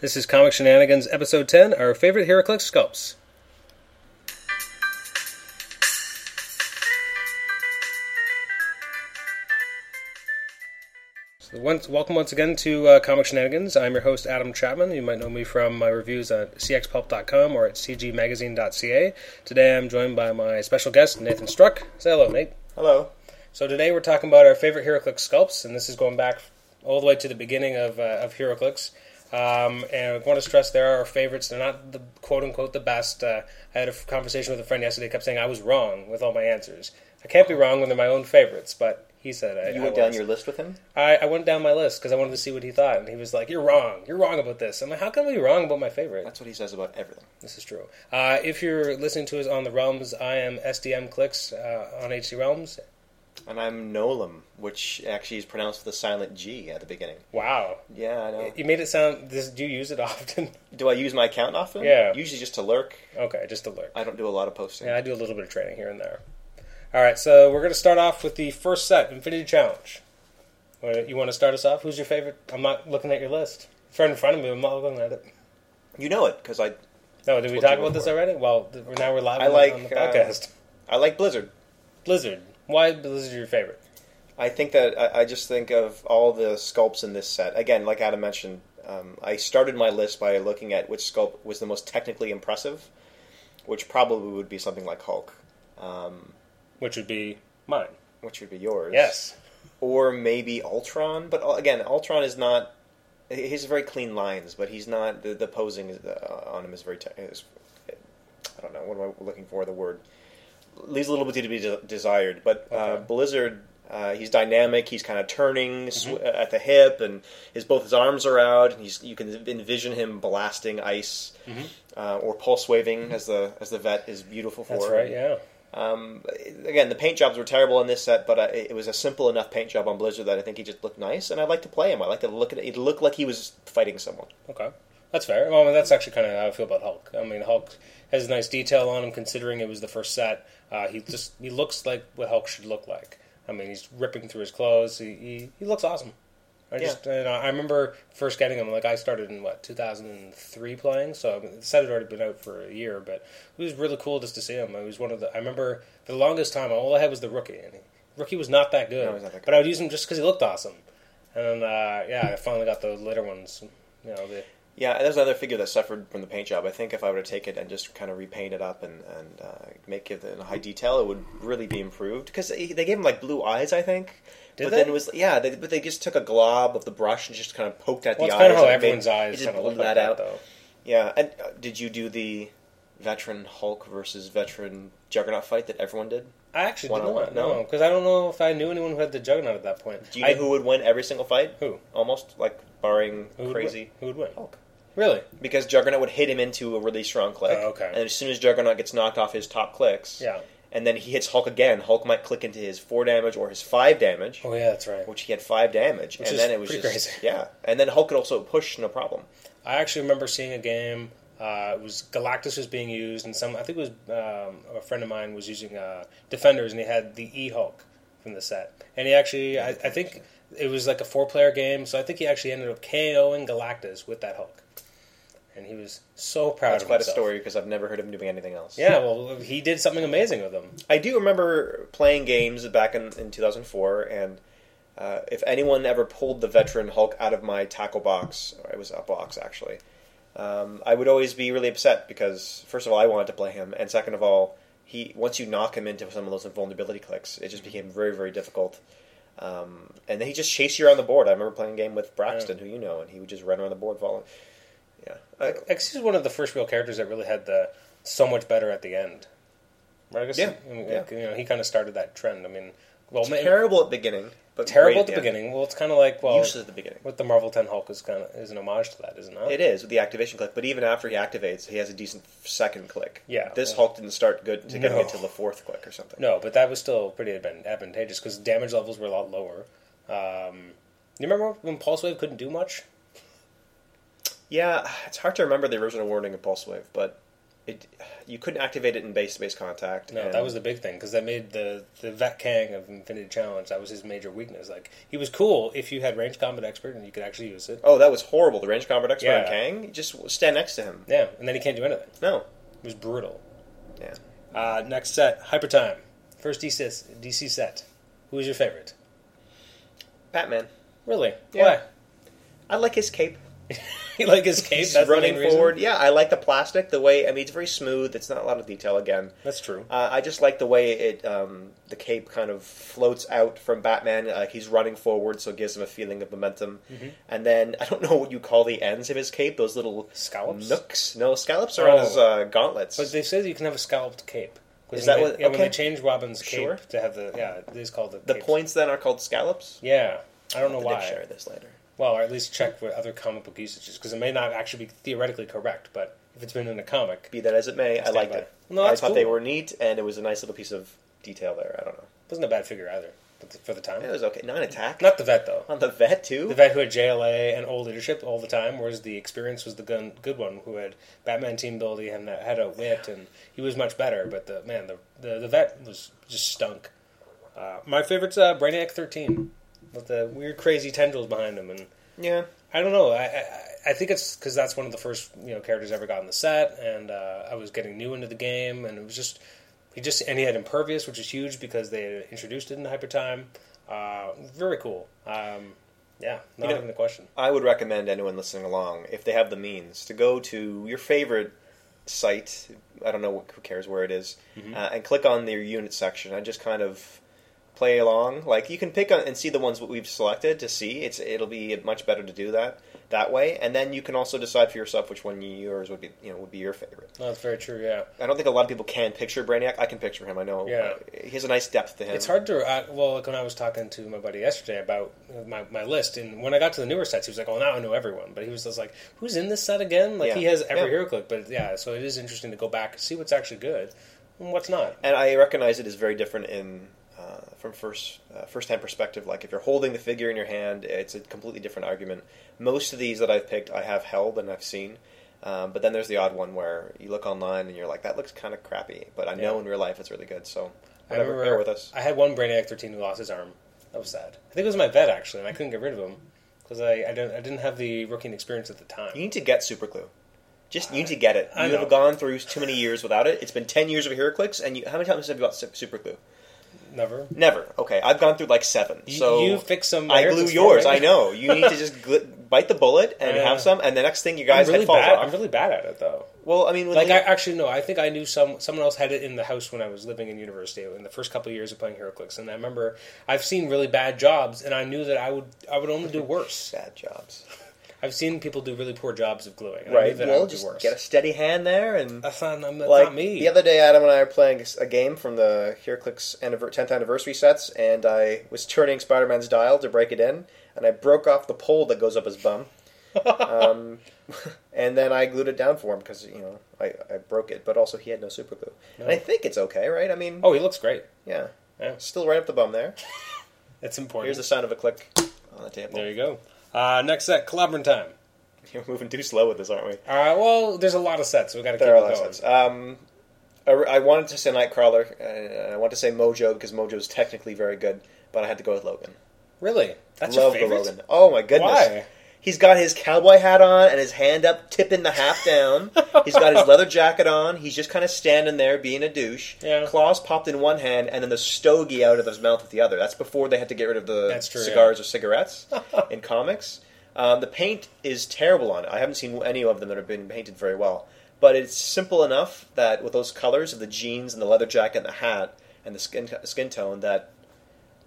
This is Comic Shenanigans, Episode 10, our favorite HeroClix sculpts. So once, welcome once again to uh, Comic Shenanigans. I'm your host, Adam Chapman. You might know me from my reviews at cxpulp.com or at cgmagazine.ca. Today I'm joined by my special guest, Nathan Struck. Say hello, Nate. Hello. So today we're talking about our favorite HeroClix sculpts, and this is going back all the way to the beginning of uh, of HeroClix. Um, and I want to stress there are our favorites. They're not the quote unquote the best. Uh, I had a f- conversation with a friend yesterday. Kept saying I was wrong with all my answers. I can't be wrong when they're my own favorites, but he said I, You I was. went down your list with him? I, I went down my list because I wanted to see what he thought, and he was like, "You're wrong. You're wrong about this." I'm like, "How can I be wrong about my favorite?" That's what he says about everything. This is true. Uh, if you're listening to us on the Realms, I am SDM Clicks uh, on HD Realms. And I'm Nolam, which actually is pronounced with a silent G at the beginning. Wow, Yeah, I know. you made it sound. This, do you use it often? Do I use my account often? Yeah. Usually just to lurk. okay, just to learn. I don't do a lot of posting. Yeah, I do a little bit of training here and there. All right, so we're going to start off with the first set, Infinity Challenge. What- You want to start us off? Who's your favorite? I'm not looking at your list. It's right in front of me. I'm not looking at it. You know it because I No, did we What talk you about look this for. already? Well, th- we're now we're live I on, like, on the uh, podcast. I like Blizzard. Blizzard. Why is Blizzard your favorite? I think that I, I just think of all the sculpts in this set. Again, like Adam mentioned, um, I started my list by looking at which sculpt was the most technically impressive, which probably would be something like Hulk, um, Which would be mine. which would be yours. Yes. or maybe Ultron. But uh, again, Ultron is not. he- He's very clean lines, but he's not. The, the posing is, uh, on him is very. Te- is, I don't know. What am I looking for? The word leaves a little bit to be de- desired. But uh, Okay. Blizzard. Uh, he's dynamic. He's kind of turning Mm-hmm. sw- at the hip, and his both his arms are out, and he's you can envision him blasting ice Mm-hmm. uh, or pulse waving, as the as the vet is beautiful for. That's him. right, yeah. Um, again, the paint jobs were terrible in this set, but uh, it it was a simple enough paint job on Blizzard that I think he just looked nice, and I like to play him. I like to look at it. It looked like he was fighting someone. Okay. That's fair. Well, I mean, that's actually kind of how I feel about Hulk. I mean, Hulk has nice detail on him, considering it was the first set. Uh, he just he looks like what Hulk should look like. I mean, he's ripping through his clothes. He he, he looks awesome. I Yeah. just and I I remember first getting him. Like I started in what 2003 playing, so I mean, the set had already been out for a year. But it was really cool just to see him. It was one of the. I remember for the longest time all I had was the rookie, and he, rookie was not that good. No, he's not that good. But I would use him just because he looked awesome. And then uh, yeah, I finally got the later ones. You know, the, Yeah, and there's another figure that suffered from the paint job. I think if I were to take it and just kind of repaint it up and, and uh, make it in high detail, it would really be improved. Because they they gave him like blue eyes, I think. Did but they? then it was yeah, they, but they just took a glob of the brush and just kind of poked at Well, the it's eyes. kind of how and made- everyone's it eyes just kind of blew look like that, though. Yeah, and uh, did you do the veteran Hulk versus veteran Juggernaut fight that everyone did? I actually did One-on-one, not know no. because I don't know if I knew anyone who had the Juggernaut at that point. Do you know I, who would win every single fight? Who? Almost like barring who would crazy Win? Who would win? Hulk. Really? Because Juggernaut would hit him into a really strong click. Oh, okay. And as soon as Juggernaut gets knocked off his top clicks, Yeah. and then he hits Hulk again, Hulk might click into his four damage or his five damage, Oh yeah, that's right. which he had five damage, Which and is then it was pretty just crazy. yeah. And then Hulk could also push, no problem. I actually remember seeing a game. Uh, it was Galactus was being used, and some I think it was um, a friend of mine was using uh, Defenders, and he had the E Hulk from the set, and he actually I, I think it was like a four player game, so I think he actually ended up KOing Galactus with that Hulk, and he was so proud That's of quite himself. a story because I've never heard him doing anything else. Yeah, well, he did something amazing with them. I do remember playing games back in, in 2004, and uh, if anyone ever pulled the veteran Hulk out of my tackle box, or it was a box actually, um, I would always be really upset because first of all, I wanted to play him, and second of all, he once you knock him into some of those invulnerability clicks, it just became very very difficult. Um, and then he just chased you around the board. I remember playing a game with Braxton, who you know, and he would just run around the board, following. Yeah, I, X is one of the first real characters that really had the so much better at the end. Right? I guess, Yeah, I mean, yeah. like, You know, he kind of started that trend. I mean, well, ma- terrible, terrible at the beginning, but great at the end. beginning. Well, it's kind of like well, useless at the beginning. with the Marvel Ten Hulk is kind of is an homage to that, isn't it? It is with the activation click, but even after he activates, he has a decent second click. Yeah. this Hulk didn't start good to No. get until the fourth click or something. No, but that was still pretty advan- advantageous because damage levels were a lot lower. Um, you remember when Pulse Wave couldn't do much? Yeah, it's hard to remember the original wording of Pulse Wave, but it you couldn't activate it in base to base contact. No, and- that was the big thing because that made the the Vet Kang of Infinity Challenge. That was his major weakness. Like he was cool if you had range combat expert and you could actually use it. oh, that was horrible. The range combat expert on Yeah. Kang, you just stand next to him. Yeah, and then he can't do anything. No, It was brutal. yeah. Uh, next set, Hyper Time. First DC DC set. Who is your favorite? Batman. Really? Yeah. I like his cape. Why? you like his cape? He's That's the running main reason? forward. Yeah, I like the plastic. The way I mean, it's very smooth. It's not a lot of detail. Again, That's true. Uh, I just like the way it um, the cape kind of floats out from Batman. Like he's running forward, so it gives him a feeling of momentum. Mm-hmm. And then I don't know what you call the ends of his cape; those little Scallops? nooks. No scallops are on Oh. his uh, gauntlets. But they say that you can have a scalloped cape. 'Cause Is when that they- what- yeah, when they okay. change Robin's cape Sure. to have the yeah, it is called the the cape. points then are called scallops. Yeah, I don't know The why. dictionary this later. Well, or at least check with other comic book usages because it may not actually be theoretically correct, but if it's been in a comic, Be that as it may, I Stand liked by. it. No, I that's thought they cool. were neat, and it was a nice little piece of detail there. I don't know. it wasn't a bad figure either but th- for the time. It was okay. Nine attack Not the vet though. on the vet too. The vet who had JLA and old leadership all the time, whereas the experience was the gun, good one who had Batman team ability and that had a wit, and he was much better. But the man, the the, the vet was just stunk. Uh, my favorite's uh, Brainiac thirteen with the weird, crazy tendrils behind him, and yeah. I don't know. I I, I think it's because that's one of the first you know characters I ever got in the set, and uh, I was getting new into the game, and it was just he just and he had impervious, which is huge because they had introduced it in Hyper Time. Uh, very cool. Um, yeah, not know- even the question. I would recommend anyone listening along, if they have the means, to go to your favorite site. I don't know what, who cares where it is, Mm-hmm. uh, and click on their unit section and just kind of play along. Like you can pick on, and see the ones that we've selected to see. It's it'll be much better to do that that way, and then you can also decide for yourself which one yours would be you know would be your favorite. No, that's very true. Yeah, I don't think a lot of people can picture Brainiac. I can picture him. I know. Yeah. uh, he has a nice depth to him. it's hard to. Uh, well, like when I was talking to my buddy yesterday about my, my list, and when I got to the newer sets, he was like, "Oh, now I know everyone." But he was just like, "Who's in this set again?" Like Yeah. he has every Yeah. hero click, but yeah. So it is interesting to go back and see what's actually good and what's not. and I recognize it is very different in uh, from first uh, first hand perspective. Like if you're holding the figure in your hand, it's a completely different argument. Most of these that I've picked, I have held and I've seen. Um, but then there's the odd one where you look online and you're like, that looks kind of crappy, but I know Yeah. in real life it's really good. So I whatever, remember bear with us. I had one Brainiac 13 who lost his arm. That was sad. I think it was my vet actually, and I couldn't get rid of him because I, I didn't I didn't have the rookie experience at the time. You need to get super glue. Just you need to get it. I you know. have gone through too many years without it. It's been ten years of hero clicks, and you, how many times have you got su- super glue? Never. Never. Okay, I've gone through like seven. You, so you fixed some. I glue inheritance yours. for me. I know. You need to just gl- bite the bullet and Yeah. have some, and the next thing you I'm guys really head falls bad. off. I'm really bad at it though. Well, I mean, when Like they- I actually no, I think I knew some someone else had it in the house when I was living in university in the first couple of years of playing HeroClix, and I remember I've seen really bad jobs, and I knew that I would I would only do worse. sad jobs. I've seen people do really poor jobs of gluing. and I knew Right. that I Well, would just do worse. get a steady hand there, and that's not, that's like not me. the other day, Adam and I were playing a game from the HeroClix anniver- 10th anniversary sets, and I was turning Spider-Man's dial to break it in, and I broke off the pole that goes up his bum. um, and then I glued it down for him because you know I, I broke it, but also he had no super glue. And I think it's okay, right? I mean, oh, he looks great. yeah, Yeah. still right up the bum there. That's important. Oh, Here's the sound of a click on the table. There you go. Uh, next set, Clobbering Time. You're moving too slow with this, aren't we? Uh, well, there's a lot of sets, so we got to keep There are it less going. sets. Um, I, I wanted to say Nightcrawler. and I wanted to say Mojo because Mojo's technically very good, but I had to go with Logan. Really? That's your Love the favorite? Logan. Oh my goodness. Why? He's got his cowboy hat on and his hand up, tipping the half down. He's got his leather jacket on. He's just kind of standing there being a douche. Yeah. Claws popped in one hand and then the stogie out of his mouth with the other. That's before they had to get rid of the That's true, cigars or cigarettes in comics. Um, the paint is terrible on it. I haven't seen any of them that have been painted very well. But it's simple enough that with those colors of the jeans and the leather jacket and the hat and the skin, skin tone that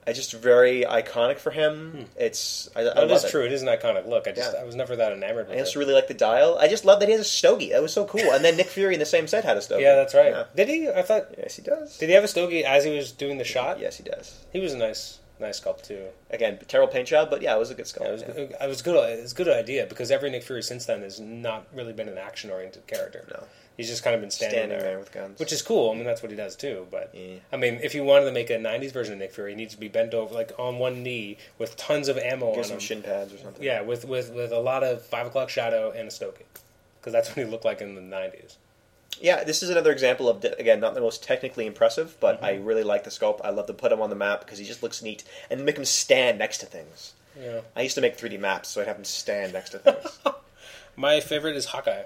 it's just very iconic for him. It's I, I Hmm. That love is true. It is an iconic look. I just Yeah. I was never that enamored I with just it. really like the dial. I just love that he has a stogie. That was so cool. And then Nick Fury in the same set had a stogie. Yeah, that's right. Yeah. Did he? I thought. Yes, he does. Did he have a stogie as he was doing the shot? Yes, he does. He was a nice, nice sculpt too. Again, terrible paint job, but yeah, it was a good sculpt. Yeah, it was. Oh, yeah. Good, it was good. It's a good idea because every Nick Fury since then has not really been an action-oriented character. No. He's just kind of been standing, Standing there. there with guns. which is cool. I mean, that's what he does too. But Yeah. I mean, if you wanted to make a '90s version of Nick Fury, he needs to be bent over, like on one knee, with tons of ammo Give on some him. shin pads or something. Yeah, with with with a lot of five o'clock shadow and a stogie, because that's what he looked like in the '90s. yeah, this is another example of again not the most technically impressive, but Mm-hmm. I really like the sculpt. I love to put him on the map because he just looks neat and make him stand next to things. Yeah. I used to make 3D maps, so I'd have him stand next to things. My favorite is Hawkeye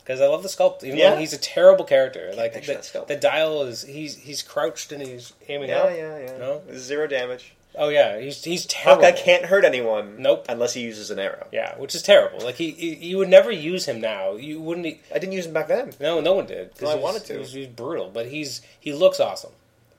because I love the sculpt. Even Yeah? though he's a terrible character, like picture that the, sculpt. the dial is he's he's crouched and he's aiming yeah, up. yeah, yeah. No? Zero damage. Oh yeah, he's he's terrible. Hawkeye can't hurt anyone. Nope. Unless he uses an arrow. Yeah, which is terrible. Like he, he you would never use him now. You wouldn't. e- I didn't use him back then. No, no one did. 'cause No, I he was- wanted to. He was, he was brutal, but he's he looks awesome.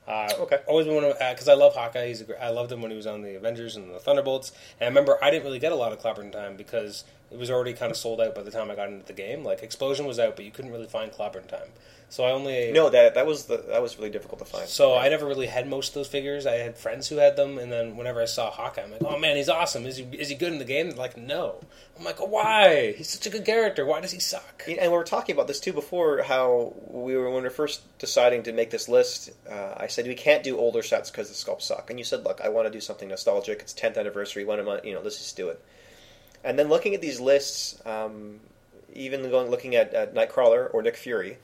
Uh, Okay. Always been one of because I love Hawkeye. He's a gr- I loved him when he was on the Avengers and the Thunderbolts. And I remember I didn't really get a lot of Clobberin time because it was already kind of sold out by the time I got into the game. Like Explosion was out, but you couldn't really find Clobberin time. So I only No, that that was the that was really difficult to find. So I never really had most of those figures. I had friends who had them, and then whenever I saw Hawkeye, I'm like, "Oh man, he's awesome! Is he is he good in the game?" They're like, no. I'm like, "Why? He's such a good character. Why does he suck?" Yeah, And we were talking about this too before. How we were when we were first deciding to make this list. Uh, I said we can't do older sets because the sculpts suck, and you said, "Look, I want to do something nostalgic. It's 10th anniversary. One a month. You know, let's just do it." And then looking at these lists, um, even going looking at, at Nightcrawler or Nick Fury,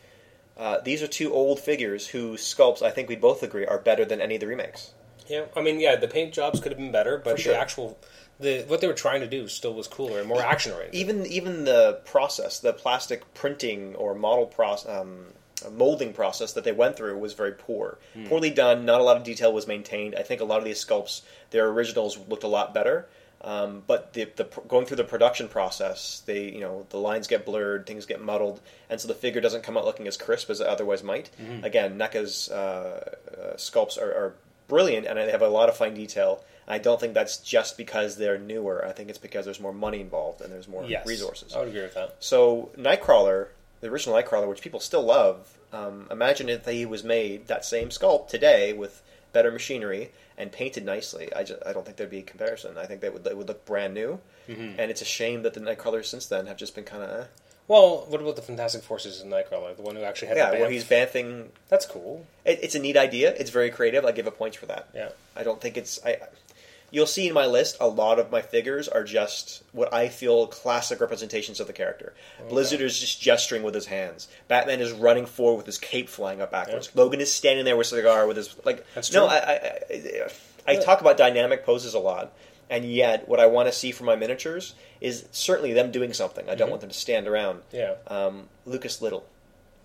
uh, these are two old figures whose sculpts I think we both agree are better than any of the remakes. Yeah, I mean, yeah, the paint jobs could have been better, but For sure. the actual the what they were trying to do still was cooler and more action oriented. even even the process, the plastic printing or model process, um, molding process that they went through was very poor, poorly done. Not a lot of detail was maintained. I think a lot of these sculpts, their originals looked a lot better. Um, but the, the pr- going through the production process, they you know the lines get blurred, things get muddled, and so the figure doesn't come out looking as crisp as it otherwise might. Again, NECA's uh, uh, sculpts are, are brilliant, and they have a lot of fine detail. I don't think that's just because they're newer. I think it's because there's more money involved and there's more Yes, resources. I would agree with that. So Nightcrawler, the original Nightcrawler, which people still love, um, imagine if he was made that same sculpt today with better machinery and painted nicely. I, just, I don't think there'd be a comparison. I think that would it would look brand new, Mm-hmm. and it's a shame that the Nightcrawlers since then have just been kind of eh. Well, what about the Fantastic Forces in Nightcrawler? The one who actually had yeah, the where band? he's banthing. That's cool. It, it's a neat idea. It's very creative. I give it points for that. Yeah. I don't think it's I. You'll see in my list a lot of my figures are just what I feel classic representations of the character. Blizzard is just gesturing with his hands. Batman is running forward with his cape flying up backwards. Logan is standing there with a cigar with his like. That's no, true. I I, I, I talk about dynamic poses a lot, and yet what I want to see from my miniatures is certainly them doing something. I Mm-hmm. don't want them to stand around. Yeah, Um, Lucas Little,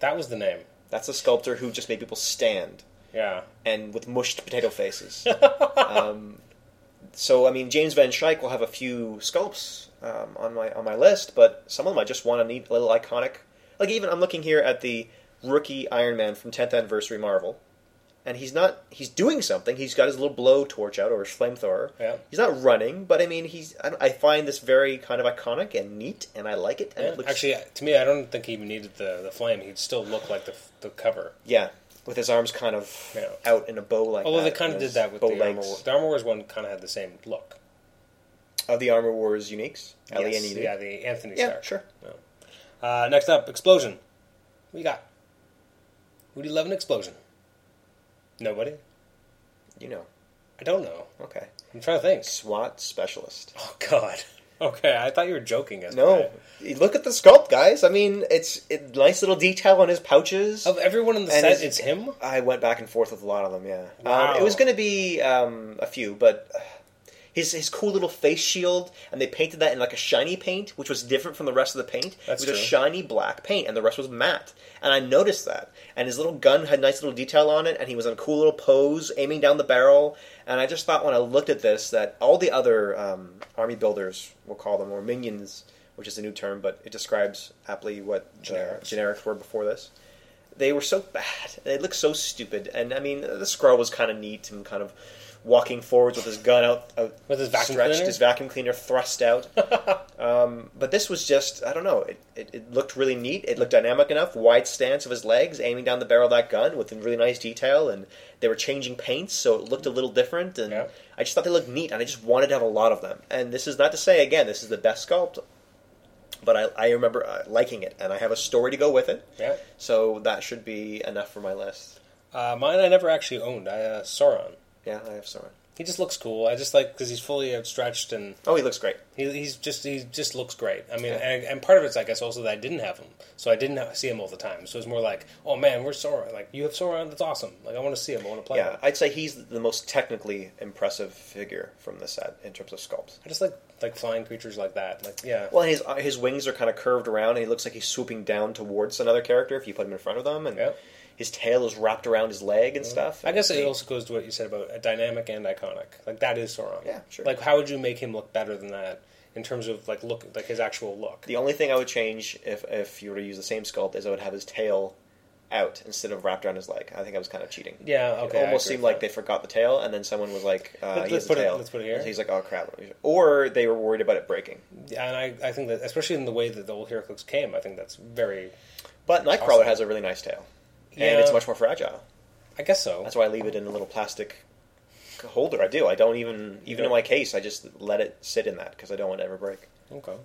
that was the name. that's a sculptor who just made people stand Yeah, and with mushed potato faces. um, so I mean, James Van Schaik will have a few sculpts um, on my on my list, but some of them I just want to need a little iconic. Like even I'm looking here at the rookie Iron Man from 10th anniversary Marvel, and he's not he's doing something. He's got his little blowtorch out or his flamethrower. Yeah. He's not running, but I mean he's I, don't- I find this very kind of iconic and neat, and I like it. And Yeah. it looks, actually, to me, I don't think he even needed the the flame. He'd still look like the the cover. yeah. With his arms kind of Yeah. out in a bow like Although that. they kind of and did his that with Uh, the bow um, armor. legs. War- The armor wars one kind of had the same look. of the Armor Wars uniques. Ellie Yes, and Edie. yeah, the Anthony E Yeah, Stark. sure. Uh, next up, explosion. What you got? Who do you love an explosion? Nobody. You know. I don't know. Okay. I'm trying to think. SWAT specialist. Oh God. Okay, I thought you were joking. As No, You look at the sculpt, guys. I mean, it's it, nice little detail on his pouches. Of everyone in the And set, it's- it's him. I went back and forth with a lot of them. Yeah, Wow. um, it was going to be um, a few, but uh, his his cool little face shield, and they painted that in like a shiny paint, which was different from the rest of the paint. That's it was true. a shiny black paint, and the rest was matte. And I noticed that. And his little gun had nice little detail on it, and he was in a cool little pose, aiming down the barrel. And I just thought when I looked at this that all the other um, army builders, we'll call them, or minions, which is a new term, but it describes aptly what the Generics. generics were before this they were so bad. They looked so stupid. And I mean, the scroll was kind of neat and kind of walking forwards with his gun out, out With his vacuum stretched, cleaner? his vacuum cleaner thrust out. um, but this was just I don't know. It, it, it looked really neat. It looked dynamic enough. Wide stance of his legs, aiming down the barrel of that gun with really nice detail. And they were changing paints, so it looked a little different. And Yeah. I just thought they looked neat, and I just wanted to have a lot of them. And this is not to say again, this is the best sculpt. But I, I remember uh, liking it, and I have a story to go with it. Yeah. So that should be enough for my list. Uh, mine I never actually owned. I uh, Sauron. Yeah, I have Sauron. He just looks cool. I just like because he's fully outstretched and Oh, he looks great. he, he's just he just looks great. I mean, Yeah. and, and part of it's I guess also that I didn't have him, so I didn't ha- see him all the time. So it's more like, oh man, we're Sauron. Like you have Sauron, that's awesome. Like I want to see him. I want to play yeah, him. I'd say he's the most technically impressive figure from the set in terms of sculpt. I just like like flying creatures like that. Like yeah, Well, his uh, his wings are kind of curved around, and he looks like he's swooping down towards another character if you put him in front of them, and Yep. Mm. his tail is wrapped around his leg and stuff. I guess it also goes to what you said about uh, dynamic and iconic. Like that is Sauron. Yeah, sure. Like how would you make him look better than that in terms of like look like his actual look? The only thing I would change if if you were to use the same sculpt is I would have his tail out instead of wrapped around his leg. I think I was kind of cheating. Yeah, okay. I it almost agree seemed with like they that. forgot the tail, and then someone was like, uh, Let's- he let's has put a it- tail. let's put it here. And he's like, oh crap. let me- Or they were worried about it breaking. Yeah, and I, I think that especially in the way that the old Heracles came, I think that's very. But Nightcrawler Awesome. has a really nice tail, and Yeah. it's much more fragile. I guess so. That's why I leave it in a little plastic holder. I do. I don't even even in my case. I just let it sit in that because I don't want it to ever break. Okay.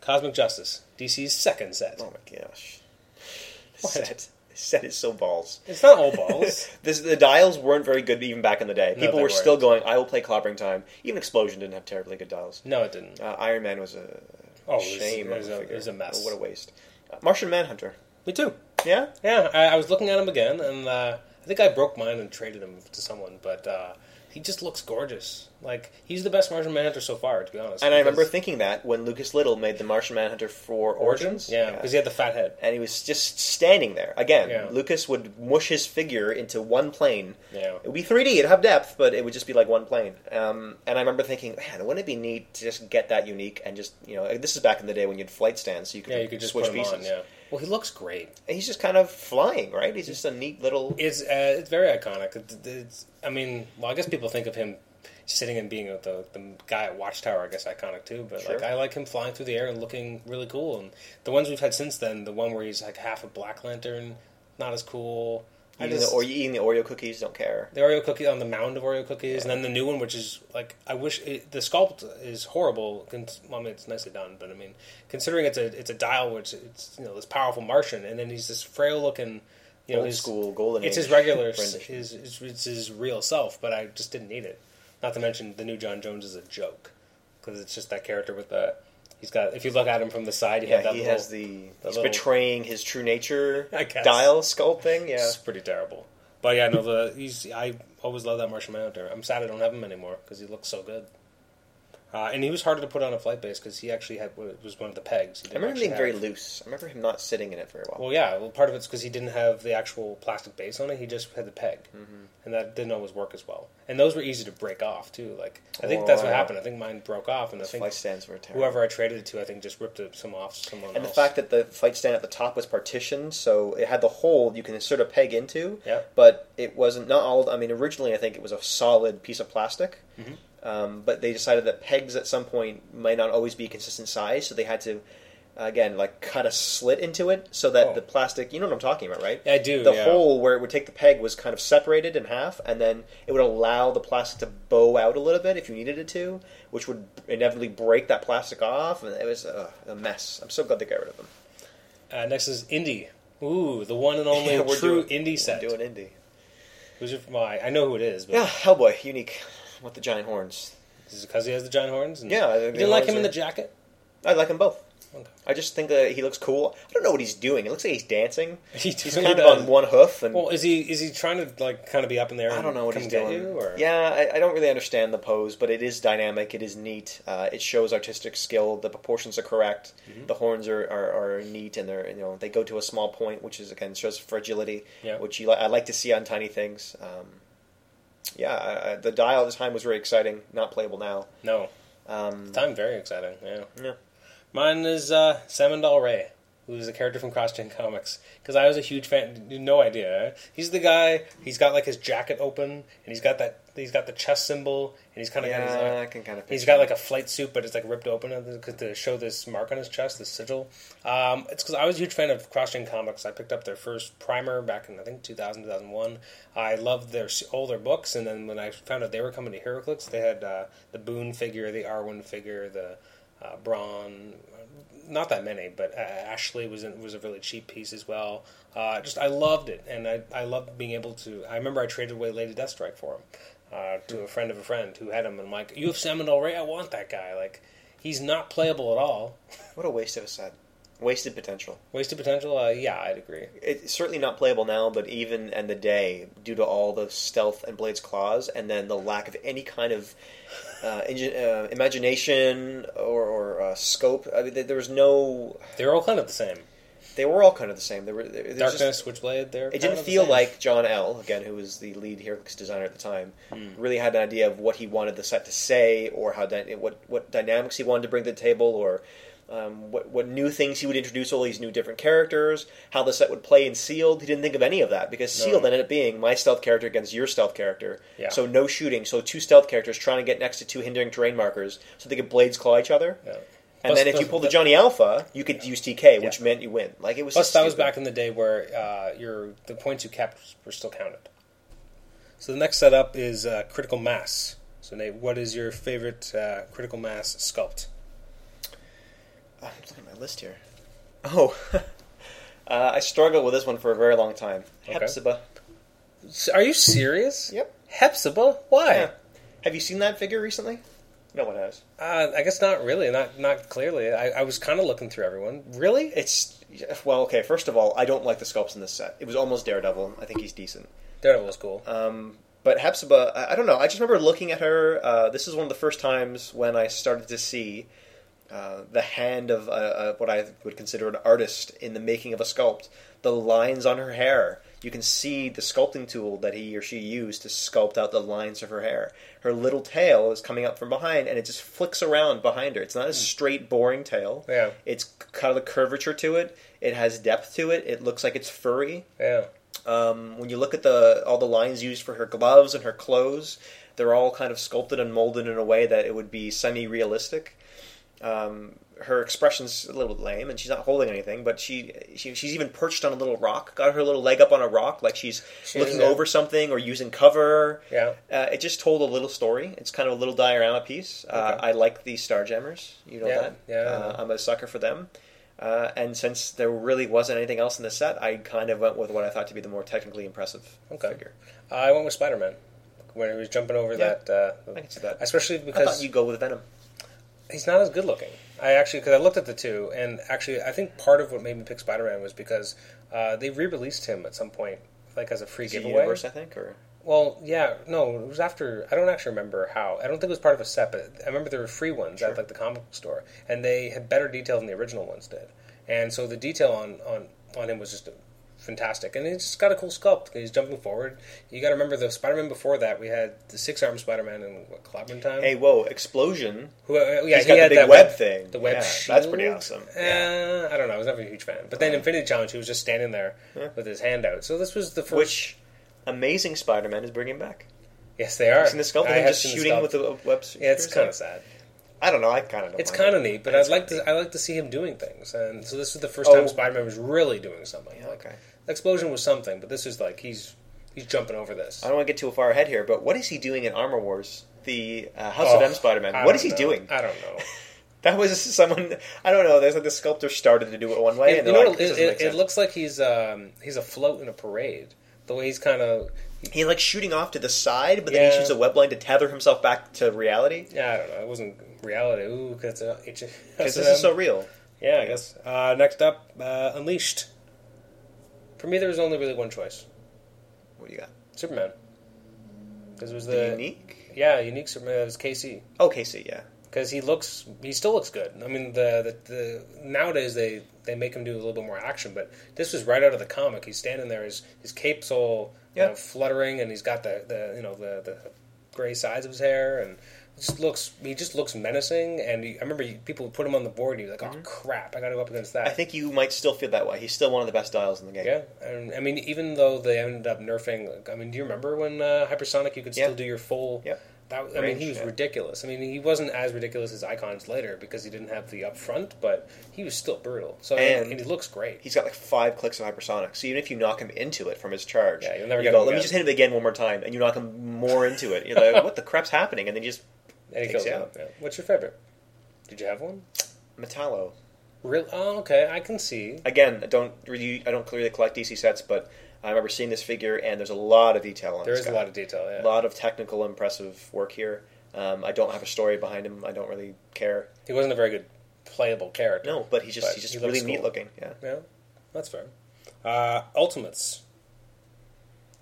Cosmic Justice, DC's second set. Oh my gosh! This set this set is so balls. It's not all balls. This, the dials weren't very good even back in the No, day. People they were weren't. still going. I will play clobbering time. Even Explosion didn't have terribly good dials. no, it didn't. Uh, Iron Man was a Oh, it was- shame. it was of a- it figure. was a mess. Oh, what a waste. Uh, Martian Manhunter. Me too. Yeah. Yeah, I, I was looking at him again, and uh, I think I broke mine and traded him to someone, but uh, he just looks gorgeous. Like, he's the best Martian Manhunter so far, to be honest. And I because- remember thinking that when Lucas Little made the Martian Manhunter for Origins. Yeah, because he had the fat head. and he was just standing there. Again, Yeah. Lucas would mush his figure into one plane. Yeah. It would be 3D, it'd have depth, but it would just be like one plane. Um, and I remember thinking, man, wouldn't it be neat to just get that unique and just, you know, this is back in the day when you had flight stands, so you could, Yeah, you could just switch put him pieces. on. Yeah. Well, he looks great. And he's just kind of flying, right? He's just a neat little. It's uh, it's very iconic. It- it- It's, I mean, well, I guess people think of him sitting and being the the guy at Watchtower. I guess iconic too. But Sure. like, I like him flying through the air and looking really cool. And the ones we've had since then, the one where he's like half a Black Lantern, not as cool. I Eating, just- the, or eating the Oreo cookies, don't care. the Oreo cookie on the mound of Oreo cookies, and then the new one, which is like I wish it, the sculpt is horrible. Cons- well, I mean, it's nicely done, but I mean, considering it's a it's a dial, which it's you know this powerful Martian, and then he's this frail looking, you know, Old his, school, golden It's age his regular, s- rendition. his, his it's his real self, but I just didn't need it. Not to mention the new John Jones is a joke because it's just that character with the he's got. If you look at him from the side, he Yeah, had that he little, has the. that he's little- betraying his true nature I guess. dial sculpt thing. Yeah. It's pretty terrible. But yeah, no, the he's I always love that Martian Manhunter. I'm sad I don't have him anymore because he looks so good. Uh, and he was harder to put on a flight base because he actually had was one of the pegs. He I remember him actually being very have- loose. I remember him not sitting in it very well. Well, yeah. Well, part of it's because he didn't have the actual plastic base on it. He just had the peg, Mm-hmm. and that didn't always work as well. And those were easy to break off too. Like I think that's what Wow. happened. I think mine broke off, and I Those think flight stands were terrible. whoever I traded it to, I think just ripped it- some off someone And the else. fact that the flight stand at the top was partitioned, so it had the hole you can insert a peg into. Yeah. But it wasn't not all. I mean, originally I think it was a solid piece of plastic. Mm-hmm. Um, but they decided that pegs at some point might not always be a consistent size, so they had to, again, like cut a slit into it so that Oh. the plastic. You know what I'm talking about, right? I do. the yeah. hole where it would take the peg was kind of separated in half, and then it would allow the plastic to bow out a little bit if you needed it to, which would inevitably break that plastic off, and it was uh, a mess. I'm so glad they got rid of them. Uh, next is Indy. Ooh, the one and only Yeah, we're true doing- Indy set. Doing indie. Who's your my? I know who it is, but Yeah, Hellboy, unique with the giant horns. is it because he has the giant horns? And Yeah, I think you the didn't like horns him in the are- jacket. I like them both. Okay. I just think that he looks cool. I don't know what he's doing. It looks like he's dancing. He He's totally kind of does. on one hoof, and Well, is he is he trying to like kind of be up in there? I and don't know what come he's get doing. You, or? Yeah, I, I don't really understand the pose, but it is dynamic. It is neat. Uh, it shows artistic skill. The proportions are correct. Mm-hmm. The horns are, are, are neat, and they're you know they go to a small point, which is again shows fragility, Yeah. which you li- I like to see on tiny things. Um, yeah, I, I, the dial at the time was very exciting. Not playable now. No, Um, time very exciting. Yeah. yeah. Mine is uh, Salmon Del Rey, who's a character from Cross Gen Comics. Because I was a huge fan. No idea. He's the guy. He's got like his jacket open, and he's got that. He's got the chest symbol, and he's kind of got his. yeah, Uh, I can kind of. He's got like a flight suit, but it's like ripped open because to show this mark on his chest, this sigil. Um, it's because I was a huge fan of Cross Gen Comics. I picked up their first primer back in I think 2000, 2001. I loved their s- all their books, and then when I found out they were coming to Heraclix, they had uh, the Boone figure, the Arwen figure, the uh, Braun. Not that many, but uh, Ashley was in, was a really cheap piece as well. Uh, just I loved it, and I I loved being able to. I remember I traded away Lady Deathstrike for him. uh, to a friend of a friend who had him, and I'm like, "You have Seminole Ray? I want that guy. Like, he's not playable at all. What a waste of a set. Wasted potential. Wasted potential. Uh, yeah, I'd agree. It's certainly not playable now, but even in the day, due to all the stealth and Blade's claws, and then the lack of any kind of uh, engin- uh, imagination or, or uh, scope, I mean, there there was no. They're all kind of the same. They were all kind of the same. They were. there- there's just- Darkness, Switchblade. They're it kind didn't of the feel same. like John L. again, who was the lead Heracles designer at the time, Hmm. really had an idea of what he wanted the set to say, or how dy- what what dynamics he wanted to bring to the table, or um, what what new things he would introduce all these new different characters, how the set would play in Sealed. He didn't think of any of that because No. Sealed ended up being my stealth character against your stealth character. Yeah. So no shooting. So two stealth characters trying to get next to two hindering terrain markers so they could blades claw each other. Yeah. And Plus- then if you plus- pulled the Johnny Alpha, you could use TK, which Yeah. meant you win. Like it was. Plus, so that was stupid. back in the day where uh, your the points you kept were still counted. So the next setup is uh, critical mass. So Nate, what is your favorite uh, critical mass sculpt? I'm looking at my list here. Oh, uh, I struggled with this one for a very long time. Okay. Hepzibah. S- Are you serious? Yep. Hepzibah? Why? Yeah. Have you seen that figure recently? No one has. Uh, I guess not really, not not clearly. I, I was kind of looking through everyone. Really? It's well, okay. First of all, I don't like the sculpts in this set. It was almost Daredevil. I think he's decent. Daredevil was cool. Um, but Hepzibah, I, I don't know. I just remember looking at her. Uh, this is one of the first times when I started to see uh, the hand of uh, uh, what I would consider an artist in the making of a sculpt. The lines on her hair. You can see the sculpting tool that he or she used to sculpt out the lines of her hair. Her little tail is coming up from behind, and it just flicks around behind her. It's not a straight, boring tail. Yeah. It's kind of the curvature to it. It has depth to it. It looks like it's furry. yeah. Um, when you look at the all the lines used for her gloves and her clothes, they're all kind of sculpted and molded in a way that it would be semi-realistic. Um, her expression's a little lame, and she's not holding anything. But she, she she's even perched on a little rock, got her little leg up on a rock, like she's She looking is, yeah. over something or using cover. Yeah. Uh, it just told a little story. It's kind of a little diorama piece. Uh, Okay. I like the Starjammers. You know Yeah, that. yeah, I know. Uh, I'm a sucker for them. Uh, and since there really wasn't anything else in the set, I kind of went with what I thought to be the more technically impressive Okay. figure. I went with Spider Man when he was jumping over Yeah. that. Uh, I can see that. Especially I thought because you'd go with Venom. he's not as good looking. I actually, because I looked at the two, and actually, I think part of what made me pick Spider Man was because uh, they re released him at some point, like as a free Is it giveaway. Universe, I think, or Well, yeah, no, it was after. I don't actually remember how. I don't think it was part of a set, but I remember there were free ones Sure. at like the comic book store, and they had better detail than the original ones did. And so the detail on on on him was just fantastic, and he's just got a cool sculpt. He's jumping forward. You got to remember the Spider Man before that. We had the six arm Spider Man in what, Clobberin time. hey, whoa, explosion! Who, uh, yeah, He's he got the had big that web thing. The web Yeah, shield. that's pretty awesome. Uh, I don't know. I was never a huge fan. But then Infinity Challenge, he was just standing there with his hand out. So this was the first. Which Amazing Spider-Man is bringing back. yes, they are. It's in the sculpt of I him have just seen the shooting sculpt. with a web. Yeah, it's kind of sad. I don't know. I kind of. It's kind of neat, but I'd like to. I like to see him doing things, and so this is the first Oh. time Spider-Man was really doing something. Like, okay. Explosion was something, but this is like he's he's jumping over this. I don't want to get too far ahead here, but what is he doing in Armor Wars? The uh, House Oh, of M Spider-Man. I What don't is he know. doing? I don't know. That was someone I don't know. There's like the sculptor started to do it one way, It, and you they're know what, like, "This it, doesn't it- make it sense." looks like he's um, he's afloat in a parade. The way he's kind of He like shooting off to the side, but then he Yeah. shoots a web line to tether himself back to reality. yeah, I don't know. It wasn't reality. Ooh, because Because this um, is so real. yeah. I guess uh, next up, uh, Unleashed. For me, there was only really one choice: What do you got? Superman. Because it was the, The unique. yeah unique Superman. It was KC. Okay, so yeah, because he looks he still looks good. I mean the, the the nowadays they they make him do a little bit more action, but this was right out of the comic. He's standing there, his his cape's all you Yeah. know, fluttering, and he's got the, the you know the the gray sides of his hair, and it just looks he just looks menacing. And he, I remember you, people would put him on the board, and you're like, oh crap, I got to go up against that. Mm-hmm. I think you might still feel that way. He's still one of the best dials in the game. yeah, and I mean, even though they ended up nerfing, like, I mean, do you remember when uh, Hypersonic you could still Yeah. do your full? Yep. That, I mean, Range, he was yeah. ridiculous. I mean, he wasn't as ridiculous as Icons later because he didn't have the upfront, but he was still brutal. So I mean, and, And- he looks great. He's got like five clicks of hypersonic, so even if you knock him into it from his charge, Yeah, you'll never you get go, him Let me again." just hit him again one more time, and you knock him more into it. You're like, what the crap's happening? And then you just And he kills takes you him. out. Yeah. What's your favorite? Did you have one? Metallo. Real? Oh, okay. I can see. again, I don't really, I don't clearly collect DC sets, but I remember seeing this figure, and there's a lot of detail on There this is guy. a lot of detail. Yeah. a lot of technical, impressive work here. Um, I don't have a story behind him. I don't really care. He wasn't a very good playable character. No, but he's just But he's just he looks really cool. neat looking. Yeah. Yeah, that's fair. Uh, Ultimates.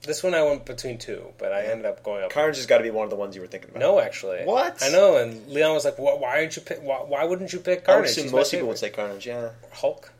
This one I went between two, but I Yeah. ended up going up. Carnage has got to be one of the ones you were thinking about. no, actually, What? I know, and Leon was like, "Why, why aren't you pick? Why, why wouldn't you pick I would Carnage?" assume He's my most people would favorite." say Carnage. Yeah. Hulk.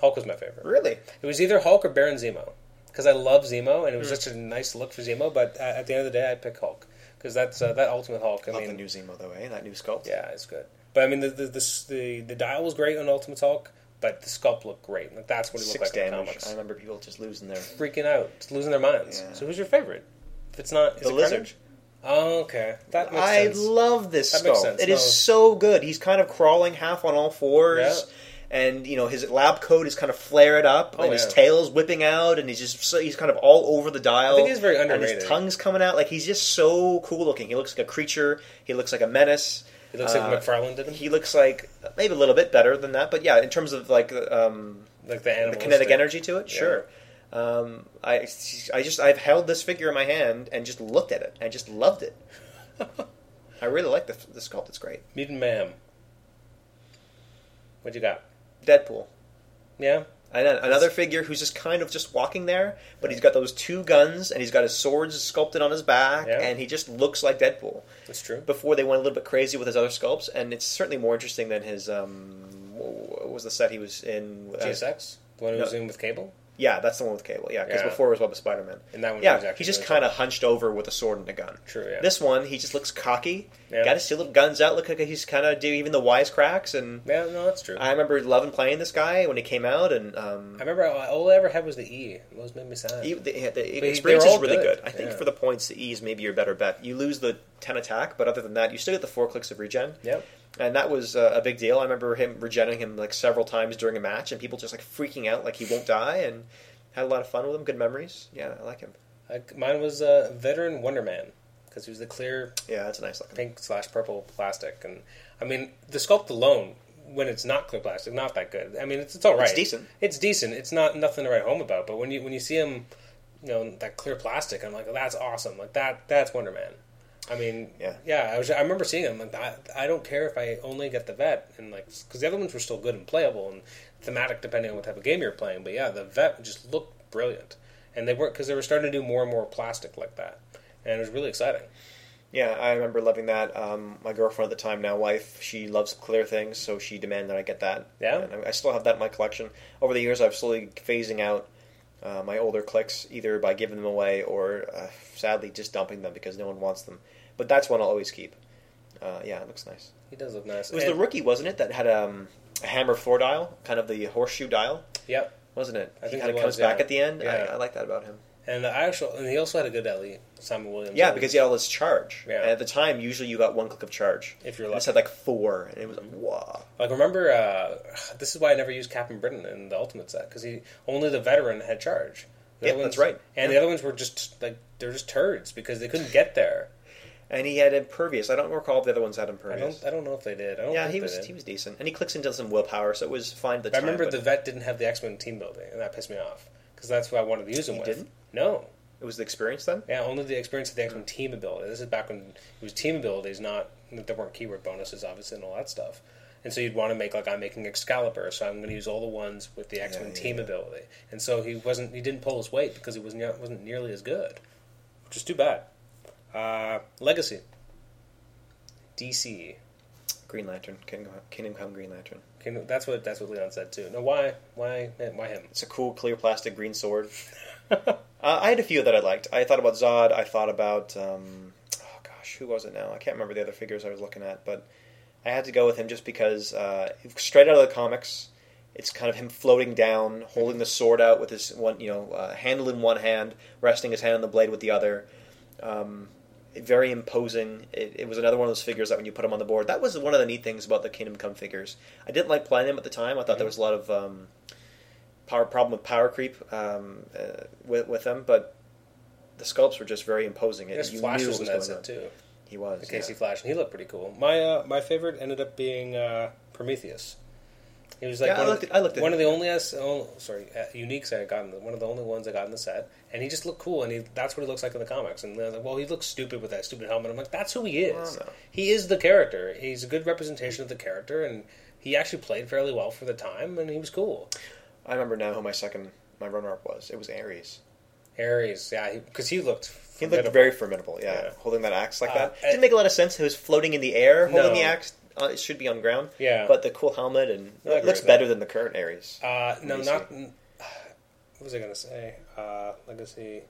Hulk was my favorite. Really? It was either Hulk or Baron Zemo because I love Zemo, and it was Hmm. such a nice look for Zemo. But uh, at the end of the day, I pick Hulk because that's uh, that Ultimate Hulk. I Love mean, the new Zemo though, eh? That new sculpt. yeah, it's good. But I mean, the the the, the, the dial was great on Ultimate Hulk, but the sculpt looked great. Like, that's what he looked Six like in the damage. comics. I remember people just losing their freaking out, just losing their minds. Yeah. So who's your favorite? If it's not is the it lizard. Carnage? Oh, okay, that makes I sense. love this That sculpt. It makes is sense. No. so good. He's kind of crawling half on all fours. Yeah. And you know his lab coat is kind of flared up, Oh, and his yeah. tail's whipping out, and he's just so, he's kind of all over the dial. I think he's very And underrated. his tongue's coming out. Like he's just so cool looking. He looks like a creature. He looks like a menace. it looks Uh, like McFarlane did him, He looks like maybe a little bit better than that, but yeah, in terms of like um, like the animal. the kinetic energy to it, Yeah. sure. Um, I I just I've held this figure in my hand and just looked at it. I just loved it. I really like the the sculpt. It's great. Mutant Mayhem. What you got? Deadpool. Yeah, And then another figure who's just kind of just walking there, but he's got those two guns and he's got his swords sculpted on his back, Yeah. and he just looks like Deadpool. that's true. Before they went a little bit crazy with his other sculpts, and it's certainly more interesting than his um, what was the set he was in? uh, GSX, the one who no. was in with Cable, Yeah, that's the one with Cable. Yeah, because Yeah. before it was Web of Spider Man. and that one was Yeah, actually he's just really kind of hunched over with a sword and a cool. gun. true. Yeah, This one, he just looks cocky. Yeah. Got his two little guns out. Look like he's kind of do even the wisecracks. And yeah, no, that's true. I, I remember loving playing this guy when he came out, and um, remember all, all I ever had was the E. Those made me sad. he, the, the they experience were is all really good. good. I think Yeah. for the points, the E is maybe your better bet. You lose the ten attack, but other than that, you still get the four clicks of regen. Yep. And that was uh, a big deal. I remember him regenerating him like several times during a match, and people just like freaking out, like he won't die, and had a lot of fun with him. Good memories. Yeah, I like him. I, mine was uh, veteran Wonder Man because he was the clear Yeah, that's a nice looking. pink slash purple plastic, and I mean the sculpt alone, when it's not clear plastic, not that good. I mean it's, it's all right. It's decent. It's decent. It's not nothing to write home about. But when you when you see him, you know that clear plastic, I'm like, oh, that's awesome. Like that that's Wonder Man. I mean, Yeah. I was. I remember seeing him. Like, I, I don't care if I only get the vet, and like, because the other ones were still good and playable and thematic, depending on what type of game you're playing. But yeah, the vet just looked brilliant, and they were because they were starting to do more and more plastic like that, and it was really exciting. Yeah, I remember loving that. Um, my girlfriend at the time, now wife, she loves clear things, so she demanded I get that. Yeah. and I- I still have that in my collection. Over the years, I've slowly phasing out uh, my older clicks, either by giving them away or uh, sadly just dumping them because no one wants them. But that's one I'll always keep. Uh, yeah, it looks nice. He does look nice. It was And- the rookie, wasn't it, that had um, a hammer four dial, kind of the horseshoe dial, Yep. wasn't it? I he think kind of it comes was, yeah. back at the end. Yeah. I, I like that about him. And I actually, and he also had a good LE, Simon Williams. Yeah, LE, because he had all this charge. Yeah. And at the time, usually you got one click of charge. if you're I just lucky. Mm-hmm. had like four, and it was like, wow. Like remember, uh, this is why I never used Captain Britain in the Ultimate set because he only the veteran had charge. The Yeah, other that's ones- right. And Yeah. the other ones were just like they're just turds because they couldn't get there. And he had impervious. I don't recall if the other ones had I impervious. don't, I don't know if they did. I don't Yeah, think he they was did. he was decent, and he clicks into some willpower, so it was fine. At the But I time, remember but the vet didn't have the X Men team building, and that pissed me off because that's what I wanted to use him He with. didn't? No. it was the experience then. Yeah, only the experience of the X Men team ability. This is back when it was team abilities, not there weren't keyword bonuses, obviously, and all that stuff. And so you'd want to make like I'm making Excalibur, so I'm going to use all the ones with the X Men yeah, team yeah. ability. And so he wasn't he didn't pull his weight because he wasn't wasn't nearly as good, which is too bad. Uh, Legacy, DC. Green Lantern, Kingdom, Kingdom Come Green Lantern. Can, that's what that's what Leon said too. No, why why why him? It's a cool clear plastic green sword. uh, I had a few that I liked. I thought about Zod. I thought about um, oh gosh, who was it now? I can't remember the other figures I was looking at, but I had to go with him just because uh, straight out of the comics, it's kind of him floating down, holding the sword out with his one, you know, uh, handle in one hand, resting his hand on the blade with the other. Um, very imposing. It, it was another one of those figures that when you put him on the board, that was one of the neat things about the Kingdom Come figures. I didn't like playing him at the time. I thought Mm-hmm. there was a lot of um, power problem with power creep um, uh, with with them, but the sculpts were just very imposing. It, There's you Flash knew was what in was that going on. set too. He was The Casey yeah. Flash, and he looked pretty cool. My uh, my favorite ended up being uh, Prometheus. It was like Yeah, I one, looked of, at- I looked at one of it. the only us oh, sorry uh, uniques I got in the, one of the only ones I got in the set, and he just looked cool, and he, that's what he looks like in the comics. And they're like, well, he looks stupid with that stupid helmet. I'm like, that's who he is. Well, no. He is the character. He's a good representation of the character, and he actually played fairly well for the time, and he was cool. I remember now who my second my runner up was. It was Aries. Aries, yeah, because he, looked He looked very formidable. Yeah, Yeah. holding that axe like Uh, that uh, didn't make a lot of sense. He was floating in the air, holding No. the axe. Uh, it should be on ground. Yeah. but the cool helmet and I it agree looks with better than the current Aries. Uh, no, Legacy. not. n- What was I gonna say? Uh, legacy.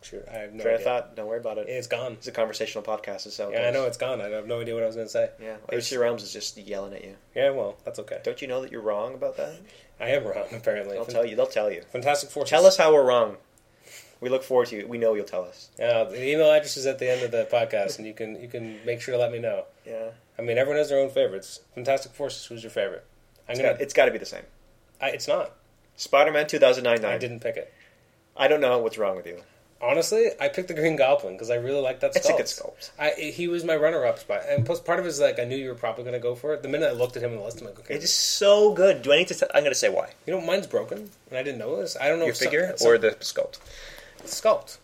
Shoot, I have no Fair idea. thought. Don't worry about it. It's gone. It's a conversational podcast. Is how it Yeah, I goes. know it's gone. I have no idea what I was gonna say. Yeah, H.G. Realms is just yelling at you. Yeah, well, that's okay. Don't you know that you're wrong about that? I am wrong, apparently. They'll tell you. They'll tell you. Fantastic Four. Tell us how we're wrong. We look forward to you. We know you'll tell us. Uh, the email address is at the end of the podcast, and you can you can make sure to let me know. Yeah, I mean, everyone has their own favorites. Fantastic Forces, who's your favorite? I'm it's gonna. got, it's got to be the same. I, it's not. Spider-Man 2009. I didn't pick it. I don't know what's wrong with you. Honestly, I picked the Green Goblin because I really like that. Sculpt. It's a good sculpt. I, he was my runner-up spot, and plus part of it is like I knew you were probably going to go for it. The minute I looked at him on the list, I'm like, okay, It is so good. Do I need to? Tell, I'm going to say why. you know, mine's broken, and I didn't know this. I don't know Your if some- figure some- or the sculpt? sculpt,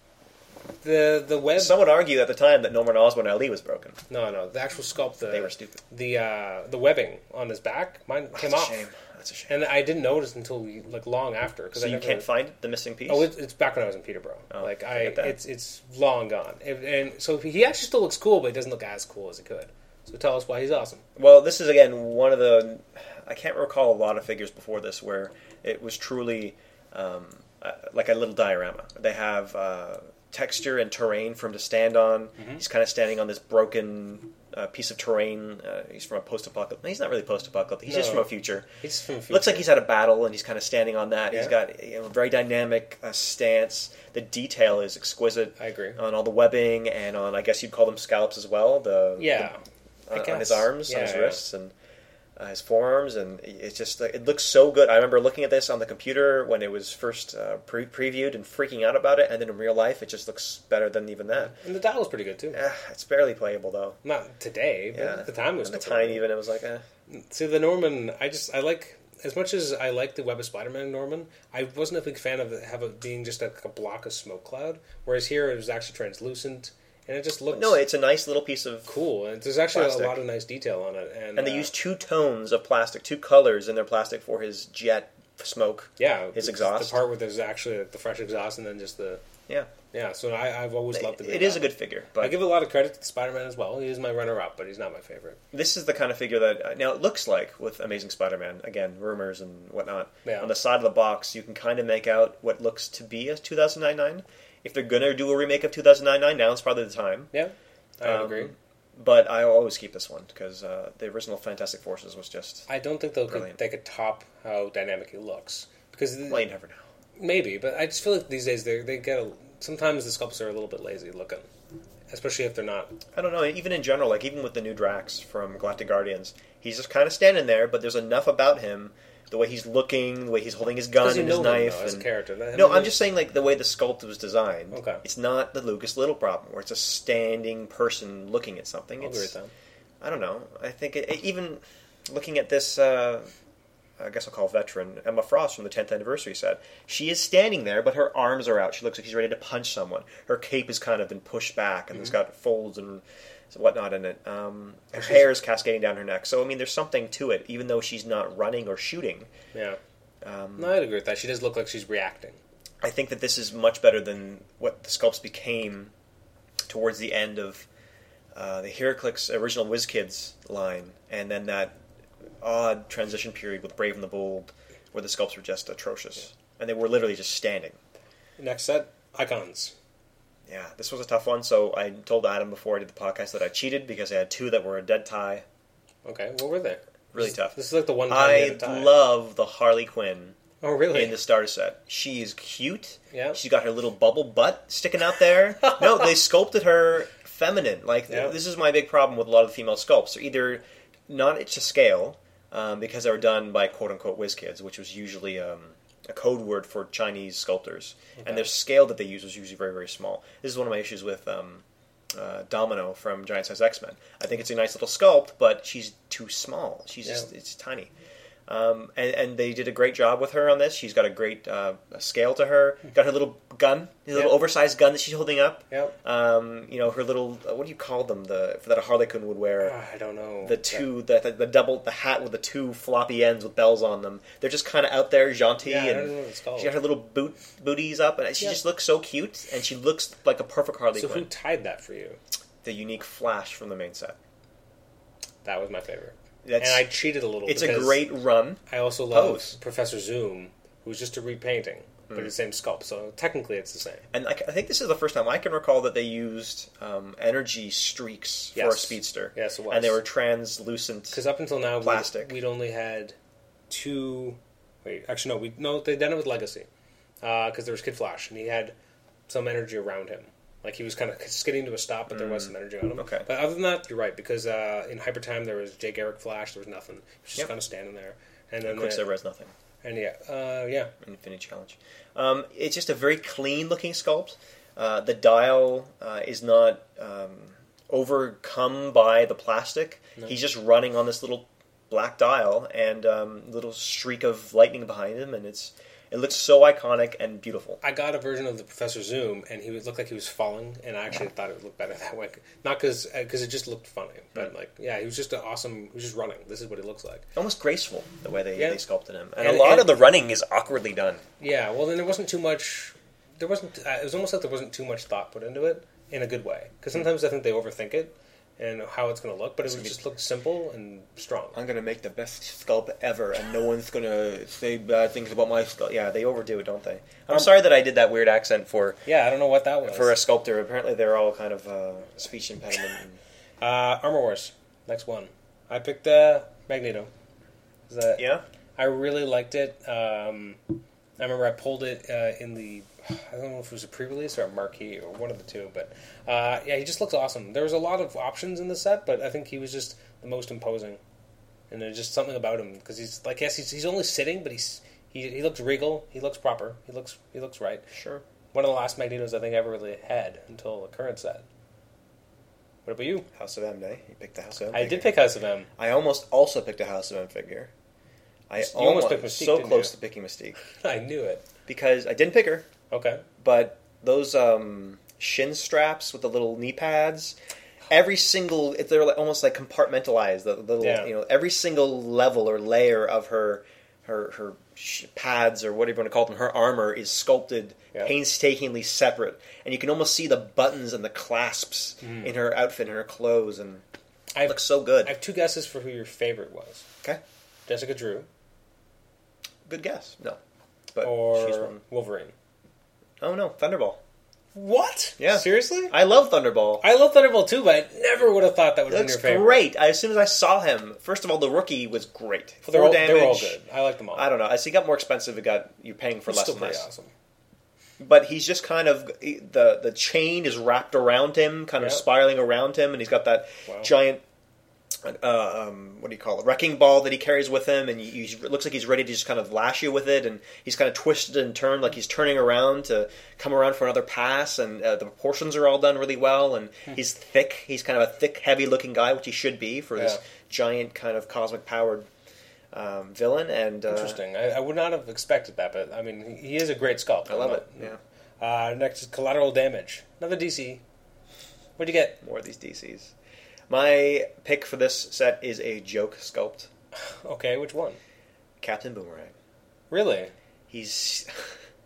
the the web. Some would argue at the time that Norman Osborn Ali was broken. no, no, the actual sculpt. The, They were stupid. The uh, the webbing on his back, mine came That's off, a shame. That's a shame. and I didn't notice until we- like long after because So I you never- can't find the missing piece. Oh, it, it's back when I was in Peterborough. like I, forget that. it's it's long gone, and, and so he actually still looks cool, but he doesn't look as cool as he could. So tell us why he's awesome. Well, this is again one of the. I can't recall a lot of figures before this where it was truly um, uh, like a little diorama. They have uh, texture and terrain for him to stand on. Mm-hmm. He's kind of standing on this broken uh, piece of terrain. Uh, he's from a post-apocalyptic. He's not really post-apocalyptic. He's just No. from a future. He's from the Looks future. like he's had a battle and he's kind of standing on that. He's Yeah. got you know, very dynamic uh, stance. The detail is exquisite. I agree. on all the webbing and on I guess you'd call them scallops as well. The yeah. the- I on, on his guess. arms, on Yeah, his yeah. wrists, and uh, his forearms, and it's just like, it looks so good. I remember looking at this on the computer when it was first uh, pre- previewed and freaking out about it, and then in real life, it just looks better than even that. And the dial's pretty good too. Eh, it's barely playable though. Not today, but Yeah, at the time it was at the still pretty time even it was like, eh. good. See the Norman, I just I like as much as I like the Web of Spider-Man Norman, I wasn't a big fan of it have it being just like a block of smoke cloud. Whereas here it was actually translucent, and it just looks no, it's a nice little piece of. cool. And there's actually Plastic. a lot of nice detail on it, and, And they uh, use two tones of plastic, two colors in their plastic for his jet smoke. yeah his exhaust. The part where there's actually like, the fresh exhaust, and then just the Yeah, yeah. So I, I've always loved the. it is a good figure. But I give a lot of credit to Spider-Man as well. He is my runner-up, but he's not my favorite. this is the kind of figure that uh, now it looks like with Amazing Spider-Man again, rumors and whatnot. Yeah. On the side of the box, you can kind of make out what looks to be a 2009. If they're gonna do a remake of 2009, now is probably the time. Yeah, I Um, agree. But I always keep this one because uh, the original Fantastic Forces was just I don't think they could Brilliant. they could top how dynamic he looks because the- well, you never know. maybe, but I just feel like these days they they get a, sometimes the sculpts are a little bit lazy looking, especially if they're not. I don't know. Even in general, like even with the new Drax from Galactic Guardians, he's just kind of standing there. But there's enough about him, the way he's looking, the way he's holding his gun you and his know him, knife, though, as a and- character. That- No, I mean, I'm just saying like the way the sculpt was designed. Okay. It's not the Lucas Little problem where it's a standing person looking at something. I'll agree with It's, them. I don't know. I think it, even looking at this, uh, I guess I'll call veteran Emma Frost from the 10th anniversary set. She is standing there, but her arms are out. She looks like she's ready to punch someone. Her cape is kind of been pushed back and it's got folds and whatnot in it. Um, her hair is cascading down her neck. So I mean, there's something to it, even though she's not running or shooting. Yeah. Um, no, I'd agree with that. She does look like she's reacting. I think that this is much better than what the sculpts became towards the end of uh, the Heraclix original WizKids line, and then that odd transition period with Brave and the Bold, where the sculpts were just atrocious, and they were literally just standing. Next set, icons. Yeah, this was a tough one. So I told Adam before I did the podcast that I cheated because I had two that were a dead tie. Okay, what were they? Really This- tough. This is like the one time you I had a tie. love the Harley Quinn Oh, really? in the starter set. She is cute. Yeah. She's got her little bubble butt sticking out there. no, they sculpted her feminine. Like th- Yeah. this is my big problem with a lot of the female sculpts. They're either not to scale um, because they were done by quote unquote whiz kids, which was usually um, a code word for Chinese sculptors, and their scale that they use was usually very very small. This is one of my issues with. Um, uh, Domino from Giant Size X Men. I think it's a nice little sculpt, but she's too small. She's Yeah. just it's tiny. Um, and, and they did a great job with her on this. She's got a great uh, scale to her. Got her little gun, her little Yeah. oversized gun that she's holding up. Yep. Um, you know her little uh, what do you call them? The that a Harley Quinn would wear Ah, I don't know. the two the, the the double the hat with the two floppy ends with bells on them. They're just kind of out there, jaunty, Yeah, I don't know what and it's called. she got her little boot booties up, and she Yeah. just looks so cute, and she looks like a perfect Harley So who Quinn. tied that for you? The unique Flash from the main set. That was my favorite. That's- and I cheated a little. It's a because great run. I also love pose. Hmm. Professor Zoom, who's just a repainting, but the same sculpt. So technically, it's the same. And I, I think this is the first time I can recall that they used um, energy streaks for a Yes. speedster. Yes, it was. And they were translucent. Because up until now, we'd- Plastic. We'd, only had two. Wait, actually, no. We no. They done it with Legacy, because there was Kid Flash, and he had some energy around him. Like he was kind of skidding to a stop, but there was some energy on him. Hmm. Okay. But other than that, you're right. Because uh, in Hypertime, there was Jay Garrick Flash. There was nothing. He was just Yep. kind of standing there. And then Quicksilver has nothing. And yeah, uh, yeah. Infinity Challenge. Um, it's just a very clean looking sculpt. Uh, the dial uh, is not um, overcome by the plastic. He's just running on this little black dial and um, little streak of lightning behind him, and it's it looks so iconic and beautiful. I got a version of the Professor Zoom, and he would- looked like he was falling, and I actually thought it would look better that way. Not because it just looked funny, but like yeah, he was just an awesome. He was just running. This is what he looks like. Almost graceful the way they, Yeah. they sculpted him, and, And- a lot and- of the running is awkwardly done. Yeah, well, then there wasn't too much. There wasn't. Uh, it was almost like there wasn't too much thought put into it in a good way. Because sometimes I think they overthink it and how it's going to look, but it was, just looked simple and strong. I'm gonna make the best sculpt ever, and no one's gonna say bad things about my sculpt. Yeah, they overdo it, don't they? Um, I'm sorry that I did that weird accent for Yeah, I don't know what that was. for a sculptor. Apparently, they're all kind of uh, speech impediment. and- uh, Armor Wars, next one. I picked uh, Magneto. Is that- yeah, I really liked it. Um, I remember I pulled it uh, in the I don't know if it was a pre-release or a marquee or one of the two, but uh, yeah, he just looks awesome. There was a lot of options in the set, but I think he was just the most imposing, and there's just something about him because he's like yes, he's, he's only sitting, but he's he, he looks regal, he looks proper, he looks he looks right. sure. One of the last Magnetos I think I ever really had until the current set. What about you? House of M, eh? You picked the House of M. I figure. did pick House of M. I almost also picked a House of M figure. I You almost almost, picked Mystique, so didn't you? close to picking Mystique I knew it. because I didn't pick her, Okay. but those um, shin straps with the little knee pads. Every single, it- they're like, almost like compartmentalized. The little, Yeah. you know, every single level or layer of her, her, her sh- pads or whatever you want to call them, her armor is sculpted Yeah. painstakingly separate, and you can almost see the buttons and the clasps in her outfit, in her clothes, and Mm. I it have, looks so good. I have two guesses for who your favorite was. okay, Jessica Drew good guess. No, but she's or one. Wolverine. Oh no, Thunderball. What? Yeah. Seriously? I, I love Thunderball. love Thunderbolt too, but I never would have thought that would have been looks your favorite. great. I, as soon as I saw him, first of all, the rookie was great. Well, they're, Four all, they're all damage. good. I like them all. I don't know. As he got more expensive, it got you're paying for It's less still and pretty less. awesome. But he's just kind of the the chain is wrapped around him, kind of Yep. spiraling around him, and he's got that Wow. giant. Uh, um, what do you call it? Wrecking ball that he carries with him, and he, he looks like he's ready to just kind of lash you with it. And he's kind of twisted and turned, like he's turning around to come around for another pass. And uh, the proportions are all done really well. And Hmm. he's thick. He's kind of a thick, heavy-looking guy, which he should be for this Yeah. giant kind of cosmic-powered um, villain. And uh, Interesting. I, I would not have expected that, but I mean, he, he is a great sculpt. I love it. Yeah, Uh, next is Collateral Damage. Another DC. What'd you get? more of these DCs. My pick for this set is a joke sculpt, Okay, which one? Captain Boomerang. Really? He's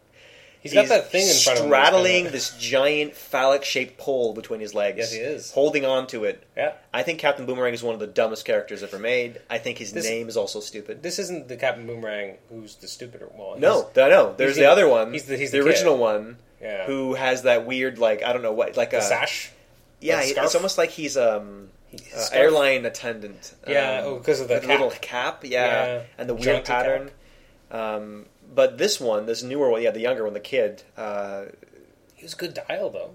He's got that thing in front of him. that's straddling kinda- this giant phallic-shaped pole between his legs. Yes, he is. holding on to it. Yeah. I think Captain Boomerang is one of the dumbest characters ever made. I think his This- name is also stupid. This isn't the Captain Boomerang who's the stupider one. no, I know. There's he's the, the- other one. he's the- he's the original kid. one Yeah. who uh, has that weird, like I don't know what, like The a sash? Yeah, Like it- scarf? it's almost like he's um His uh, scarf? airline attendant. Yeah, um, oh, 'cause of the with cap. little cap. Yeah, Yeah, and the weird jaunty cap. pattern. Um, but this one, this newer one, yeah, the younger one, the kid, uh, He was a good dial, though.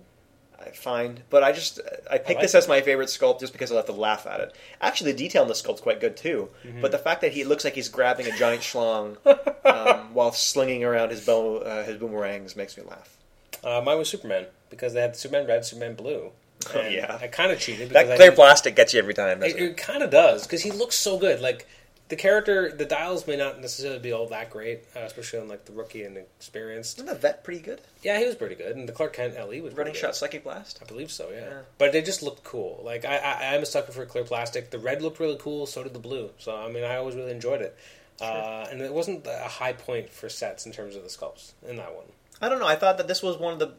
I- fine. But I just I picked like this as my favorite sculpt just because I love to laugh at it. Actually, the detail in the sculpt's quite good too. Mm-hmm. But the fact that he looks like he's grabbing a giant schlong um, while slinging around his bow, uh, his boomerangs makes me laugh. Uh, mine was Superman because they had Superman Red, Superman Blue. Oh, And yeah. I kind of cheated because That I clear didn't- plastic gets you every time. it, kind of does because he looks so good. Like th- the character, the dials may not necessarily be all that great, uh, especially on like the rookie and experienced. Isn't the vet pretty good? Yeah, he was pretty good, and the Clark Kent LE was pretty Running good. shot, psychic blast. I believe so, yeah. Yeah. But they just looked cool. Like I, I, I'm a sucker for clear plastic. The red looked really cool. So did the blue. So I mean, I always really enjoyed it. Uh, and it wasn't a high point for sets in terms of the sculpts in that one. I don't know. I thought that this was one of the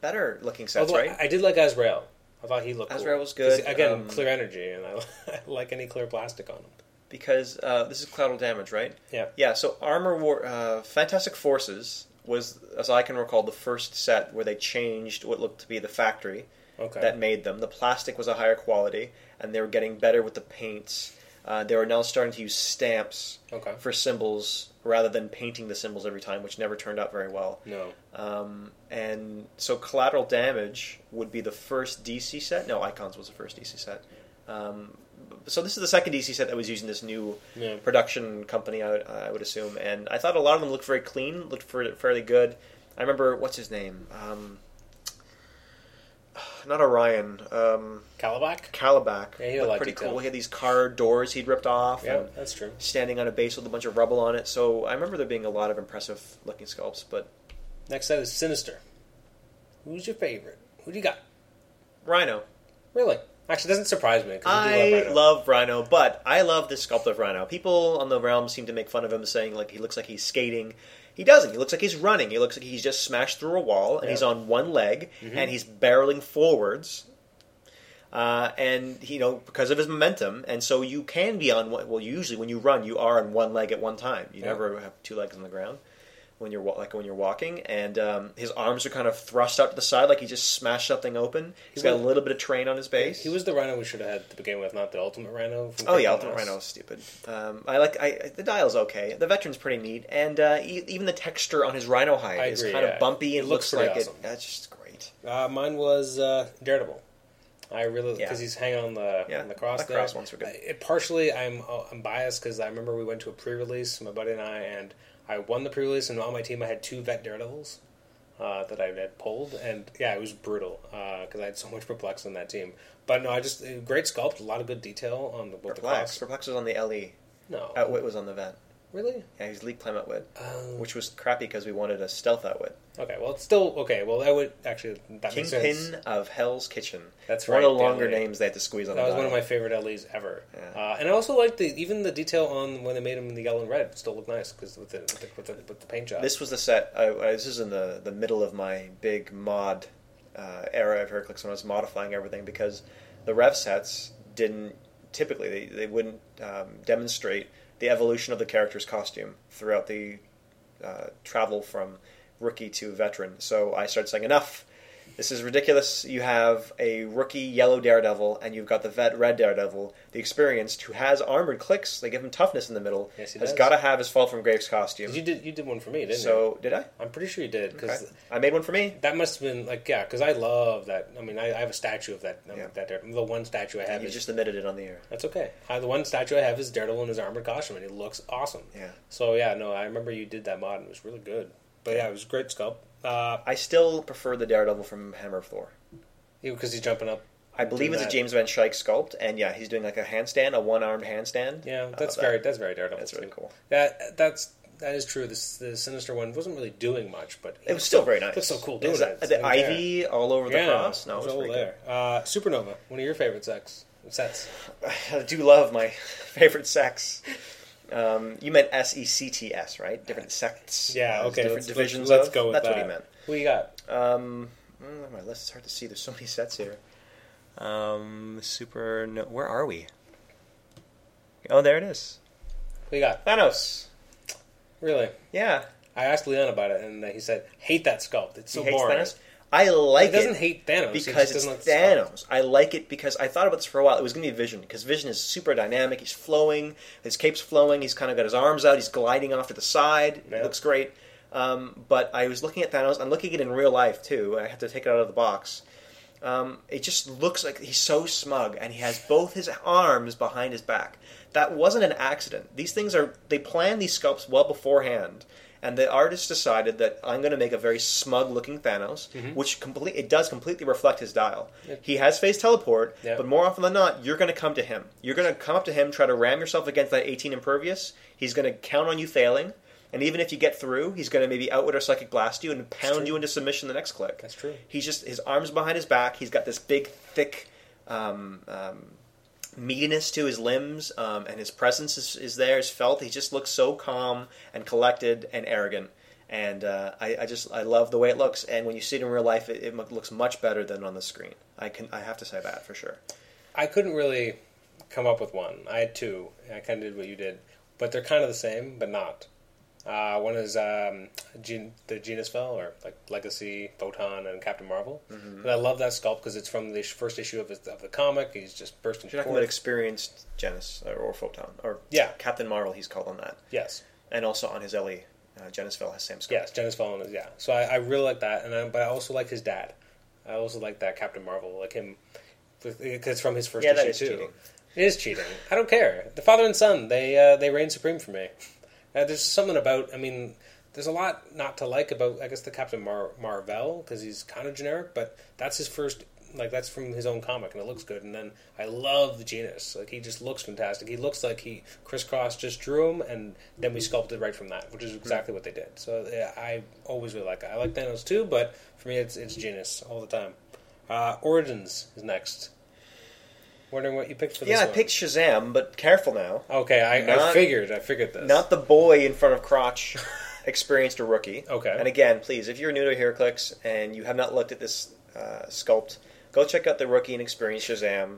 better looking sets, Although right? I, I did like Azrael. I thought he looked. Azrael cool. was good, 'Cause, Again, um, clear energy, and I, I like any clear plastic on him. because uh, this is collateral damage, right? Yeah. Yeah. So armor war, uh, Fantastic Forces was, as I can recall, the first set where they changed what looked to be the factory Okay. that made them. The plastic was a higher quality, and they were getting better with the paints. Uh, they were now starting to use stamps okay. for symbols rather than painting the symbols every time, which never turned out very well. No. Um, and so Collateral Damage would be the first DC set. No, Icons was the first DC set. Um, b- so this is the second DC set that was using this new Yeah. production company, I would, I would assume. And I thought a lot of them looked very clean, looked fa- fairly good. I remember, what's his name? Um, not Orion. Um, Calabac. Kalibak. Yeah, he had a looked lot of pretty detail. cool. He had these car doors he'd ripped off. Yeah, and that's true. standing on a base with a bunch of rubble on it. So I remember there being a lot of impressive looking sculpts, but Next set is Sinister. Who's your favorite? Who do you got? Rhino. Really? Actually, it doesn't surprise me. 'cause do I Rhino. love Rhino, but I love this sculpt of Rhino. People on the realm seem to make fun of him, saying like he looks like he's skating. He doesn't. He looks like he's running. He looks like he's just smashed through a wall, Yeah. and Mm-hmm. he's on one leg, and he's barreling forwards. Uh, and you know because of his momentum, and so you can be on one. Well, usually when you run, you are on one leg at one time. You Yeah. never have two legs on the ground when you're wa- like when you're walking. And um, his arms are kind of thrust out to the side, like he just smashed something open. He's got was- a little bit of train on his base. He was the Rhino we should have had to begin with, not the Ultimate Rhino. from Oh yeah, Krypton Ultimate House. Rhino is stupid. Um, I like I, I- the dial's okay. The veteran's pretty neat, and uh, e- even the texture on his rhino hide I is agree, kind yeah. of bumpy. It and looks looks, pretty like awesome. it. That's just great. Uh, mine was uh, Daredevil. I really Yeah. because he's hanging on the Yeah, on the cross. the there. cross ones were good. Uh, It, partially, I'm uh, I'm biased because I remember we went to a pre-release, my buddy and I, and I won the pre-release, and on my team I had two vet Daredevils uh, that I had pulled, and yeah, it was brutal because I had so much perplex on that team. But no, I just uh, great sculpt, a lot of good detail on the, both the Perplex. Uh, cross. Perplex was on the LE. No, Outwit was on the vent. really? Yeah, he's lead climb outwit, Oh. which was crappy because we wanted a stealth outwit. Okay, well, it's still okay. Well, that would actually that makes sense. Kingpin of Hell's Kitchen. That's One of right, the longer the LE. names they had to squeeze on. That the was one of dial. my favorite LEs ever. Yeah. Uh, and I also liked the even the detail on when they made him in the yellow and red still looked nice because with the, with the with the with the paint job. This was the set. I, I, this is in the, the middle of my big mod uh, era of Heraclix when I was modifying everything because the rev sets didn't typically they, they wouldn't um, demonstrate the evolution of the character's costume throughout the uh, travel from rookie to veteran. So I started saying enough. This is ridiculous. You have a rookie yellow daredevil, and you've got the vet red daredevil, the experienced who has armored clicks. They give him toughness in the middle. Yes, he has does. got to have his fall from graves 'Cause costume. you did you did one for me, didn't you? So did I? I'm pretty sure you did because Okay. I made one for me. that must have been like yeah because I love that. I mean, I, I have a statue of that. Yeah. That Dare- the one statue I have You is just admitted it on the air. that's okay. I, the one statue I have is Daredevil in his armored costume, and it looks awesome. Yeah. So yeah, no, I remember you did that mod and it was really good. But yeah, it was a great sculpt. Uh, I still prefer the Daredevil from Hammer of Thor. because he's jumping up. I believe it's a that. James Van Shyke sculpt, and yeah, he's doing like a handstand, a one-armed handstand. Yeah, that's Uh, very that's very Daredevil. That's really too. cool. That that's that is true. This the sinister one wasn't really doing much, but It was still very nice. It was so cool doing Is it. that- The It's ivy all over there. the yeah, cross. No, it was all pretty there. Uh, Supernova, one of your favorite sex sets. good. I do love my favorite sex. Um, you meant S E C T S, right? Different sects. Yeah, uh, okay. Different Let's, divisions. Let's, of- go with That's that. what he meant. What you got? Um, mm, my list is hard to see. There's so many sets here. Um, super. No, where are we? Oh, there it is. What you got? Thanos. Really? Yeah, I asked Leon about it, and he said, "Hate that sculpt. It's so he hates boring." Thanos. I like He doesn't it hate Thanos he because just it's doesn't like the sculpt. Thanos. I like it because I thought about this for a while. It was going to be Vision because Vision is super dynamic. He's flowing, his cape's flowing. He's kind of got his arms out. He's gliding off to the side. Yeah. It looks great. Um, but I was looking at Thanos. I'm looking at it in real life too. I have to take it out of the box. Um, it just looks like he's so smug, and he has both his arms behind his back. That wasn't an accident. These things are they plan these sculpts well beforehand, and the artist decided that I'm going to make a very smug-looking Thanos, which complete it does completely reflect his dial. Yeah. He has phase teleport, Yeah. but more often than not, you're going to come to him. You're going to come up to him, try to ram yourself against that 18 impervious. He's going to count on you failing, and even if you get through, he's going to maybe outwit or psychic blast you and true. pound you into submission the next click. That's true. He's just his arms behind his back. He's got this big, thick um, um, meatiness to his limbs, um, and his presence is, is there, is felt. He just looks so calm and collected and arrogant, and uh, I, I just I love the way it looks. And when you see it in real life, it, it mu- looks much better than on the screen. I can I have to say that for sure. I couldn't really come up with one. I had two. and I kind of did what you did, but they're kind of the same, but not. Uh, one is um, Gen- the Genus Fell, or like Legacy, Photon, and Captain Marvel. Mm-hmm. And I love that sculpt because it's from the first issue of, his, of the comic. He's just bursting You're talking forth. about experienced Genis or, or Photon or Yeah. Captain Marvel. He's called on that, yes, and also on his Ellie. Uh, Genisville has Sam Scott. yes, Genus Fell, and yeah. So I, I really like that, and I, but I also like his dad. I also like that Captain Marvel, like him, because from his first Yeah, issue that is too. cheating. It is cheating. I don't care. The father and son, they uh, they reign supreme for me. Uh, there's something about. I mean, there's a lot not to like about. I guess the Captain Mar- Marvel because he's kind of generic, but that's his first. Like that's from his own comic, and it looks good. And then I love the genus. Like he just looks fantastic. He looks like he crisscross just drew him, and then we sculpted right from that, which is exactly what they did. So yeah, I always really like it. I like Thanos too, but for me, it's it's genus all the time. Uh, Origins is next. Wondering what you picked for this Yeah, I one. picked Shazam, but careful now. Okay, I, I Not- figured. I figured this. Not the boy in front of crotch, experienced a rookie. Okay. And again, please, if you're new to HeroClix and you have not looked at this uh, sculpt, go check out the rookie and experienced Shazam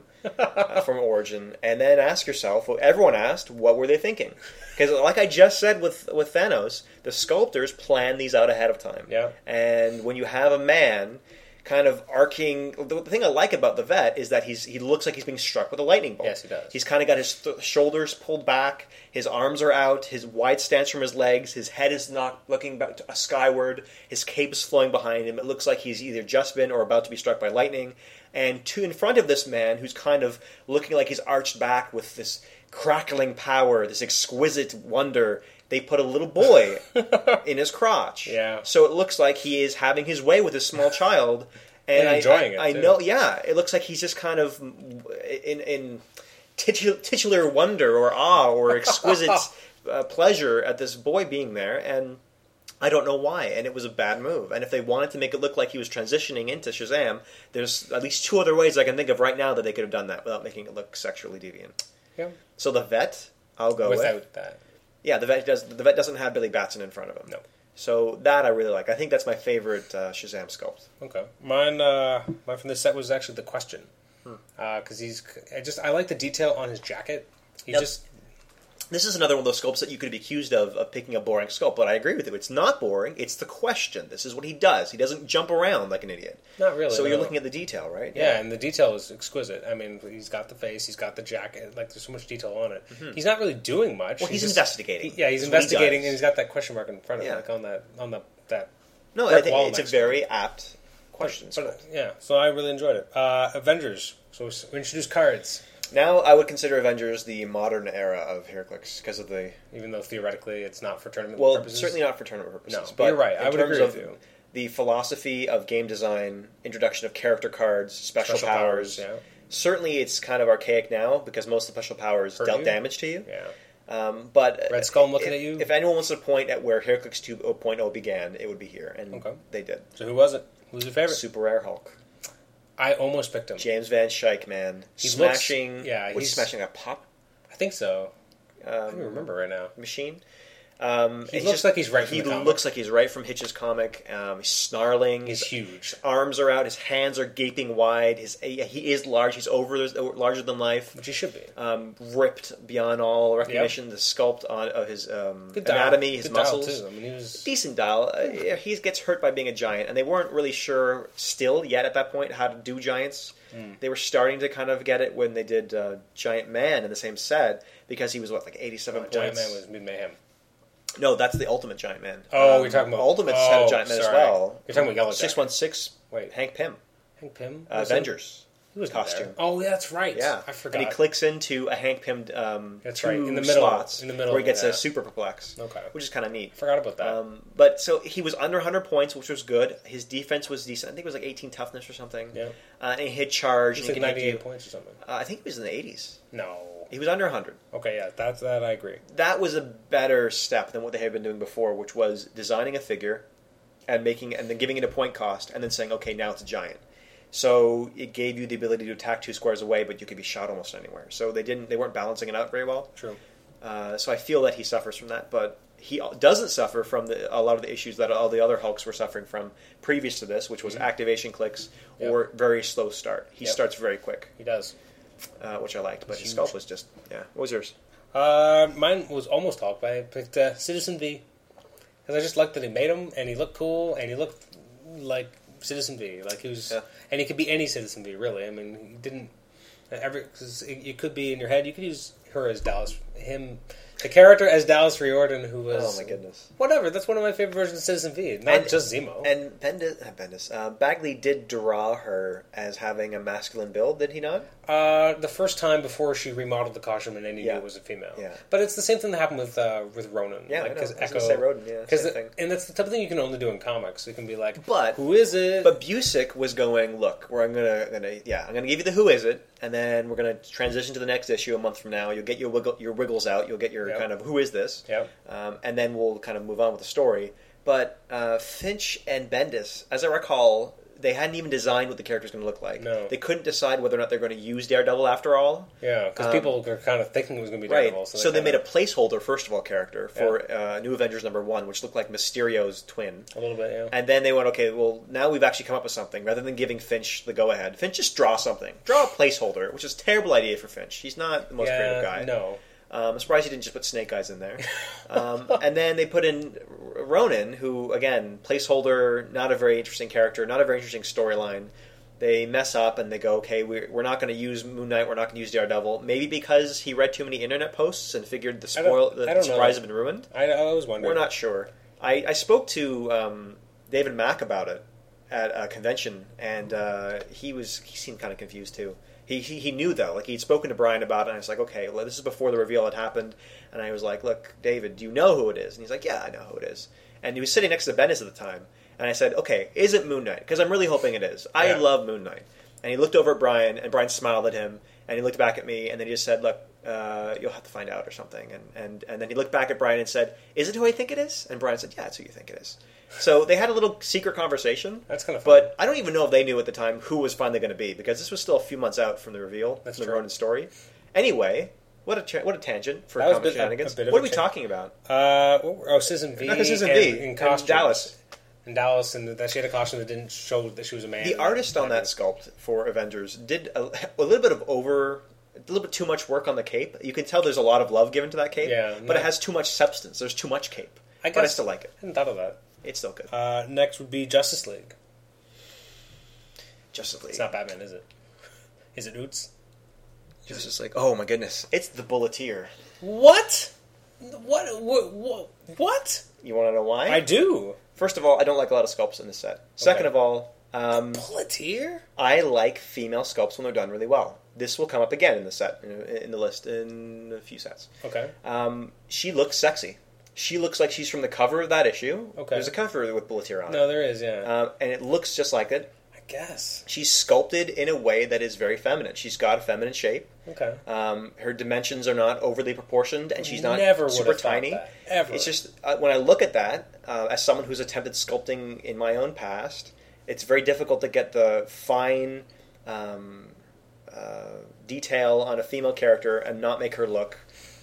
uh, from Origin, and then ask yourself. Well, everyone asked, what were they thinking? Because, like I just said with with Thanos, the sculptors plan these out ahead of time. Yeah. And when you have a man kind of arcing, the thing I like about the vet is that he's he looks like he's being struck with a lightning bolt. Yes, he does. He's He's kind of got his th- shoulders pulled back, his arms are out, his wide stance from his legs, his head is not looking back to, uh, skyward, his cape is flowing behind him. It looks like he's either just been or about to be struck by lightning. And to in front of this man, who's kind of looking like he's arched back with this crackling power, this exquisite wonder, they put a little boy in his crotch. Yeah. So it looks like he is having his way with this small child. And, And I- enjoying it, I, I too. know, yeah, it looks like he's just kind of in in titu- titular wonder or awe or exquisite uh, pleasure at this boy being there, and I don't know why. And it was a bad move. And if they wanted to make it look like he was transitioning into Shazam, there's at least two other ways I can think of right now that they could have done that without making it look sexually deviant. yeah. So the vet, I'll go Without with. that, Yeah, the vet does. The vet doesn't have Billy Batson in front of him. No. So that I really like. I think that's my favorite uh, Shazam sculpt. okay. Mine, uh, mine from this set was actually the question, Hmm. because he's. I just I like the detail on his jacket. He Yep. just this is another one of those sculpts that you could be accused of of picking a boring sculpt, but I agree with you. It's not boring. It's the question. This is what he does. He doesn't jump around like an idiot. Not really, So you're no. looking at the detail, right? yeah, and the detail is exquisite. I mean, he's got the face, he's got the jacket. Like there's so much detail on it. He's not really doing much. Mm-hmm. Well, he's just- investigating. he- yeah, he's That's what he investigating, does. and he's got that question mark in front of him, Yeah. like on that on the that. No, Brick I think wall it's a next very apt question. But, uh, sculpt. yeah, so I really enjoyed it. Uh, Avengers. So we introduced cards, Now I would consider Avengers the modern era of Heraclix because of the even though theoretically it's not for tournament well, purposes. certainly not for tournament purposes. No, but you're right. In I would terms agree of with you. the philosophy of game design, introduction of character cards, special, Special powers, powers. yeah. Certainly, it's kind of archaic now because most of the special powers Hurt dealt you. damage to you. Yeah. Um, but Red Skull, I'm if- looking at you. If anyone wants to point at where Heraclix 2.0 began, it would be here, and Okay. they did. So who was it? Who's your favorite? Super Air Hulk, I almost picked him. James Van Shyke, man, He looks- smashing. yeah, was he he's- smashing a pop I think so. I don't um, even remember right now. machine. Um, He looks like he's right from He the comic. looks like he's right from Hitch's comic. Um, he's snarling. He's His huge. arms are out. His hands are gaping wide. His yeah, he is large. He's over larger than life. Which he should be. Um, ripped beyond all recognition. The sculpt on of his um, Good dial. anatomy, his Good dial, muscles. too. I mean, he was. decent dial. Uh, he gets hurt by being a giant, and they weren't really sure still yet at that point how to do giants. Hmm. They were starting to kind of get it when they did uh, Giant Man in the same set because he was what like eighty-seven points. Oh, Giant Man was mid mayhem. no, that's the Ultimate Giant Man. Oh, Um, we're talking about Ultimate's oh, had a Giant Man sorry. as well. You're talking about Yellow Six Jacket. one six. Wait. Hank Pym, Hank Pym. uh, Was it? Avengers. He was Costume. There. Oh, yeah, that's right. Yeah, I forgot. And he clicks into a Hank Pym. Um, That's right, two in the middle- slots in the middle where he gets of a that. super perplex. Okay. which is kind of neat. forgot about that. Um, but so he was under 100 points, which was good. His defense was decent. I think it was like 18 toughness or something. yeah. Uh, and he hit charge. He's and like he could 98 do- points or something. uh, I think he was in the 80s. No. He was under 100. Okay, yeah, that's that. I agree. That was a better step than what they had been doing before, which was designing a figure and making and then giving it a point cost, and then saying, okay, now it's a giant. So it gave you the ability to attack two squares away, but you could be shot almost anywhere. So they didn't they weren't balancing it out very well. True. Uh, so I feel that he suffers from that, but he doesn't suffer from the, a lot of the issues that all the other Hulks were suffering from previous to this, which was Mhm. activation clicks or very slow start. He Yep. starts very quick, He does. uh, which I liked, but Huge. his sculpt was just yeah. What was yours? Uh, mine was almost Hulk, but I picked uh, Citizen V because I just liked that he made him, and he looked cool, and he looked like Citizen V, like he was, Yeah. and he could be any Citizen V, really. I mean, he didn't every because it, it could be in your head. You could use her as Dallas, him, the character as Dallas Riordan, who was oh my goodness! whatever. That's one of my favorite versions of Citizen V, not And- just Zemo. And Bendis, not Bendis uh, Bagley did draw her as having a masculine build, did he not? Uh, the first time before she remodeled the costume and then he knew Yeah. it was a female. Yeah, But it's the same thing that happened with uh, with Ronan. yeah. I know. because I was gonna say Roden, yeah, Because same thing. and that's the type of thing you can only do in comics. You can be like, But- who is it? But Busick was going, look, we're I'm gonna, gonna yeah, I'm gonna give you the who is it, and then we're gonna transition to the next issue a month from now. You'll get your wiggle, your wiggles out. You'll get your Yep. kind of who is this, Yep. um, and then we'll kind of move on with the story. But uh, Finch and Bendis, as I recall, they hadn't even designed what the character's going to look like. No. They couldn't decide whether or not they're going to use Daredevil after all. yeah, because um, people were kind of thinking it was going to be Right. Daredevil. so So they made a kinda- placeholder first of all character for uh, New Avengers number one, which looked like Mysterio's twin. a little bit. Yeah. And then they went, okay, well, now we've actually come up with something. Rather than giving Finch the go ahead, Finch just draw something. Draw a placeholder, which is a terrible idea for Finch. He's not the most yeah, creative guy. No. Um, I'm surprised he didn't just put Snake Eyes in there. Um, and then they put in R- Ronan, who, again, placeholder, not a very interesting character, not a very interesting storyline. They mess up and they go, okay, we're, we're not going to use Moon Knight, we're not going to use Daredevil. Maybe because he read too many internet posts and figured the, I don't- spoil, I the don't know. surprise had been ruined. I, I always wondered. We're not sure. I, I spoke to um, David Mack about it at a convention, and uh, he was he seemed kind of confused too. He, he, he knew though, like he'd spoken to Brian about it, and I was like, okay, well, this is before the reveal had happened, and I was like, look, David, do you know who it is? And he's like, yeah, I know who it is. And he was sitting next to Bendis at the time, and I said, okay, is it Moon Knight? Because I'm really hoping it is. I Yeah. love Moon Knight. And he looked over at Brian, and Brian smiled at him, and he looked back at me, and then he just said, "Look, uh, you'll have to find out or something." And, and and then he looked back at Brian and said, "Is it who I think it is?" And Brian said, "Yeah, it's who you think it is." So they had a little secret conversation. That's kind of fun. But I don't even know if they knew at the time who was finally going to be because this was still a few months out from the reveal, That's from the true. Ronan story. Anyway, what a cha- what a tangent for That was a comic bit- a- a shenanigans. bit of what a are we cha- talking about? Uh, oh, Citizen V. No, this isn't and, me. in And costumes. Dallas. In Dallas, and that she had a costume that didn't show that she was a man. The artist on that sculpt for Avengers did a, a little bit of over, a little bit too much work on the cape. You can tell there's a lot of love given to that cape, Yeah, but it no. has too much substance. There's too much cape. I But I guess- still like it. I hadn't thought of that. It's still good. Uh, next would be Justice League. Justice League. It's not Batman, is it? Is it Oots? Justice League. Oh my goodness. It's the Bulleteer. What? What? What? What? You want to know why? I do. First of all, I don't like a lot of sculpts in this set. Second of all, um, Pelletier? I like female sculpts when they're done really well. This will come up again in the set, in, in the list, in a few sets. Okay. Um, she looks sexy. She looks like she's from the cover of that issue. Okay. There's a cover with Bulleteer on it. No, there is. Yeah. um, and it looks just like it. I guess. She's sculpted in a way that is very feminine. She's got a feminine shape. Okay. Um, her dimensions are not overly proportioned, and she's not Never would super have thought tiny. that. Ever. It's just uh, when I look at that, uh, as someone who's attempted sculpting in my own past, it's very difficult to get the fine um, uh, detail on a female character and not make her look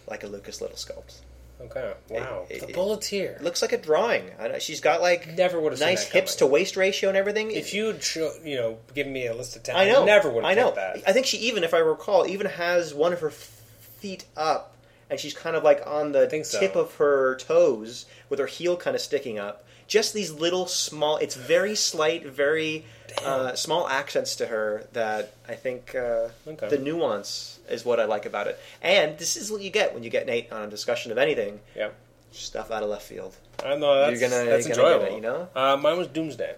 like a Lucas Little sculpt. Okay. Wow. it- the it- Pelletier. It looks like a drawing. I know, she's got like Never would have seen nice that hips to coming. waist ratio and everything. if you'd show, you know, given me a list of ten, I know. never would have I know. that. I think she even, if I recall, even has one of her f- feet up, and she's kind of like on the think so. tip of her toes with her heel kind of sticking up. Just these little small. It's very slight, very uh, small accents to her that I think uh, Okay. the nuance is what I like about it. And this is what you get when you get Nate on a discussion of anything. Yeah. Stuff out of left field. I know that's You're gonna- that's you're gonna enjoyable. get it, you know? Uh, mine was Doomsday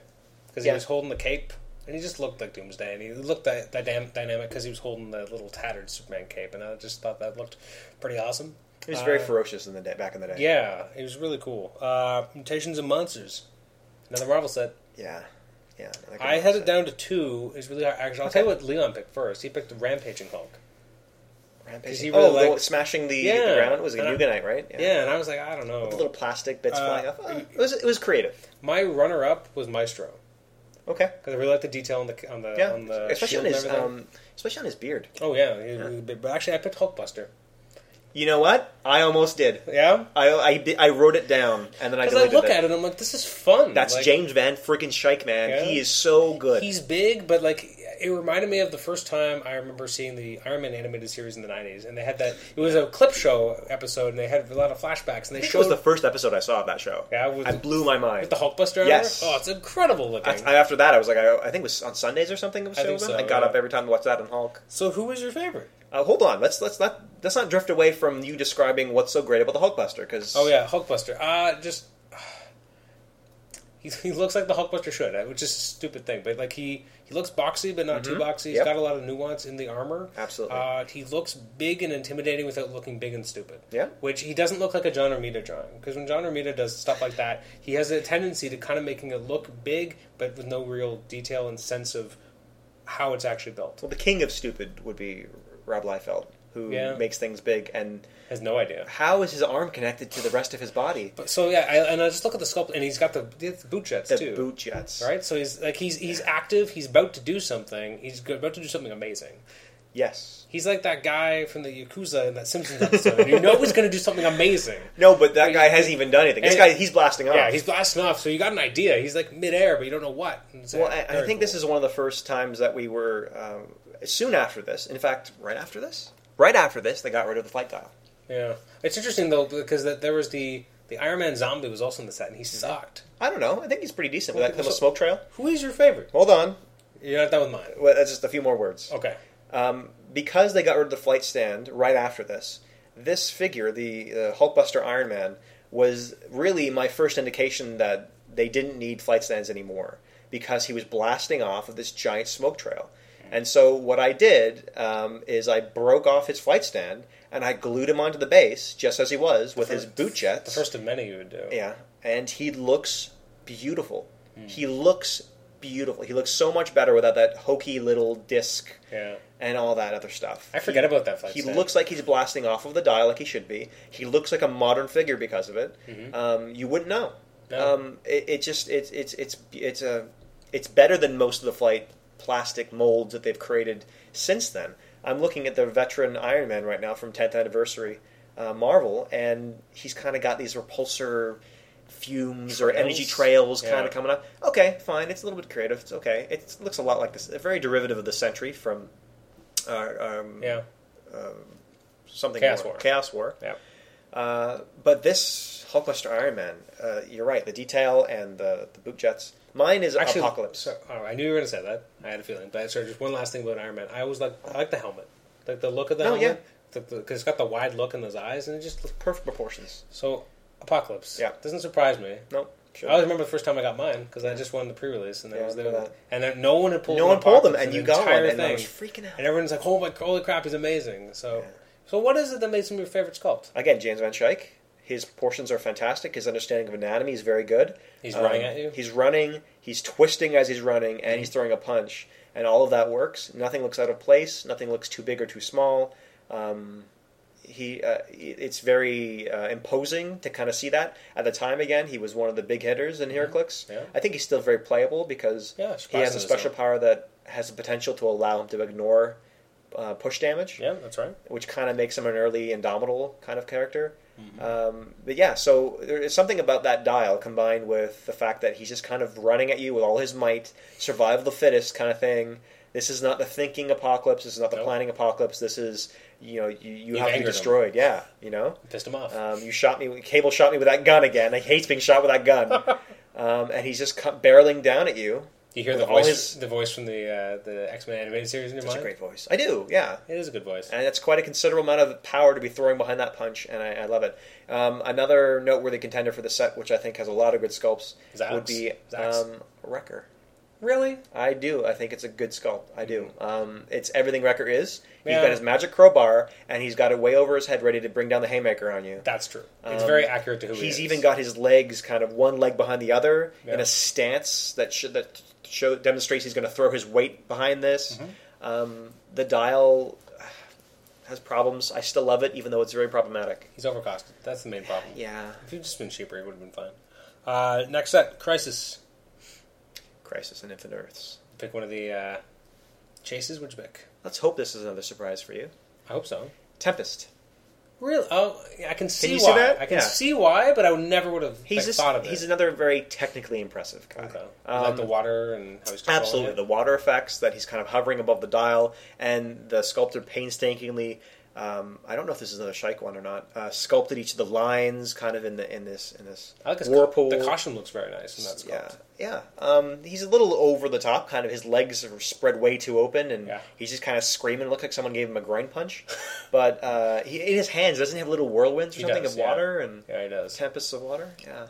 because Yeah. he was holding the cape And he just looked like Doomsday, and he looked that, that damn dynamic because he was holding the little tattered Superman cape, and I just thought that looked pretty awesome. He was very Uh, ferocious in the day, back in the day. Yeah, it was really cool. Uh, Mutations and Monsters, another Marvel set. yeah, yeah. like I Ron had said. it down to two. It's really hard. Actually, I'll tell you what Leon picked first. He picked the Rampaging Hulk. Rampage. 'Cause he oh, really the- liked- smashing the, Yeah. the ground It was a And I- Nuganite, right? Yeah, and I was like, I don't know. With little plastic bits Uh, flying off. Oh, it was it was creative. My runner-up was Maestro Okay. because I really liked the detail on the on the Yeah, Uh, on the especially shield on his and everything. um, especially on his beard. oh yeah, he was really big. but actually, I picked Hulkbuster. You know what? I almost did. Yeah, I I, di- I wrote it down and then I because I, deleted look it. at it, and I'm like, this is fun. That's like, James Van freaking Shyke, man. Yeah. He is so good. He's big, but like it reminded me of the first time I remember seeing the Iron Man animated series in the '90s, and they had that. It was a clip show episode, and they had a lot of flashbacks, and they I think it showed was the first episode I saw of that show. Yeah, with- I blew my mind. with the Hulkbuster. Yes. Oh, it's incredible I, looking. I- after that, I was like, I, I think it was on Sundays or something. It was I shown think then. so, I got yeah. up every time to watch that on Hulk. so, who was your favorite? Uh, hold on, let's let's not let's not drift away from you describing what's so great about the Hulkbuster because Oh yeah, Hulkbuster. Uh just he, he looks like the Hulkbuster should, uh, which is a stupid thing. But like he he looks boxy, but not too boxy. He's Mm-hmm. Yep. got a lot of nuance in the armor. Absolutely. Uh, he looks big and intimidating without looking big and stupid. Yeah. Which he doesn't look like a John Romita drawing because when John Romita does stuff like that, he has a tendency to kind of making it look big, but with no real detail and sense of how it's actually built. well, the king of stupid would be Rob Liefeld, who Yeah. makes things big. And Has no idea. how is his arm connected to the rest of his body? But so yeah, I, and I just look at the sculpt, and he's got the, the boot jets The too. boot jets, right? So he's like he's he's active. He's about to do something. He's go- about to do something amazing. Yes. He's like that guy from the Yakuza in that Simpsons episode. you know he's going to do something amazing. No, but that guy hasn't even done anything. This And- guy, he's blasting off. Yeah, he's blasting off. So you got an idea. He's like midair, but you don't know what. And it's, Well, uh, I, I very think this cool. is one of the first times that we were um, soon after this. In fact, right after this, right after this, they got rid of the flight dial. yeah. It's interesting though because that there was the the Iron Man zombie was also in the set and he Mm-hmm. sucked. I don't know. I think he's pretty decent with Well, that little people- smoke trail. Who is your favorite? Hold on. You're not done with mine. Well, that's just a few more words. Okay. Um, because they got rid of the flight stand right after this, this figure, the uh, Hulkbuster Iron Man, was really my first indication that they didn't need flight stands anymore because he was blasting off of this giant smoke trail. And so what I did um, is I broke off his flight stand and I glued him onto the base just as he was with his first- boot The jets. first of many you would do. Yeah, and he looks beautiful. Hmm. He looks beautiful. He looks so much better without that hokey little disc Yeah. and all that other stuff. I forget about that flight. He stand. looks like he's blasting off of the dial like he should be. He looks like a modern figure because of it. Um, you wouldn't know. Mm-hmm. No. Um, it, it just it's it's it's it's a it's better than most of the flight plastic molds that they've created since then. I'm looking at the veteran Iron Man right now from 10th anniversary uh, Marvel, and he's kind of got these repulsor fumes or Trails? energy trails kind Yeah. of coming up. Okay, fine. It's a little bit creative. It's okay. It looks a lot like this. Very derivative of the Sentry from. Uh, um, Yeah. something Chaos more. War. Chaos War. Yeah. Uh, but this Hulkbuster Iron Man, uh, you're right. The detail and the, the boot jets. Mine is Actually, Apocalypse. so- oh, I knew you were going to say that. I had a feeling. But sorry, just one last thing about Iron Man. I always like I like the helmet, like the look of the Oh, yeah. helmet, because it's got the wide look in his eyes, and it just looks Perfect proportions. so. Apocalypse. Yeah. doesn't surprise me. No, I sure. always remember the first time I got mine because I just wanted the pre-release, and I Yeah, was I remember there, and then no one had pulled. no an one pulled them, Apocalypse and in you the got one, entire and I was thing. freaking out. And everyone's like, "Oh my, holy crap, he's amazing!" So, Yeah. so what is it that makes him your favorite sculpt? Again, James Van Schaik. His proportions are fantastic. His understanding of anatomy is very good. Um, He's running at you? Mm-hmm. He's running. He's twisting as he's running, and he's throwing a punch, and all of that works. Nothing looks out of place. Nothing looks too big or too small. Um, he, uh, it- it's very uh, imposing to kind of see that. At the time, again, he was one of the big hitters in Heraclix. Mm-hmm. Yeah. I think he's still very playable because Yeah, he has a surprisingly special so. power that has the potential to allow him to ignore uh, push damage Yeah, that's right. which kind of makes him an early indomitable kind of character. Mm-hmm. Um, but yeah, so there is something about that dial combined with the fact that he's just kind of running at you with all his might, survival of the fittest kind of thing. This is not the thinking apocalypse. This is not the Nope. planning apocalypse. This is you know you, you You've have to be angered him. destroyed. Yeah, you know. Pissed him off. Um, you shot me. Cable shot me with that gun again. He hates being shot with that gun, um, and he's just cu- barreling down at you. you hear with the all voice, his- the voice from the uh, the X Men animated series in your That's a mind. great voice. I do. Yeah. It is a good voice. And that's quite a considerable amount of power to be throwing behind that punch, and I, I love it. Um, another noteworthy contender for the set, which I think has a lot of good sculpts, Zax. would be Zax. um, Wrecker. Really? I do. I think it's a good sculpt. I do. Um, it's everything Wrecker is. He's Mm-hmm. Yeah. got his magic crowbar, and he's got it way over his head, ready to bring down the haymaker on you. That's true. It's Um, very accurate to who he He's is. even got his legs kind of one leg behind the other Yeah. in a stance that should that show demonstrates he's going to throw his weight behind this. Mm-hmm. Um, the dial uh, has problems. I still love it, even though it's very problematic. He's overcosted. That's the main problem. Yeah, If he'd just been cheaper, he would have been fine. Uh, next set, Crisis. Crisis and Infinite Earths. Pick one of the uh, chases. Would you pick? Let's hope this is another surprise for you. I hope so. Tempest. Really? Oh, yeah, I can see you why. see that? I can Yeah. see why, but I would never would have He's like, just, thought of he's it. another very technically impressive guy. Okay. Um, like the water and how he's controlling Absolutely, it. the water effects that he's kind of hovering above the dial, and the sculptor painstakingly. Um, I don't know if this is another Shike one or not. Uh, sculpted each of the lines, kind of in the in this in this I like his whirlpool. The costume looks very nice, and that's yeah, yeah. Um, he's a little over the top. Kind of his legs are spread way too open, and Yeah. he's just kind of screaming. It looks like someone gave him a grind punch. but uh, he, in his hands, doesn't he have little whirlwinds or He something does, of yeah. water and Yeah, he does. tempests of water? Yeah,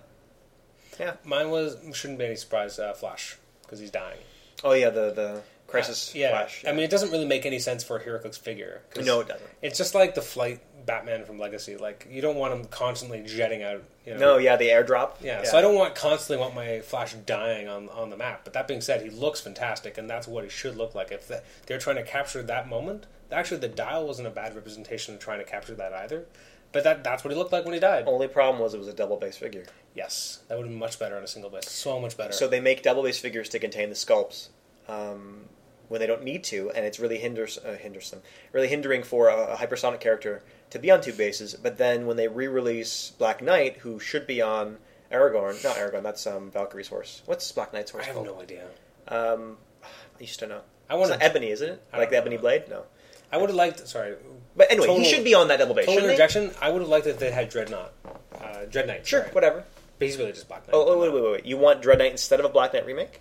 yeah. Mine was shouldn't be any surprise. Uh, Flash because he's dying. Oh yeah, the the crisis Uh, yeah. flash. I mean, it doesn't really make any sense for Heracles figure. 'cause no, it doesn't. It's just like the flight Batman from Legacy. Like you don't want him constantly jetting out. You know, No, yeah, the airdrop. Yeah, so I don't want constantly want my Flash dying on, on the map. But that being said, he looks fantastic, and that's what he should look like. If that, they're trying to capture that moment, actually, the dial wasn't a bad representation of trying to capture that either. But that that's what he looked like when he died. Only problem was it was a double base figure. Yes, that would have been much better on a single base. So much better. So they make double base figures to contain the sculpts um, when they don't need to, and it's really hinders uh, hinders them, really hindering for a, a hypersonic character to be on two bases. But then when they re-release Black Knight, who should be on Aragorn, not Aragorn, that's um, Valkyrie's horse. What's Black Knight's I horse have called? no idea. Um, I used to know. I It's want not to. Ebony, isn't it? I Like don't the Ebony know. Blade? No. I would have liked. Sorry, But anyway, he Total- should be on that double base. total Shouldn't he? rejection. I would have liked if they had Dreadnought, uh, Dreadnought. Sure, sorry. whatever. But he's really just Black Knight. Oh, oh, wait, wait, wait, wait. You want Dread Knight instead of a Black Knight remake?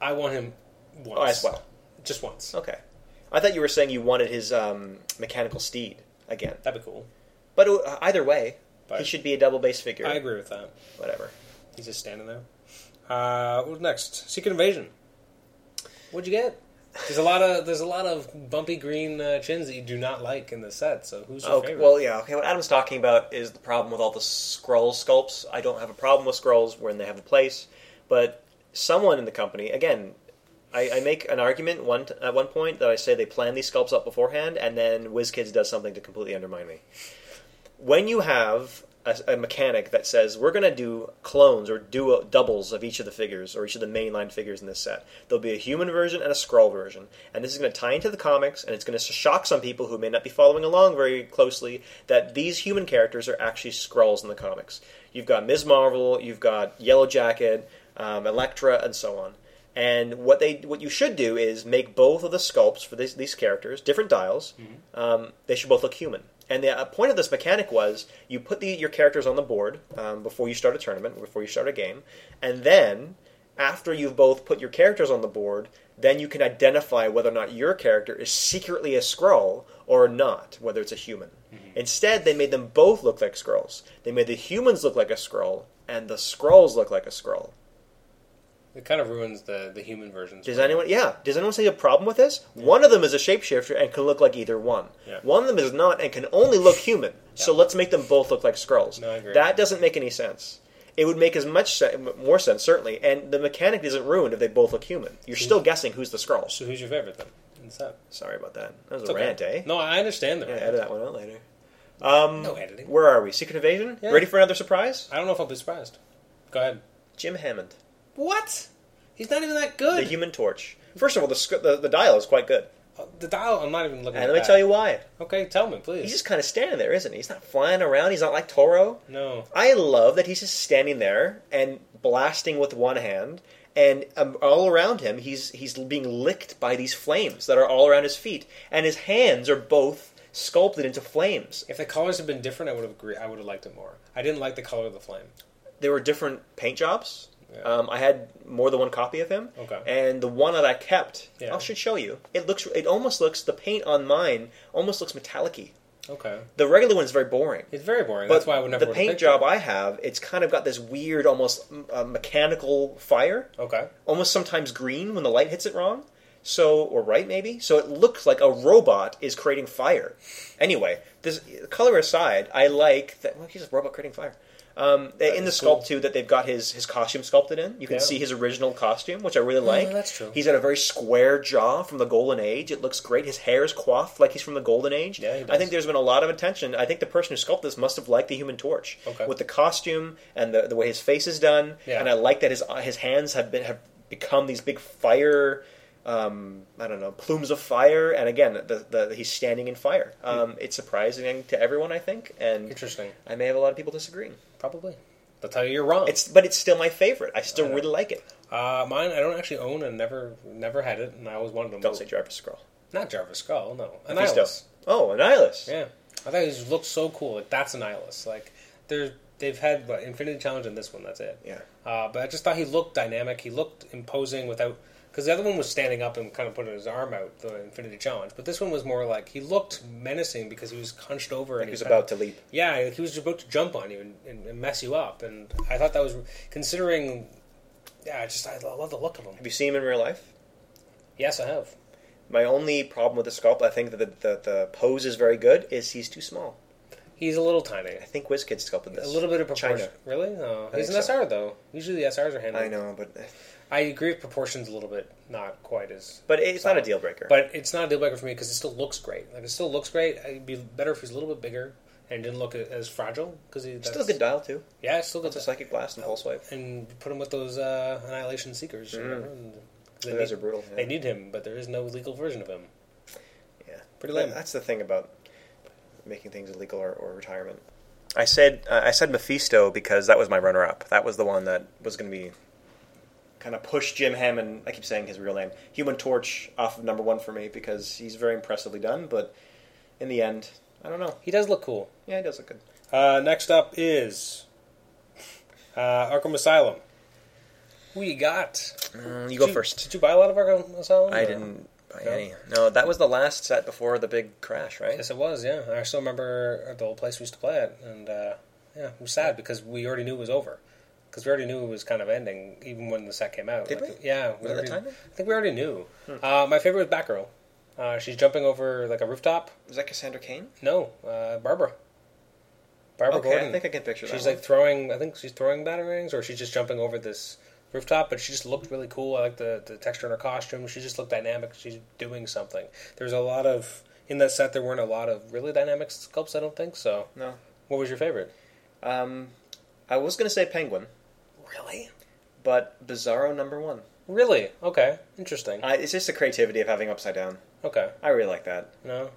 I want him once. Oh, as well. Oh. Just once. Okay. I thought you were saying you wanted his um, mechanical steed again. That'd be cool. But uh, either way, he But- should be a double base figure. I agree with that. Whatever. He's just standing there. Uh, what's next? Secret Invasion. What'd you get? There's a lot of there's a lot of bumpy green uh, chins that you do not like in the set. So who's your Okay, favorite? well, yeah. Okay, what Adam's talking about is the problem with all the scroll sculpts. I don't have a problem with scrolls when they have a place, but someone in the company, again, I, I make an argument one t- at one point that I say they plan these sculpts up beforehand, and then WizKids does something to completely undermine me. When you have a, a mechanic that says we're going to do clones or do doubles of each of the figures or each of the mainline figures in this set, there'll be a human version and a scroll version, and this is going to tie into the comics, and it's going to shock some people who may not be following along very closely that these human characters are actually scrolls in the comics. You've got Ms. Marvel, you've got Yellow Jacket, um, Elektra, and so on. And what they what you should do is make both of the sculpts for these, these characters different dials. Um, they should both look human. And the uh, point of this mechanic was you put the, your characters on the board um, before you start a tournament, before you start a game, and then after you've both put your characters on the board, then you can identify whether or not your character is secretly a scroll or not, whether it's a human. Instead, they made them both look like scrolls. They made the humans look like a scroll, and the scrolls look like a scroll. it kind of ruins the the human versions. Does anyone? Yeah. Does anyone see a problem with this? One of them is a shapeshifter and can look like either one. Yeah. One of them is not and can only look human. So Yeah. let's make them both look like Skrulls. No, I agree. That doesn't make any sense. It would make as much se- more sense certainly, and the mechanic isn't ruined if they both look human. You're still guessing who's the Skrull. So who's your favorite then? In the set? Sorry about that. That was It's a rant, eh? No, I understand the Yeah, rant. edit that one out later. Um, No editing. Where are we? Secret Invasion. Yeah. Ready for another surprise? I don't know if I'll be surprised. Go ahead. Jim Hammond, What? He's not even that the good. Human Torch. First of all, the sc- the, the dial is quite good, Uh, the dial. I'm not even looking. and at let me that. tell you why. Okay, tell me, please. He's just kind of standing there, isn't he? He's not flying around. He's not like Toro. No. I love that he's just standing there and blasting with one hand, and um, all around him, he's he's being licked by these flames that are all around his feet, and his hands are both sculpted into flames. If the colors had been different, I would have agreed. I would have liked it more. I didn't like the color of the flame. There were different paint jobs. Yeah. Um, I had more than one copy of him, Okay. and the one that I kept, Yeah. I should show you. It looks, it almost looks. The paint on mine almost looks metallic-y. Okay. The regular one's very boring. It's very boring. But That's why I would never. the would've paint picked job it. I have, it's kind of got this weird, almost mm, uh, mechanical fire, Okay. almost sometimes green when the light hits it wrong, so or right maybe. So it looks like a robot is creating fire. Anyway, this color aside, I like that. Well, he's a robot creating fire. Um, in the is sculpt cool. too that they've got his his costume sculpted in. You can Yeah. Oh, see his original costume, which I really like. that's true. He's got a very square jaw from the Golden Age. It looks great. His hair is coiffed like he's from the Golden Age. Yeah, he I does. think there's been a lot of attention. I think the person who sculpted this must have liked the Human Torch Okay. with the costume and the, the way his face is done. Yeah. And I like that his uh, his hands have been have become these big fire. Um, I don't know plumes of fire, and again, the, the he's standing in fire. Um, It's surprising to everyone, I think, and Interesting. I may have a lot of people disagreeing. Probably. That's how you're wrong. It's but it's still my favorite. I still I know. really like it. uh, mine. I don't actually own and never never had it, and I always wanted them. Don't say Jarvis Scroll. Not Jarvis Skull. No. Mephisto. Annihilus. Oh, Annihilus. Yeah. I thought it looked so cool. Like that's Annihilus. Like they're they've had what, Infinity Challenge and this one. That's it. Yeah. Uh, but I just thought he looked dynamic. He looked imposing without. Because the other one was standing up and kind of putting his arm out, the Infinity Challenge. But this one was more like he looked menacing because he was hunched over and he He was kinda- about to leap. Yeah, like, he was about to jump on you and, and, and mess you up. And I thought that was considering. Yeah, I just I love the look of him. Have you seen him in real life? Yes, I have. My only problem with the sculpt, I think that the, the, the pose is very good, is he's too small. He's a little tiny, I think WizKid sculpted this. a little bit of proportion. China. Really? No, I he's an think so. SR though. Usually the SRs are handled. I know, but I agree with proportions a little bit, not quite as but it's not a deal breaker. But it's not a deal breaker for me because it still looks great. Like it still looks great. It'd be better if he's a little bit bigger and didn't look as fragile because he still a good dial too. Yeah, it's still good. It's a psychic blast and pulse wave. and put him with those uh, annihilation seekers. or Mm. whatever, and- 'cause they, Those need, are brutal. they Yeah. need him, but there is no legal version of him. Yeah. Pretty That- lame. That's the thing about making things illegal or, or retirement. I said uh, I said Mephisto because that was my runner up. That was the one that was going to be kind of push Jim Hammond. I keep saying his real name, Human Torch, off of number one for me because he's very impressively done. But in the end, I don't know. He does look cool. Yeah, he does look good. Uh, next up is uh, Arkham Asylum. Who you got? Mm, you Did Did you buy a lot of Arkham Asylum? I or- didn't buy No. any. No, that was the last set before the big crash, right? Yes, it was. Yeah, I still remember the old place we used to play it, and uh, yeah, it was sad because we already knew it was over. Because we already knew it was kind of ending, even when the set came out. Did we? Yeah, we Was it already- Hmm. timing? I think we already knew. Uh, my favorite was Batgirl. Uh, she's jumping over like a rooftop. Was that Cassandra Kane? No, uh, Barbara. Barbara okay, Gordon. I think I can picture that. she's one. like throwing. I think she's throwing batarangs, or she's just jumping over this rooftop. But she just looked really cool. I like the the texture in her costume. She just looked dynamic. She's doing something. There's a lot of in that set. There weren't a lot of really dynamic sculpts. I don't think so. no. What was your favorite? Um, I was going to say Penguin, Really? but Bizarro number one. Really? Okay. Interesting. I, it's just the creativity of having upside down. Okay. I really like that. No,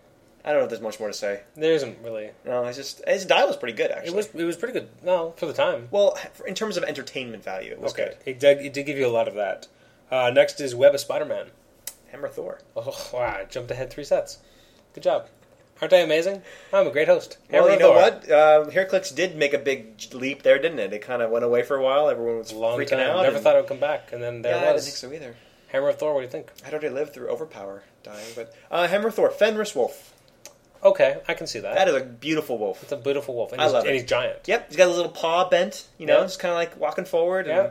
I don't know if there's much more to say. there isn't really. No, it's just his dial was pretty good actually. It was it was pretty good. No, for the time. well in terms of entertainment value. It was Okay. It did, it did give you a lot of that. Uh, next is Web of Spider Man. good. Hammer Thor. Oh, wow, I jumped ahead three sets. Good job. Aren't I amazing? I'm a great host. Well, you Aaron know Thor. what? Uh, Heraclix did make a big j- leap there, didn't it? It kind of went away for a while. Everyone was Long freaking time. out. Never and- thought it would come back, and then there yeah, I was didn't think so either. Hammer of Thor. What do you think? I'd already lived through Overpower dying, but uh, Hammer Thor, Fenris Wolf. Okay, I can see that. That is a beautiful wolf. it's a beautiful wolf, and, I he's, love and it. he's giant. Yep, he's got a little paw bent. You know, Yeah. just kind of like walking forward. And Yeah.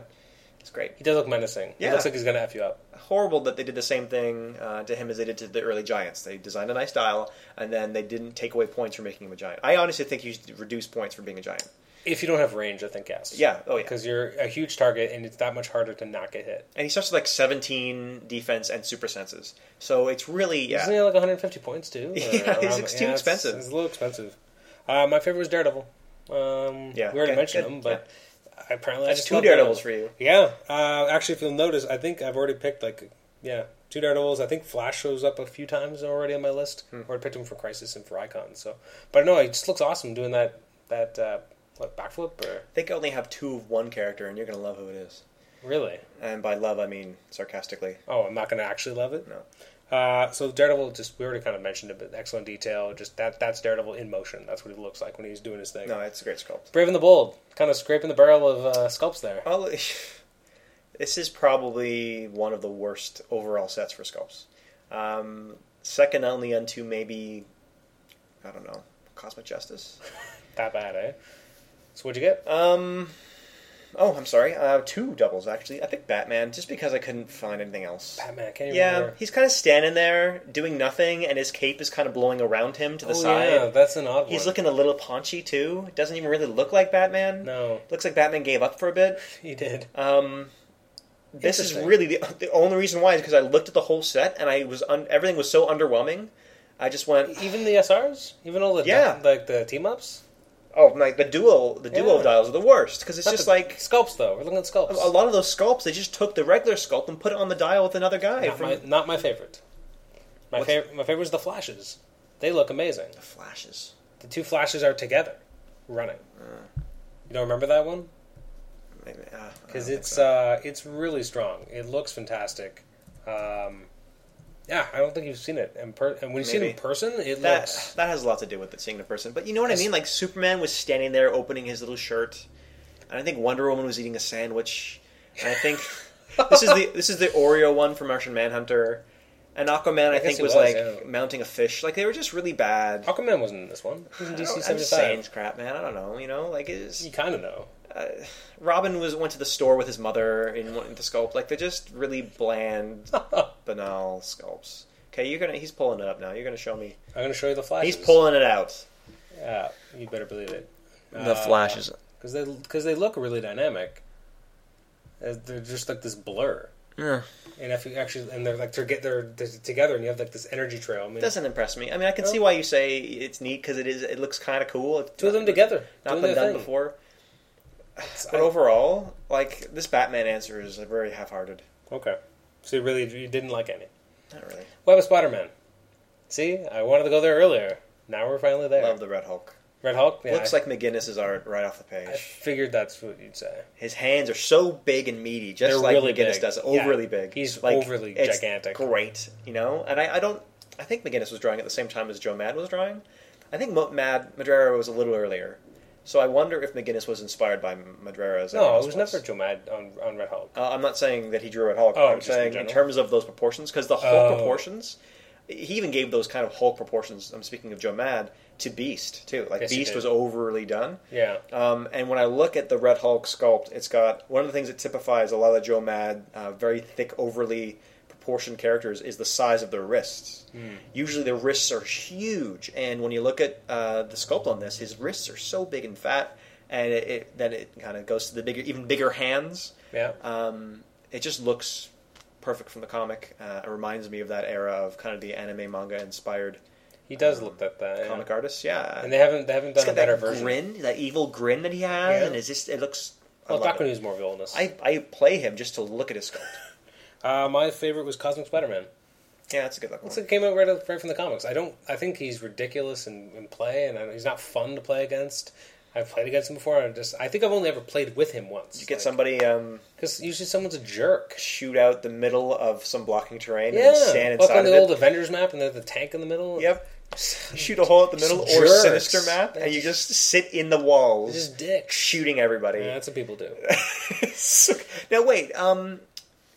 it's great. He does look menacing. Yeah. He looks like he's gonna f you up. horrible that they did the same thing uh, to him as they did to the early Giants. They designed a nice dial, and then they didn't take away points for making him a Giant. I honestly think you should reduce points for being a Giant. If you don't have range, I think yes. Yeah, oh yeah. Because you're a huge target, and it's that much harder to not get hit. And he starts with like 17 defense and super senses. So it's really, yeah. Isn't he like 150 points too? Or Yeah, he's around- ex- too it's- expensive. It's a little expensive. Uh, my favorite was Daredevil. Um, Yeah, we already good, mentioned good, him, but apparently I That's just two love Daredevils for you. Yeah. Uh, actually, if you'll notice, I think I've already picked like yeah two Daredevils. I think Flash shows up a few times already on my list, Hmm. or I picked him for Crisis and for Icon. So, but no, it just looks awesome doing that that uh, what backflip or I think I only have two of one character, and you're going to love who it is. really. And by love, I mean sarcastically. Oh, I'm not going to actually love it. No. Uh, so Daredevil, just we already kind of mentioned it, but excellent detail. Just that that's Daredevil in motion. That's what he looks like when he's doing his thing. No, it's a great sculpt. Brave and the Bold, kind of scraping the barrel of uh, sculpts there. I'll, this is probably one of the worst overall sets for sculpts. Um, second only unto maybe, I don't know, Cosmic Justice. That bad, eh? So what'd you get? Um, oh, I'm sorry. Uh, two doubles actually. I think Batman, just because I couldn't find anything else. Batman. I can't even Yeah, remember. he's kind of standing there doing nothing, and his cape is kind of blowing around him to the oh, side. yeah, that's an odd He's one. looking a little paunchy too. Doesn't even really look like Batman. No, Looks like Batman gave up for a bit. he did. Um, this is Interesting. really the, the only reason why is because I looked at the whole set and I was un- everything was so underwhelming. I just went, Even the SRs, even all the Yeah. like the team ups. oh my! The duo, the duo Yeah. dials are the worst because it's Not just the like sculpts though. We're looking at sculpts. a lot of those sculpts. They just took the regular sculpt and put it on the dial with another guy. Not from my, not my favorite. My What's- favorite, my favorite is the flashes. They look amazing. the flashes. The two flashes are together, running. Uh. You don't remember that one? Maybe- uh, I don't because think it's so. uh, it's really strong. It looks fantastic. Um, yeah, I don't think you've seen it, in per- and when you see it in Maybe. person, it that looks that has a lot to do with it seeing the person. But you know what I Yes. mean? Like Superman was standing there opening his little shirt, and I think Wonder Woman was eating a sandwich. And I think this is the this is the Oreo one from Martian Manhunter, and Aquaman I, guess think he was, was, like yeah. mounting a fish. Like they were just really bad. Aquaman wasn't in this one. He was in I don't- DC I'm seventy just saying five. it's crap, man. I don't know. You know, like it's You kind of know. uh, Robin was went to the store with his mother and went into sculpt. Like they're just really bland, I'm banal sculpts. Okay, you're gonna he's pulling it up now. You're gonna show me. gonna show you the flashes. He's pulling it out. Yeah, you better believe it. the Uh, flashes. because they because they look really dynamic. Uh, They're just like this blur, Yeah. and if you actually and they're like they're get they're, they're together, and you have like this energy trail. I mean, Doesn't impress me. I mean, I can see why you say it's neat because it is. It looks kind of cool. It's two of them together, Not doing been their done thing. before. It's- But overall, like this Batman answer is very half-hearted. okay, so you really you didn't like any. Not really. Web of Spider Man. See, I wanted to go there earlier. Now we're finally there. Love the Red Hulk. Red Hulk. Yeah, Looks I, like McGinnis's art right off the I page. figured that's what you'd say. His hands are so big and meaty, just They're like really McGinnis big. does. Yeah. Overly big. He's like, overly it's gigantic. Great, you know. And I, I don't. I think McGinnis was drawing at the same time as Joe Mad was drawing. I think Mo- Mad Madrera was a little earlier. So I wonder if McGinnis was inspired by Madrera as No, everyone it was else never Joe Mad on, on Red Hulk. Uh, I'm not saying that he drew it Hulk. Oh, I'm just in saying in, general? terms of those proportions, because the Hulk Oh. proportions, he even gave those kind of Hulk proportions. I'm speaking of Joe Mad to Beast too. Like Yes, he Beast did. was overly done. Yeah, Um, and when I look at the Red Hulk sculpt, it's got one of the things that typifies a lot of the Joe Mad uh, very thick, overly proportioned characters is the size of their wrists. Hmm. Usually the wrists are huge, and when you look at uh, the sculpt on this, his wrists are so big and fat, and it, it, then it kind of goes to the bigger, even bigger hands. yeah. Um, it just looks perfect from the comic. Uh, it reminds me of that era of kind of the anime manga inspired He does look like that. yeah. comic artists. Yeah, And they haven't they haven't it's done a got better that version. grin, that evil grin that he has, Yeah. and it's just it looks. I, Well, love Doctor it. Who's more villainous. I I play him just to look at his sculpt. uh, my favorite was Cosmic Spider Man. yeah, that's a good looking. Looks one. like it came out right, right from the comics. I don't. I think he's ridiculous in, in play, and I, he's not fun to play against. I've played against him before, and I just I think I've only ever played with him once. You get somebody um, because usually someone's a jerk. shoot out the middle of some blocking terrain Yeah, and stand look inside on of the old it. Avengers map, and they're the tank in the middle. Yep. You shoot a hole at the middle Some or jerks. sinister map, They're and you just- just sit in the walls, Just dicks. shooting everybody. Yeah, that's what people do. So- now wait, um,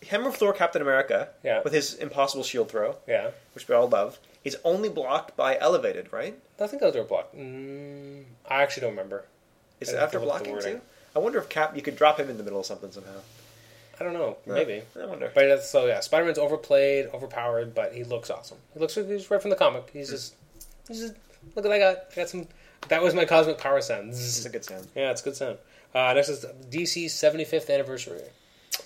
Hammer of Thor, Captain America, Yeah. with his impossible shield throw, Yeah, which we all love, he's only blocked by elevated, right? I think those were blocked. Mm, I actually don't remember. Is I it have to after look at the blocking wording. too? I wonder if Cap, you could drop him in the middle of something somehow. I don't know. Maybe. I wonder. But that's, so yeah, Spider Man's overplayed, overpowered, but he looks awesome. He looks like he's right from the comic. He's just, he's just look what I got. I got some. That was my cosmic power sound. It's Zzz. a good sound. Yeah, it's a good sound. Uh, next is DC's 75th anniversary.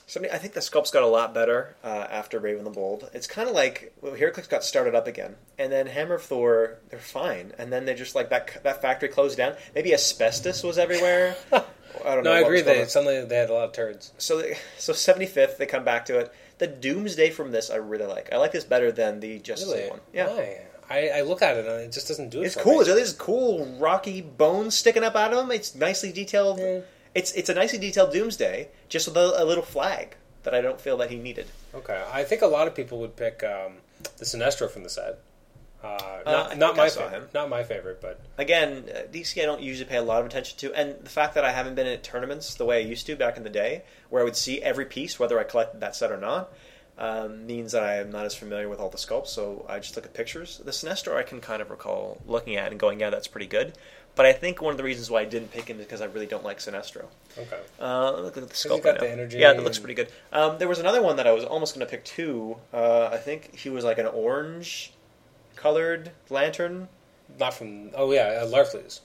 Somebody, I think the sculpt's got a lot better uh, after Raven the Bold. It's kind of like well, Heracles got started up again, and then Hammer of Thor, they're fine, and then they just like that that factory closed down. Maybe asbestos was everywhere. I don't know. No, I what agree was going that on. suddenly they had a lot of turds. so they- so 75th they come back to it the doomsday from this i really like i like this better than the justice League Really? one yeah Why? I, I look at it and it just doesn't do it. it's for cool me. it's this cool rocky bone sticking up out of him it's nicely detailed Yeah. it's it's a nicely detailed doomsday just with a, a little flag that i don't feel that he needed Okay, I think a lot of people would pick um, the Sinestro from the set. Uh, not Uh, I not think my I saw favorite. him. Not my favorite, but again uh, dc i don't usually pay a lot of attention to and the fact that i haven't been at tournaments the way i used to back in the day where i would see every piece whether i collected that set or not um, means that I am not as familiar with all the sculpts, so I just look at pictures. The Sinestro I can kind of recall looking at and going, yeah, that's pretty good. But I think one of the reasons why I didn't pick him is because I really don't like Sinestro. Okay. Uh, look at the he sculpt. got right the now. energy yeah, that looks and- pretty good. Um, there was another one that I was almost going to pick too. Uh, I think he was like an orange colored lantern. Not from. Oh yeah, uh, Larfleeze.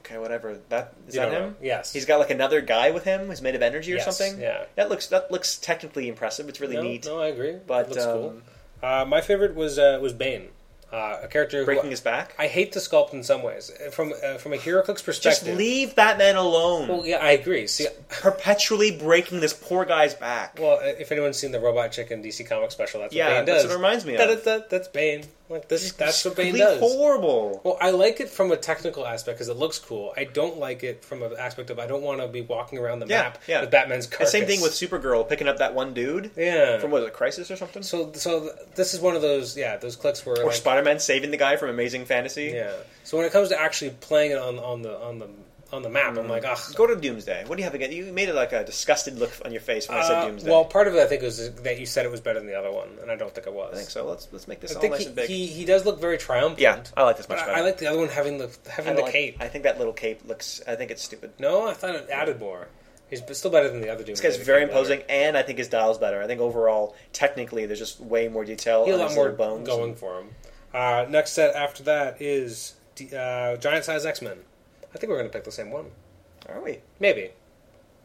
Okay, whatever. That is You that don't him? know. Yes. He's got like another guy with him who's made of energy or Yes, something. yeah. That looks that looks technically impressive. It's really no, neat. No, I agree. But it looks um, cool. Uh, my favorite was uh, was Bane, uh, a character breaking who his back. I hate the sculpt in some ways. From uh, from a HeroClix just perspective, leave that man alone. Well, yeah, I agree. See, Perpetually breaking this poor guy's back. well, if anyone's seen the Robot Chicken DC comic special, that's yeah, what Bane that's does. what it reminds me of. Da- da- da- that's Bane. Like this, that's what Bane does. Completely Horrible. Well, I like it from a technical aspect because it looks cool. I don't like it from an aspect of I don't want to be walking around the Yeah, map yeah. with Batman's And carcass. same thing with Supergirl picking up that one dude yeah. from what was it, Crisis or something? so, so th- this is one of those yeah those clicks where or like, Spider-Man saving the guy from Amazing Fantasy. yeah. So when it comes to actually playing it on on the on the on the map, Mm. I'm like, ugh. Go to Doomsday. What do you have again? You made it like a disgusted look on your face when I said Uh, Doomsday. well, part of it I think was that you said it was better than the other one, and I don't think it was. I think so. Let's let's make this I all think nice and he, big. he he does look very triumphant. yeah, I like this but much better. I, I like the other one having the having I the don't like- cape. I think that little cape looks. I think it's stupid. No, I thought it added more. He's b- still better than the other dude. This guy's very imposing, and I think his dial's better. I think overall, technically, there's just way more detail. He had on a lot his more little bones. going for him. Uh, next set after that is D- uh, Giant Size X Men. I think we're going to pick the same one. Are we? Maybe.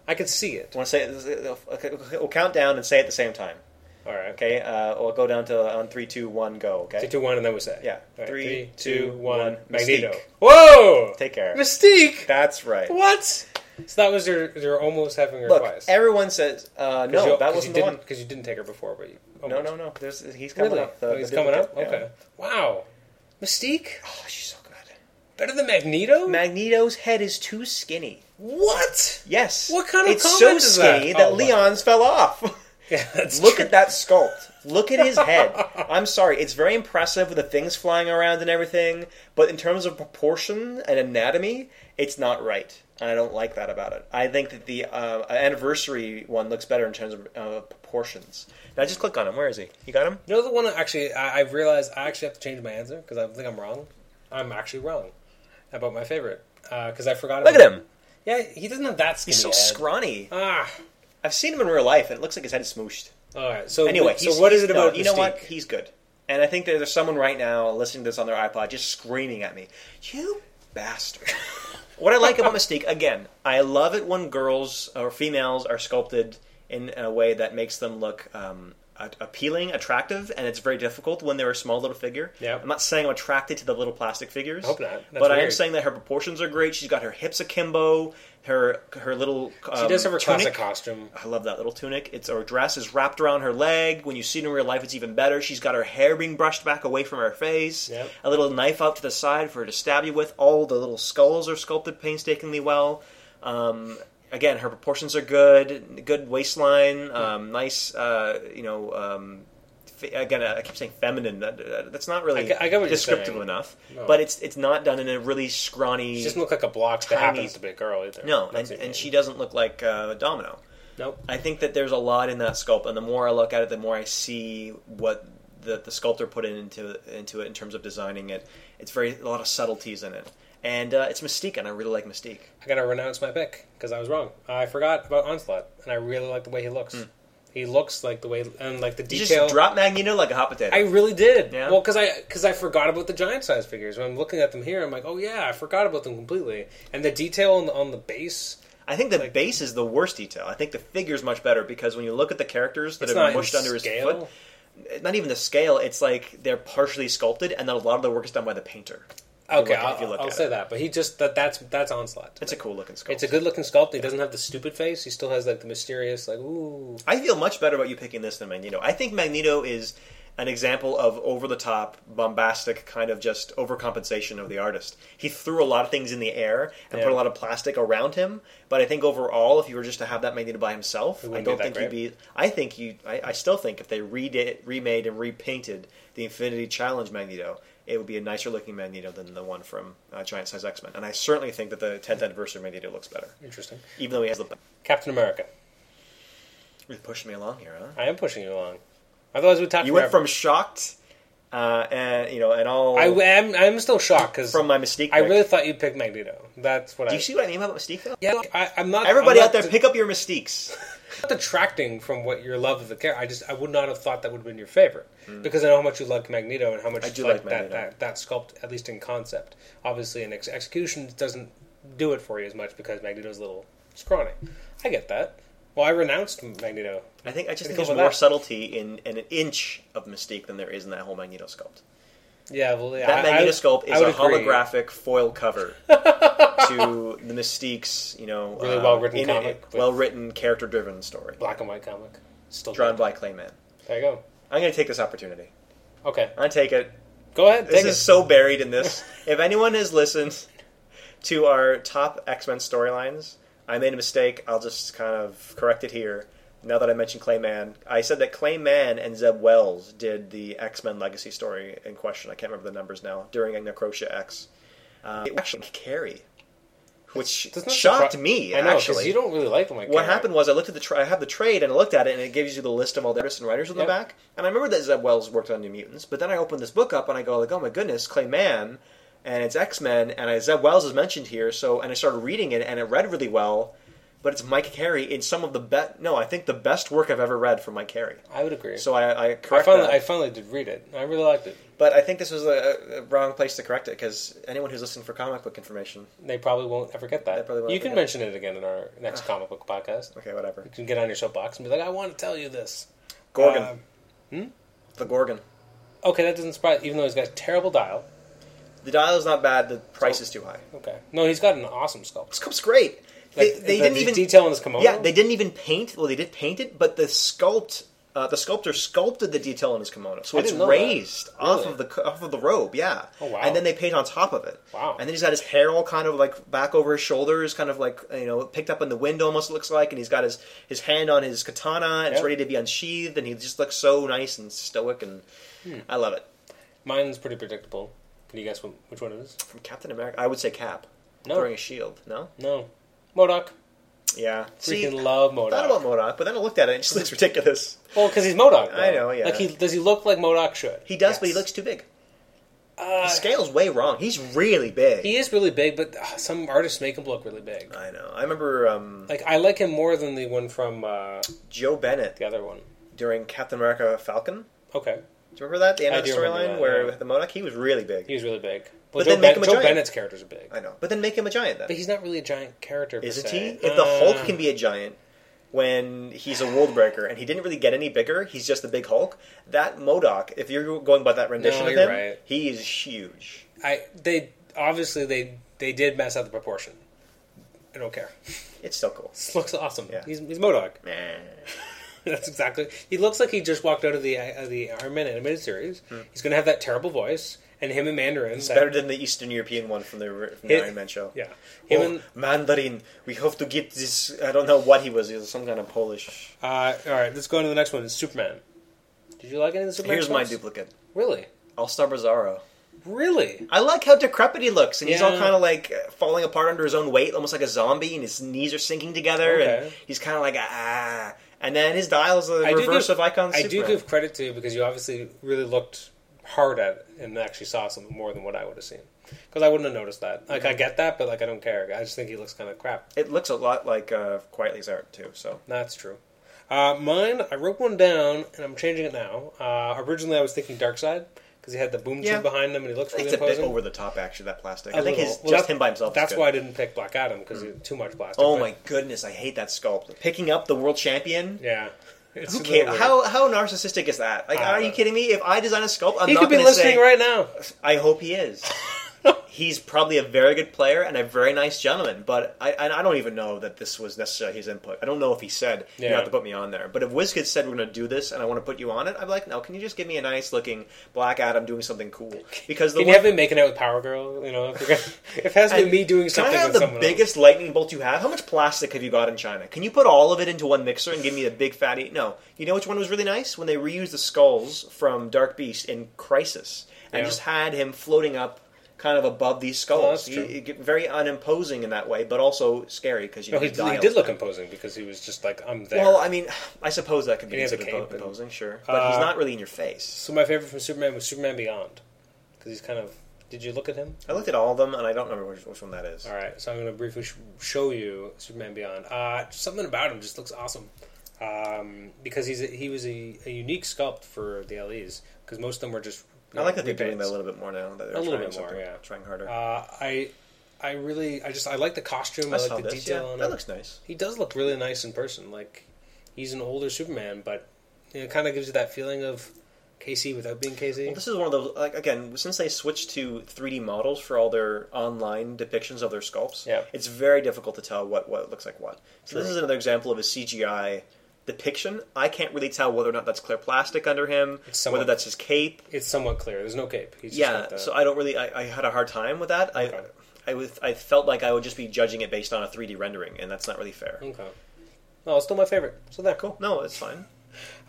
I could see it. Want to say? it? Okay, okay, we'll count down and say it at the same time. All right. Okay. Okay. Uh, we'll go down to on three, two, one, go. Okay. Three, two, one, and then we say. Yeah. All right, Three, Three, two, two, one. one. Magneto. Mystique. Whoa! Take care. Mystique. That's right. What? So that was your. You're almost having her Look, twice. everyone says uh, 'Cause no. you- 'cause that you wasn't the didn't, one. because you didn't take her before, but you, No, almost. no, no. There's, he's coming Really? up. The- oh, the he's coming up. duplicate, yeah. Okay. Wow. Mystique. Oh, she's so good. Better than Magneto? Magneto's head is too skinny. what? Yes. What kind of It's so comment is that? skinny Oh, that my- Leon's fell off. Yeah, that's Look true. at that sculpt. Look at his head. I'm sorry, it's very impressive with the things flying around and everything, but in terms of proportion and anatomy, it's not right. And I don't like that about it. I think that the uh, anniversary one looks better in terms of uh, proportions. Now just click on him. Where is he? You got him? You know the one that actually I, I realized I actually have to change my answer because I think I'm wrong. I'm actually wrong about my favorite because I forgot. Look at about- him. Yeah, he doesn't have that skinny. He's so head. scrawny. Ah. I've seen him in real life, and it looks like his head is smooshed. All right. So Anyway, so what is it no, about? you know what? Mystique? He's good. And I think that there's someone right now listening to this on their iPod just screaming at me, "You bastard!" what I like about Mystique, again, I love it when girls or females are sculpted in a way that makes them look um, a- appealing, attractive, and it's very difficult when they're a small little figure. Yep. I'm not saying I'm attracted to the little plastic figures. I hope not. That's but I am weird. saying that her proportions are great. She's got her hips akimbo, her her little. Um, She does have her tunic. classic costume. I love that little tunic. It's or dress is wrapped around her leg. When you see it in real life, it's even better. She's got her hair being brushed back away from her face. Yep. A little knife out to the side for her to stab you with. All the little skulls are sculpted painstakingly well. Um, again, her proportions are good. Good waistline. Um, nice. Uh, you know. Um, fe- Again, I keep saying feminine. That- that- That's not really I get- I get what you're descriptive saying. enough, No. but it's it's not done in a really scrawny. She doesn't look like a block that Tiny- happens to be a girl either. no, That's what and, I mean. and she doesn't look like uh, Domino. Nope. I think that there's a lot in that sculpt, and the more I look at it, the more I see what the, the sculptor put in into into it in terms of designing it. It's very a lot of subtleties in it, and uh, it's Mystique, and I really like Mystique. I gotta renounce my pick because I was wrong. I forgot about Onslaught, and I really like the way he looks. He looks like the way and like the You detail. just drop Magneto like a hot potato. I really did. Yeah? Well, because I because I forgot about the giant size figures. When I'm looking at them here, I'm like, oh yeah, I forgot about them completely. And the detail on the, on the base, I think the base is the worst detail. I think the figure's much better because when you look at the characters that it's have not been in mushed under scale. his foot, not even the scale. It's like they're partially sculpted, and then a lot of the work is done by the painter. Okay, you look at- if you I'll, look I'll at say it. that. But he just that that's that's onslaught. It's a cool looking sculpt. It's a good looking sculpt. He doesn't have the stupid face. He still has like the mysterious like ooh. I feel much better about you picking this than Magneto. I think Magneto is an example of over the top, bombastic kind of just overcompensation of the artist. He threw a lot of things in the air and put Yeah. a lot of plastic around him. But I think overall, if you were just to have that Magneto by himself, I wouldn't don't be that think you'd be. I think you. I, I still think if they redid, remade and repainted the Infinity Challenge Magneto. It would be a nicer looking Magneto than the one from uh, Giant Size X Men, and I certainly think that the 10th anniversary Magneto looks better, Interesting. even though he has the. Captain America. You're pushing me along here, huh? I am pushing you along. Otherwise, we talked. You went forever. from shocked, uh, and you know, and all I am. I'm still shocked because from my Mystique. I pick. really thought you'd pick Magneto. That's what I. Do you see what I mean about Mystique though? Yeah, look, I, I'm not. Everybody I'm out not there, pick up your Mystiques. not detracting from what your love of the character. I just I would not have thought that would have been your favorite because I know how much you like Magneto and how much Mm. I you do like, like that, Magneto. that that sculpt at least in concept. Obviously, in ex- execution it doesn't do it for you as much because Magneto's a little scrawny. I get that. Well, I renounced Magneto. I think I just think go there's with more that. subtlety in, in an inch of Mystique than there is in that whole Magneto sculpt. Yeah, well, yeah, That I- I- Magneto sculpt I is would a agree. holographic foil cover to the Mystique's, you know, uh, Really well-written comic with- well written, character driven story black and white comic, still drawn drawn. by Clayman. There you go. I'm going to take this opportunity. Okay, I take it. go ahead. This Take is it. so buried in this. if anyone has listened to our top X Men storylines, I made a mistake. I'll just kind of correct it here. Now that I mentioned Clayman, I said that Clayman and Zeb Wells did the X Men Legacy story in question. I can't remember the numbers now during Necrotia X. Um, it actually Carrie, which Does not shocked surpri- me. I know 'cause actually, you don't really like them. Like what that, right? happened was I looked at the tra- I had the trade and I looked at it and it gives you the list of all the artists and writers on Yep. the back. And I remember that Zeb Wells worked on New Mutants, but then I opened this book up and I go like, oh my goodness, Clay Mann, and it's X Men, and I, Zeb Wells is mentioned here. So and I started reading it and it read really well, but it's Mike Carey. It's some of the best. No, I think the best work I've ever read from Mike Carey. I would agree. So I, I I correct finally, that. I finally did read it. I really liked it. but I think this was a, a wrong place to correct it because anyone who's listening for comic book information, They probably won't ever get that. They probably won't you ever can get mention it again in our next comic book podcast. okay, whatever. You can get on your soapbox and be like, "I want to tell you this." Gorgon, Um, the Gorgon. okay, that doesn't surprise. Even though he's got a terrible dial. The dial is not bad. The price is too high. Okay, no, he's got an awesome sculpt. sculpt's great. They, Like, they the didn't de- even detail on his kimono. Yeah, they didn't even paint. Well, they did paint it, but the sculpt, uh, the sculptor sculpted the detail on his kimono, so I it's didn't know raised that. off Really? of the c- off of the robe. Yeah. Oh, wow. And then they paint on top of it. Wow. And then he's got his hair all kind of like back over his shoulders, kind of like you know picked up in the wind almost looks like, and he's got his his hand on his katana, and it's Yeah. ready to be unsheathed, and he just looks so nice and stoic, and Hmm. I love it. Mine's pretty predictable. Can you guess what, which one it is? From Captain America, I would say Cap No. throwing a shield. No. No, Modoc. Yeah. Freaking See, love I thought about Modoc. Modoc, but then I looked at it and it just looks ridiculous. Well, because he's Modoc. I though. know, yeah. Like he does. He look like Modoc should. He does, but he Yes. looks too big. Uh, The scale's way wrong. He's really big. he is really big, but uh, some artists make him look really big. I know. I remember um, Like I like him more than the one from uh, Joe Bennett the other one. during Captain America Falcon. Okay, Do you remember that? The end I of the do remember that, storyline where yeah. with the Modoc, he was really big. he was really big. But Well, Joe, then make Ben- him a Joe giant. Bennett's characters are big. I know. But then make him a giant But then. he's not really a giant character. per Isn't se. Uh, he? If the Hulk can be a giant when he's a world breaker and he didn't really get any bigger, he's just the big Hulk. That Modoc, if you're going by that rendition No, of you're him, right. he is huge. I they obviously they they did mess up the proportion. I don't care. It's still cool. This looks awesome. Yeah. He's he's Modoc. Meh. That's exactly. He looks like he just walked out of the uh, the Iron Man animated series. He's gonna have that terrible voice, and him and Mandarin. It's that- Hmm. better than the Eastern European one from the, from the It- Iron Man show. yeah. Him Oh, and Mandarin, we have to get this. I don't know what he was. He was some kind of Polish. uh, all right. Let's go on to the next one. It's Superman. Did you like any of the Superman? Here's my sculpts? duplicate. Really, All Star Bizarro. really. I like how decrepit he looks, and he's all Yeah. kind of like uh, falling apart under his own weight, almost like a zombie, and his knees are sinking together, and Okay. he's kind of like ah. And then his dial is the I do reverse give- of Icon I Superman. do give credit to you because you obviously really looked hard at it and actually saw something more than what I would have seen. Because I wouldn't have noticed that. Like I Mm-hmm. get that, but like I don't care. I just think he looks kind of crap. It looks a lot like uh, Quietly's art too. So That's true. Uh, mine, I wrote one down and I'm changing it now. Uh, originally, I was thinking Dark Side because he had the boom Yeah. tube behind him and he looks really it's a bit imposing. over the top, actually. That plastic. I A think little. his, Well, just that- him by himself. is That's good. why I didn't pick Black Adam because too much plastic. Oh but- my goodness, I hate that sculpt. Picking up the world champion. Yeah. It's Who a cares? little weird. How how narcissistic is that? Like, I are don't you know. kidding me? If I design a sculpt, I'm He not could be gonna listening say, right now. I hope he is. He's probably a very good player and a very nice gentleman, but I and I don't even know that this was necessarily his input. I don't know if he said you Yeah. have to put me on there. But if Wizkid said we're going to do this and I want to put you on it, I'm like, no. Can you just give me a nice looking Black Adam doing something cool? Because the Can you one, have him making out with Power Girl? You know, if, you're gonna- if it has to be And me doing can I something have with the someone else. biggest lightning bolt you have? How much plastic have you got in China? Can you put all of it into one mixer and give me a big fatty? No. You know which one was really nice when they reused the skulls from Dark Beast in Crisis and Yeah. just had him floating up kind of above these skulls. Oh, that's true. He, he get very unimposing in that way, but also scary because you No, know, he, he he dials did look back. imposing because he was just like, I'm there. Well, I mean, I suppose that could be And he has a considered impo- cape and- imposing, sure, but he's Uh, not really in your face. so my favorite from Superman was Superman Beyond because he's kind of. Did you look at him? I looked at all of them, and I don't remember which, which one that is. All right, so I'm going to briefly sh- show you Superman Beyond. Uh, something about him just looks awesome um, because he's a, he was a, a unique sculpt for the LEs because most of them were just. you I know, like that they're doing repaints. that a little bit more now. That they're A little trying bit more, something- yeah. trying harder. Uh, I I really I just I like the costume. I, I saw like the this. detail. Yeah, on that him. looks nice. He does look really nice in person. Like he's an older Superman, but you know, it kind of gives you that feeling of KC without being KC. Well, this is one of those. Like again, since they switched to 3D models for all their online depictions of their sculpts, Yeah. it's very difficult to tell what what looks like what. So this True. is another example of a CGI depiction. I can't really tell whether or not that's clear plastic under him, It's somewhat- whether that's his cape. it's somewhat clear. There's no cape. He's yeah, Just got the, so I don't really. I, I had a hard time with that. Okay. I I was I felt like I would just be judging it based on a 3D rendering, and that's not really fair. Oh, okay. No, it's still my favorite. So there, cool. No, it's fine.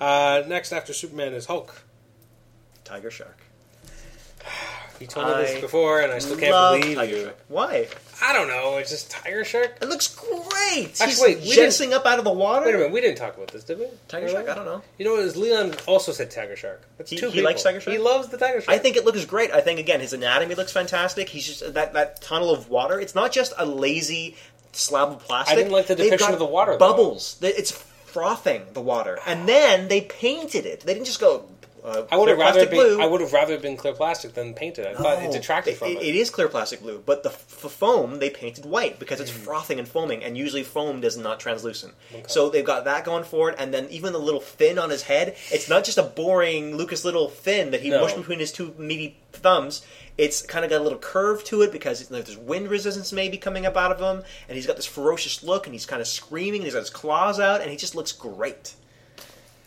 Uh, next after Superman is Hulk. Tiger Shark. You told me I this before, and I still can't Love believe Tiger you. Shark. Why? I don't know. It's just Tiger Shark. It looks great. Actually, He's wait, we jetsing up out of the water. Wait a minute. We didn't talk about this, did we? Tiger Shark? I don't know. You know what? is Leon also said Tiger Shark. That's He- two he people. likes Tiger Shark? He loves the Tiger Shark. I think it looks great. I think again, his anatomy looks fantastic. He's just that that tunnel of water. It's not just a lazy slab of plastic. I didn't like the They've depiction got of the water, though. Bubbles. Th- It's frothing the water, and then they painted it. They didn't just go. Uh, I would clear have rather plastic been, blue. I would have rather been clear plastic than painted. I thought it No. detracted from it. It is clear plastic blue, but the f- foam they painted white because Mm. it's frothing and foaming, and usually foam does not translucent. So they've got that going for it, and then even the little fin on his head, it's not just a boring Lucas little fin that he No. mushed between his two meaty thumbs. It's kind of got a little curve to it because it's, like, there's wind resistance maybe coming up out of him, and he's got this ferocious look, and he's kind of screaming, and he's got his claws out, and he just looks great.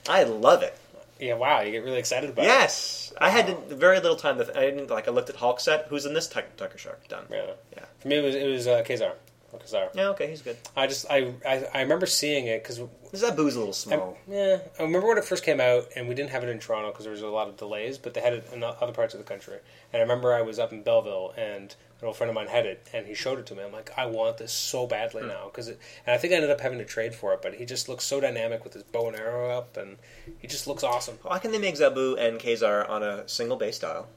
I love it. Yeah, wow, you get really excited about it. Yes, I had very little time. That I didn't like. I looked at Hulk set. Who's in this Tuck- Tucker Shark? Done. Yeah. Yeah. For me, it was it was uh, Kazar. Or Kazar. Yeah. Okay, he's good. I just I I, I remember seeing it because Is that boo's a little small? yeah I remember when it first came out and we didn't have it in Toronto because there was a lot of delays, but they had it in o- other parts of the country. And I remember I was up in Belleville and an old friend of mine had it and he showed it to me. I'm like, I want this so badly now because and I think I ended up having to trade for it, but he just looks so dynamic with his bow and arrow up and he just looks awesome. Why can they make Zabu and Kazar on a single base style?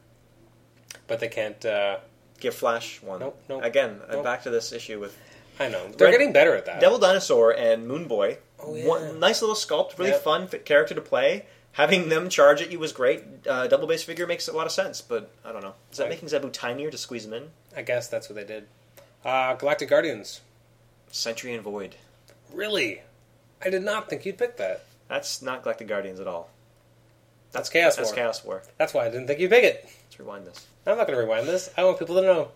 But they can't. Uh, Give Flash one. Nope, nope, Again, I'm nope. back to this issue with I know they're Right. getting better at that. Devil Dinosaur and Moon Boy. Oh, yeah. One, nice little sculpt, really Yep. fun fit character to play. Having them charge at you was great. Uh, double base figure makes a lot of sense, but I don't know. Is that Right. making Zabu tinier to squeeze him in? I guess that's what they did. Uh, Galactic Guardians. Sentry and Void. Really? I did not think you'd pick that. That's not Galactic Guardians at all. That's Chaos That's War. Chaos War. That's why I didn't think you'd pick it. Let's rewind this. I'm not going to rewind this. I want people to know.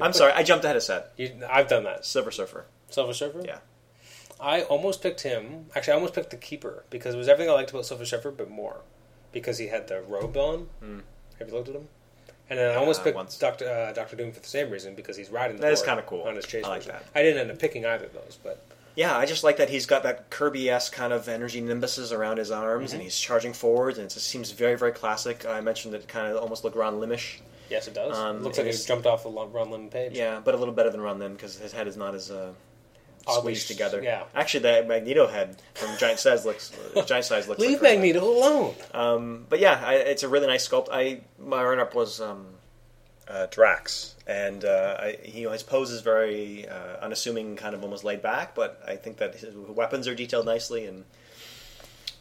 I'm sorry, I jumped ahead of set. You, I've done that. Silver Surfer. Silver Surfer? Yeah. I almost picked him. Actually, I almost picked the Keeper because it was everything I liked about Silver Surfer, but more. Because he had the robe on. Have you looked at him? And then I almost Hmm. Uh, picked once. Doctor uh, Doctor Doom for the same reason because he's riding the That is board kinda cool. on his chase. I like version. that. I didn't end up picking either of those, but Yeah, I just like that he's got that Kirby esque kind of energy nimbuses around his arms and he's charging forwards and it just seems very, very classic. I mentioned that it kind of almost looked Ron Limish. yes, it does. Um, Looks like it it is- jumped off the Lon- Ron Lemon page. Yeah, but a little better than Ron Lim because his head is not as uh, Oddly squeezed s- together. yeah. Actually, that Magneto head from Giant Size looks Giant Size looks Leave like Ron Lim. Magneto alone. Um, but yeah, I, it's a really nice sculpt. I my runner up was um, uh, Drax, and uh, I, you know his pose is very uh, unassuming, kind of almost laid back. But I think that his weapons are detailed nicely, and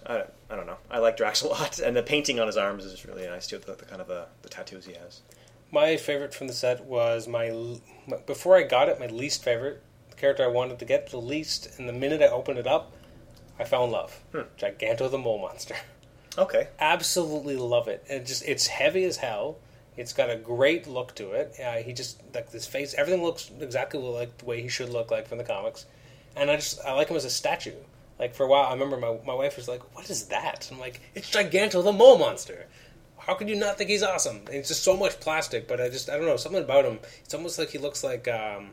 I, don't- I don't know. I like Drax a lot, and the painting on his arms is really nice too. The, the kind of uh, the tattoos he has. My favorite from the set was my, l- my before I got it, my least favorite the character I wanted to get the least. And the minute I opened it up, I fell in love. Giganto the mole monster. Okay, Absolutely love it. It just it's heavy as hell. It's got a great look to it. Uh, he just like this face. Everything looks exactly like the way he should look like from the comics. And I just I like him as a statue. Like for a while, I remember my my wife was like, "What is that?" I'm like, "It's Giganto the mole monster." how could you not think he's awesome? And it's just so much plastic, but I just I don't know something about him. It's almost like he looks like um,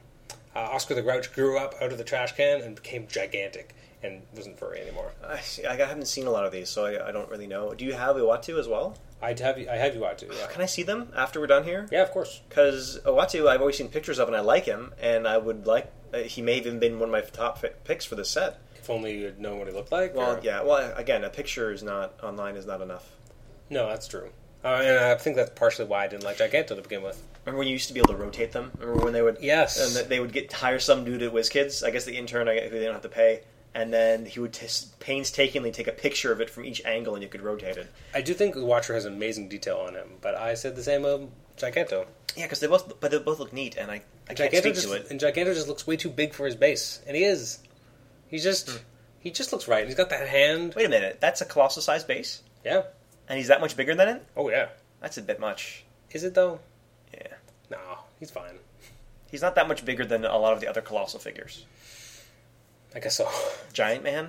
uh, Oscar the Grouch grew up out of the trash can and became gigantic, and wasn't furry anymore. I, I haven't seen a lot of these, so I, I don't really know. Do you have Iwatu as well? I'd have you, I have you out to. Yeah. Can I see them after we're done here? yeah, of course. Because Iwatu, I've always seen pictures of, and I like him, and I would like. Uh, he may have even been one of my top fi- picks for this set. If only you'd known what he looked like. Well, or- yeah. Well, again, a picture is not online is not enough. No, that's true. Uh, and I think that's partially why I didn't like Giganto to begin with. Remember when you used to be able to rotate them? Remember when they would Yes. and that they would get hire some dude at WizKids, I guess the intern I, who they don't have to pay, and then he would t- painstakingly take a picture of it from each angle, and you could rotate it. I do think the Watcher has amazing detail on him, but I said the same of Giganto. Yeah, because they both, but they both look neat, and I, I can't Giganto speak just, to it. and Giganto just looks way too big for his base, and he is. He just Hmm. he just looks right. He's got that hand. Wait a minute, that's a colossal sized base, Yeah. and he's that much bigger than it. Oh yeah. That's a bit much. Is it though? Yeah, No, he's fine. he's not that much bigger than a lot of the other colossal figures. I guess so. Giant man,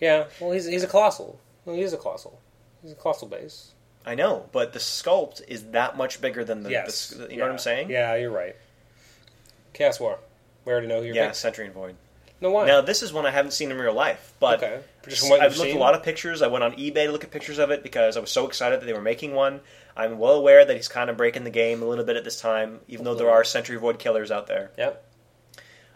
yeah. Well, he's he's a colossal. No, he is a colossal. He's a colossal base. I know, but the sculpt is that much bigger than the. yes. the- you Yeah. know what I'm saying? Yeah, you're right. Chaos War. We already know who you're. Yeah, Sentry and Void. No, why? Now this is one I haven't seen in real life, but Okay. Just from what I've you've looked seen? at a lot of pictures. I went on eBay to look at pictures of it because I was so excited that they were making one. I'm well aware that he's kind of breaking the game a little bit at this time, even though there are Century Void killers out there. Yep.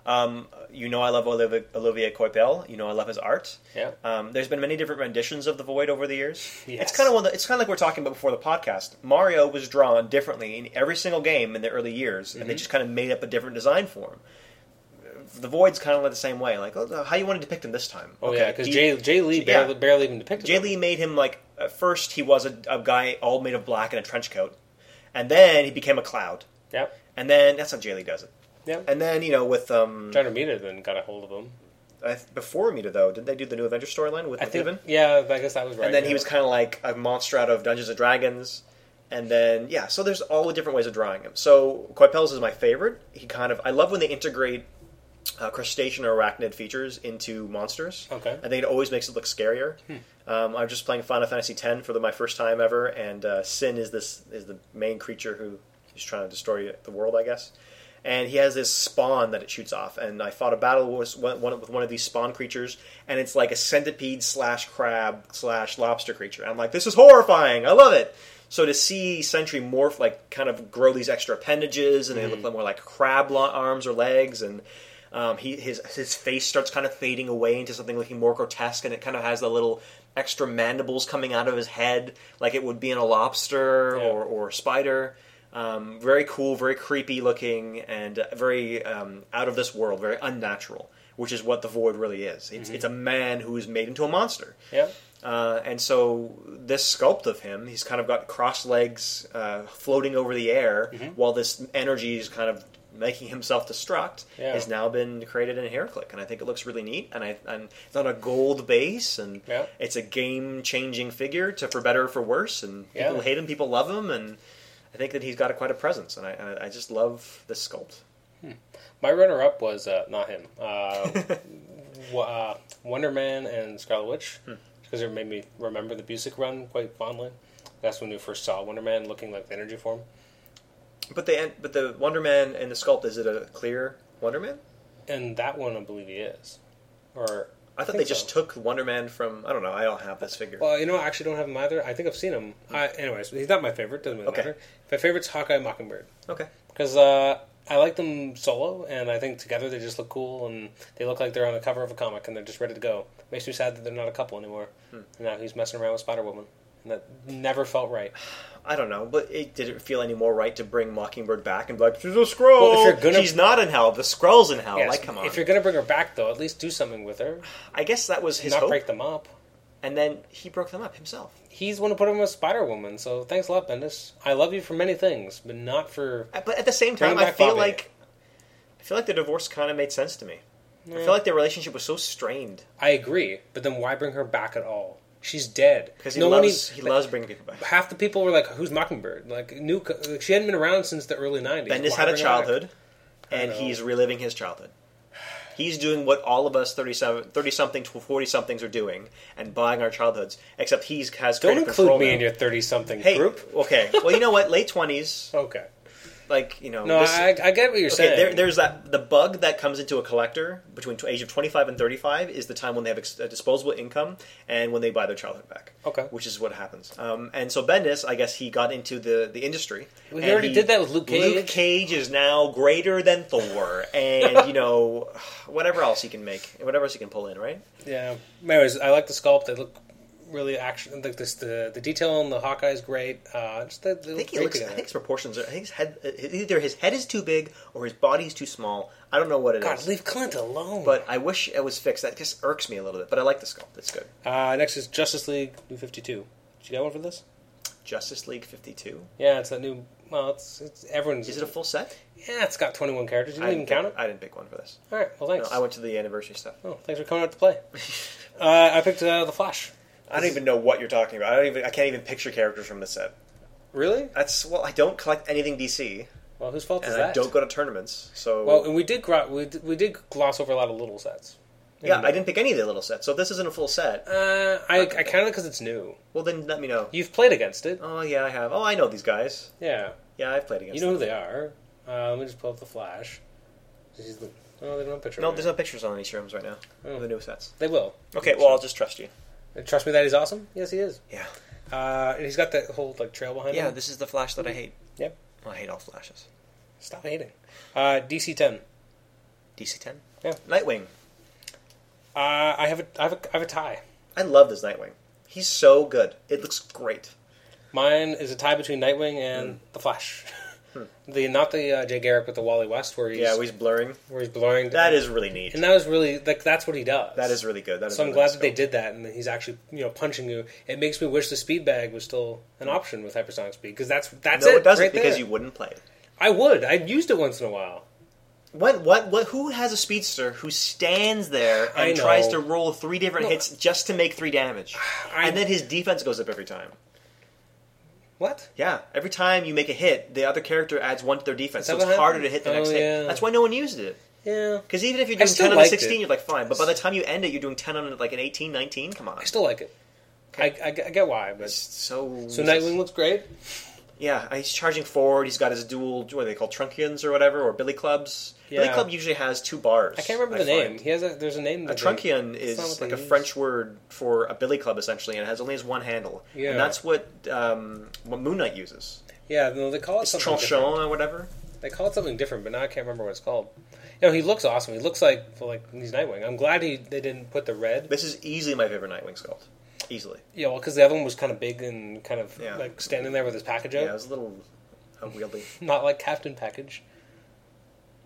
Um, you know I love Olivier, Olivier Coipel. You know I love his art. Yeah. Um, there's been many different renditions of the Void over the years. Yes. It's kind of one. Of the, it's kind of like we're talking about before the podcast. Mario was drawn differently in every single game in the early years, and they Mhm. just kind of made up a different design for him. The Void's kind of like the same way. Like, oh, how you want to depict him this time? Oh yeah, because do you- Jay Jay Lee yeah. barely, barely even depicted. Jay him. Lee made him like at first he was a, a guy all made of black and a trench coat, and then he became a cloud, Yep. and then that's how Jay Lee does it. Yep. And then you know with um John Romita then got a hold of him. I th- before Mita though, did they do the new Avengers storyline with I think. McNiven? Yeah, I guess that was right. and then yeah. he was kind of like a monster out of Dungeons and Dragons. And then yeah, so there's all the different ways of drawing him. So Coipel's is my favorite. He kind of I love when they integrate uh, crustacean or arachnid features into monsters. Okay. I think it always makes it look scarier. Hmm. Um, I was just playing Final Fantasy X for the, my first time ever, and uh, Sin is this is the main creature who is trying to destroy the world, I guess. And he has this spawn that it shoots off, and I fought a battle with one, one, with one of these spawn creatures, and it's like a centipede slash crab slash lobster creature. And I'm like, this is horrifying. I love it. So to see Sentry morph, like kind of grow these extra appendages, and they look more like crab lo- arms or legs, and um, he his his face starts kind of fading away into something looking more grotesque, and it kind of has the little extra mandibles coming out of his head, like it would be in a lobster Yeah. or or a spider. Um, very cool, very creepy looking, and uh, very um, out of this world, very unnatural, which is what the void really is. It's it's a man who is made into a monster. Yeah. Uh, and so this sculpt of him, he's kind of got crossed legs uh, floating over the air Mm-hmm. while this energy is kind of making himself destruct, Yeah. has now been created in HairClick. And I think it looks really neat. And, I, and it's on a gold base, and Yeah. it's a game changing figure to for better or for worse. And people Yeah. hate him, people love him. And I think that he's got a, quite a presence. And I, and I I just love this sculpt. My runner-up was uh, not him. Uh, w- uh, Wonder Man and Scarlet Witch, because it made me remember the Busick run quite fondly. That's when we first saw Wonder Man looking like the energy form. But the, but the Wonder Man and the sculpt, is it a clear Wonder Man? And that one, I believe he is. Or I thought think they just so. took Wonder Man from. I don't know. I don't have this figure. Well, you know, I actually don't have him either. I think I've seen him. I, anyways, he's not my favorite. Doesn't really Okay. matter. My favorite's Hawkeye and Mockingbird. okay. because uh, I like them solo, and I think together they just look cool, and they look like they're on the cover of a comic, and they're just ready to go. Makes me sad that they're not a couple anymore. Hmm. And now he's messing around with Spider Woman, and that never felt right. I don't know, but it didn't feel any more right to bring Mockingbird back and be like, she's a Skrull. Well, if you're gonna- She's not in hell. The Skrull's in hell. Yes, like, come on. If you're gonna bring her back, though, at least do something with her, I guess that was his not hope. break them up. And then he broke them up himself. He's the one who put him with Spider Woman, so thanks a lot, Bendis. I love you for many things, but not for. Uh, But at the same Bring time, I back feel Bobby. like I feel like the divorce kind of made sense to me. I feel like their relationship was so strained I agree, but then why bring her back at all? She's dead. because he No one loves e- he loves bringing people back. half the people were like, "Who's Mockingbird?" Like, new. Like, she hadn't been around since the early '90s. Bendis Why had a bring her back? childhood, and know. he's reliving his childhood. He's doing what all of us 37, 30 something, 40 somethings are doing and buying our childhoods, except he's has Don't creative include control me now. in your thirty-something hey, group. okay. Well, you know what? Late 20s, Okay. like you know. No, this- I, I get what you're okay, saying. there, there's that the bug that comes into a collector between tw- age of 25 and 35 is the time when they have ex- uh, disposable income and when they buy their childhood back. Okay. which is what happens. Um, and so Bendis, I guess he got into the the industry. Well, he and already did that with Luke Cage. Luke Cage is now greater than Thor, and you know whatever else he can make, whatever else he can pull in, right? Yeah. Anyways, I like the sculpt. They look really action. Like this, the the detail on the Hawkeye is great. Uh, just that I think he looks. I think his proportions are. I think his head. uh, Either his head is too big or his body's too small. I don't know what it is. God, leave Clint alone. But I wish it was fixed. That just irks me a little bit. But I like the sculpt. It's good. uh, next is Justice League New Fifty Two. Did you get one for this? Justice League 52. Yeah, it's that new. Well, it's it's everyone's. Is it a full set? yeah, it's got twenty one characters. You I didn't even pick- count it. I didn't pick one for this. All right. Well, No, thanks. I went to the anniversary stuff. oh, thanks for coming out to play. uh, I picked uh, the Flash. I don't even know what you're talking about. I don't even. I can't even picture characters from this set. Really? That's well. I don't collect anything DC, Well, whose fault and is I that? don't go to tournaments. So well, and we did, gro- we did we did gloss over a lot of little sets. yeah, I didn't pick any of the little sets. So if this isn't a full set. Uh, I I counted because it's new. Well, then let me know. You've played against it. Oh yeah, I have. Oh, I know these guys. Yeah. Yeah, I've played against. You know who they are. Uh, let me just pull up the flash. This is the- oh, they don't have a picture. No, of there's him. no pictures on any serums right now. Oh. The new sets. They will. Okay, well, I'll just trust you. And Trust me that he's awesome. Yes, he is. Yeah. Uh, and he's got that whole like trail behind him. this is the flash that I hate. Yep. Well, I hate all flashes. Stop hating. Uh, DC ten. DC 10? Yeah. Nightwing. Uh, I have a I have a I have a tie. I love this Nightwing. He's so good. It looks great. Mine is a tie between Nightwing and Hmm. the Flash. The not the uh, Jay Garrick, but the Wally West, where he's Yeah, he's blurring. where he's blurring. That is really neat. and that was really like that's what he does. That is really good. That is So I'm really glad nice that they sculpt. did that, and that he's actually you know punching you. It makes me wish the speed bag was still an option with hypersonic speed because that's that's Hmm. No, it. it doesn't right because there. you wouldn't play it. I would. I used it once in a while. What, what, what, who has a speedster who stands there I and tries know. to roll three different No. hits just to make three damage? I- and then his defense goes up every time. What? Yeah, every time you make a hit, the other character adds one to their defense, that so it's what harder happened? to hit the Oh, next yeah. hit. That's why no one used it. Yeah, Because even if you're I doing still 10 on a liked 16, it. you're like, fine. But by the time you end it, you're doing 10 on like an 18, 19? Come on. I still like it. I, I, get- I get why, but It's so. so Nightwing looks great. Yeah, he's charging forward. He's got his dual, what are they called, trunkions or whatever, or billy clubs. Billy Yeah. club usually has two bars. I can't remember the find. name. He has a there's a name. A that they- trunkion That's not is what they like a use. French word for a billy club, essentially, and it has only has one handle. Yeah. And that's what, um, what Moon Knight uses. Yeah, no, they call it It's something. different. tranchant or whatever. They call it something different, but now I can't remember what it's called. You know, he looks awesome. He looks like well, like he's Nightwing. I'm glad he they didn't put the red. This is easily my favorite Nightwing sculpt. Easily. Yeah, well, because the other one was kind of big and kind of Yeah. like standing there with his package out. Yeah, it was a little unwieldy. Not like Captain Package.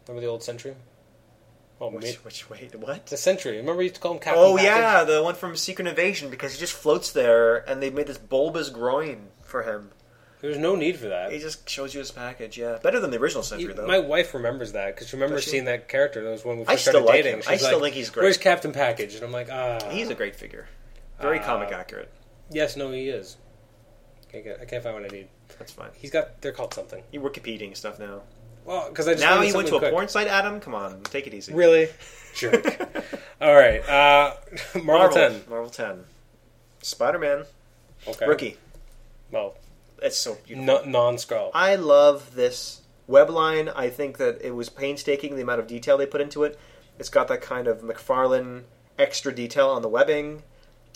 Remember the old Sentry? Well, Which, mid- which, wait, what? the Sentry. Remember we used to call him Captain Oh Package? yeah, the one from Secret Invasion because he just floats there, and they made this bulbous groin for him. There's no need for that. He just shows you his package. Yeah, better than the original You- Sentry though. my wife remembers that because she remembers Does she? seeing that character. That was when we I first still started like dating. him. She's I still like, think he's great. Where's Captain Package? And I'm like, ah, He's a great figure, very Uh, comic accurate. yes, no, he is. Can't get, I can't find what I need. That's fine. He's got. They're called something. You were competing stuff now. Well, because I just Now needed you went to a something quick. porn site, Adam. Come on, take it easy. Really, jerk. All right, uh, Marvel, Marvel ten. Marvel ten. Spider Man Okay, rookie. Well, It's so no, beautiful. non-Skrull. I love this web line. I think that it was painstaking the amount of detail they put into it. It's got that kind of McFarlane extra detail on the webbing.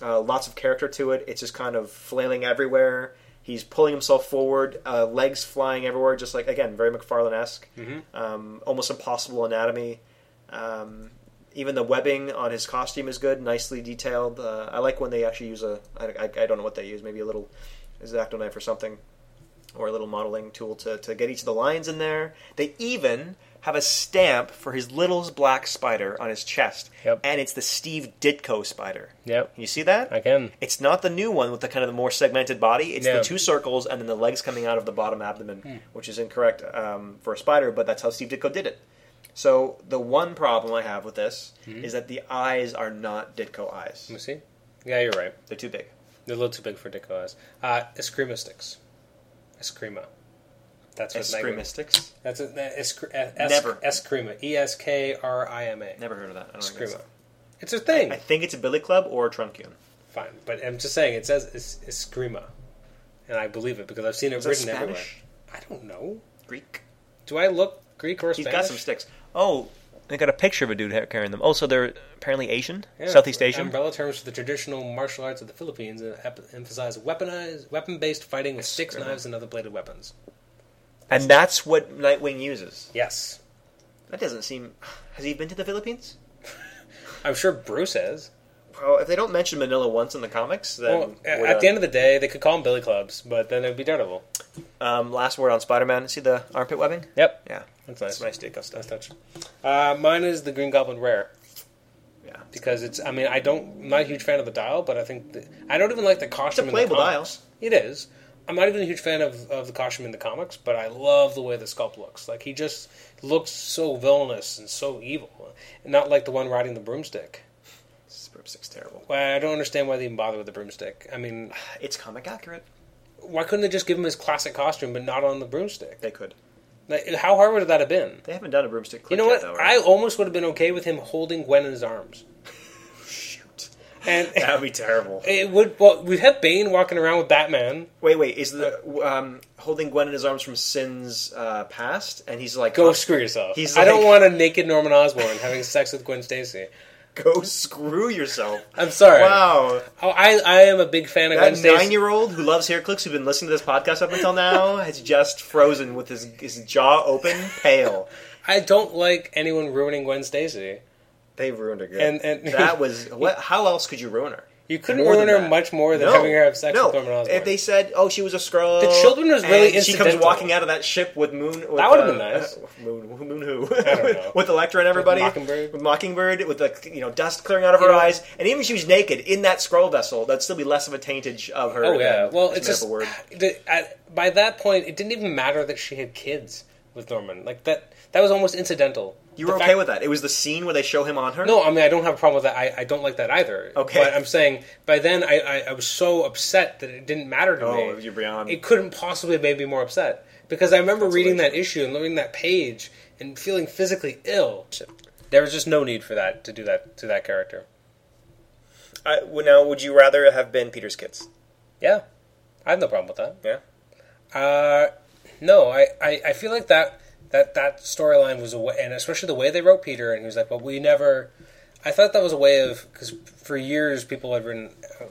Uh, lots of character to it. It's just kind of flailing everywhere. He's pulling himself forward, uh, legs flying everywhere, just like again, very McFarlane esque. Um, almost impossible anatomy. Um, even the webbing on his costume is good, nicely detailed. Uh, I like when they actually use a. I, I, I don't know what they use. Maybe a little exacto knife or something or a little modeling tool to, to get each of the lines in there. They even have a stamp for his little black spider on his chest, Yep. and it's the Steve Ditko spider. Yep. Can you see that? I can. It's not the new one with the kind of the more segmented body. It's No. Hmm. the two circles and then the legs coming out of the bottom abdomen, which is incorrect um, for a spider, but that's how Steve Ditko did it. So the one problem I have with this Hmm. is that the eyes are not Ditko eyes; Let me see. Yeah, you're right. they're too big. They're a little too big for Dick Oz. Uh, Escrima sticks. Escrima. That's what Nightwing. Escrimistics? That's a, that escr- es- Never. Escrima. E S K R I M A. Never heard of that. I don't think so. Escrima. It's a thing. I think it's a billy club or a truncheon. Fine, but I'm just saying it says es- Escrima, and I believe it because I've seen it Is that written Spanish? everywhere. I don't know. Greek? Do I look Greek or He's Spanish? got some sticks. Oh, they got a picture of a dude ha- carrying them. Oh, so they're apparently Asian, Yeah, Southeast Asian. Umbrella terms for the traditional martial arts of the Philippines and ep- emphasize weaponized, weapon-based fighting with sticks, Sure. knives, and other bladed weapons. And that's what Nightwing uses. Yes, That doesn't seem. Has he been to the Philippines? I'm sure Bruce has. Well, if they don't mention Manila once in the comics, then Well, a- we're at the end done. of the day, they could call them Billy Clubs, but then it'd be Daredevil. um, last word on Spider-Man. See the armpit webbing? Yep, Yeah, that's nice. that's nice dick stuff. Nice touch. Uh, mine is the Green Goblin rare Yeah, it's because it's. I mean, I don't. I'm not a huge fan of the dial, but I think the, I don't even like the a costume. in the playable comic. dial. It is. I'm not even a huge fan of, of the costume in the comics, but I love the way the sculpt looks. Like he just looks so villainous and so evil, not like the one riding the broomstick. Broomstick's terrible. Why I don't understand why they even bother with the broomstick. I mean, It's comic accurate. why couldn't they just give him his classic costume, but not on the broomstick? They could. Like, how hard would that have been? They haven't done a broomstick. You Clip know yet, what? Though, I right? almost would have been okay with him holding Gwen in his arms, shoot. and That would be terrible. it would. Well, we have Bane walking around with Batman. Wait, wait. Is the um, holding Gwen in his arms from Sin's uh, past, and he's like, Go screw yourself. He's I don't like- want a naked Norman Osborn having sex with Gwen Stacy. go screw yourself." I'm sorry. Wow, Oh, I, I am a big fan of Gwen that Stacy. nine-year-old who loves hair clicks, who's been listening to this podcast up until now, has just frozen with his his jaw open, pale. I don't like anyone ruining Gwen Stacy. They ruined her. Good. And- and- that was what? How else could you ruin her? You couldn't More than ruin her that. much more than having her have sex with Norman Osborn. If they said, "Oh, she was a scroll," The children was really and she comes incidental. walking out of that ship with Moon. With, That would've uh, been nice. uh, moon, who- moon who? don't with, know. with Electra and everybody. Mockingbird. With Mockingbird, with the you know dust clearing out of her You know- eyes, and even if she was naked in that scroll vessel, that'd still be less of a taintage of her. oh yeah, than- well as it's made up just a word. the- at- by that point it didn't even matter that she had kids with Norman. Like that that was almost incidental. You The were okay fact- with that? It was the scene where they show him on her. No, I mean I don't have a problem with that. I, I don't like that either. Okay. but I'm saying by then I, I, I was so upset that it didn't matter to Oh, me. you're beyond. it couldn't possibly have made me more upset because I remember reading that issue and learning that page and feeling physically ill. There was just no need for that to do that to that character. I, well, now, would you rather have been Peter's kids? Yeah, I have no problem with that. Yeah. Uh, no, I, I, I feel like that that that storyline was a way, and especially the way they wrote Peter, and he was like, "Well, we never." I thought that was a way of because for years people had written. uh,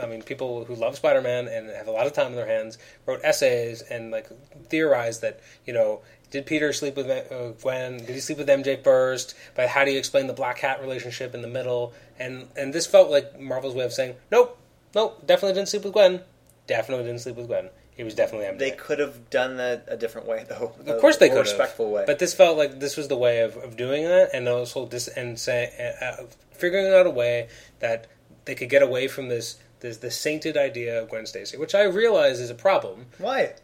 I mean, people who love Spider-Man and have a lot of time on their hands wrote essays and like theorized that you know did Peter sleep with uh, Gwen? Did he sleep with MJ first? But how do you explain the Black Hat relationship in the middle? And and this felt like Marvel's way of saying, nope, nope, definitely didn't sleep with Gwen. Definitely didn't sleep with Gwen. He was definitely MJ. They could have done that a different way, though. Of course they more could have. respectful way. But this felt like this was the way of, of doing that, and also dis- and say, uh, uh, figuring out a way that they could get away from this this the sainted idea of Gwen Stacy, which I realize is a problem. why?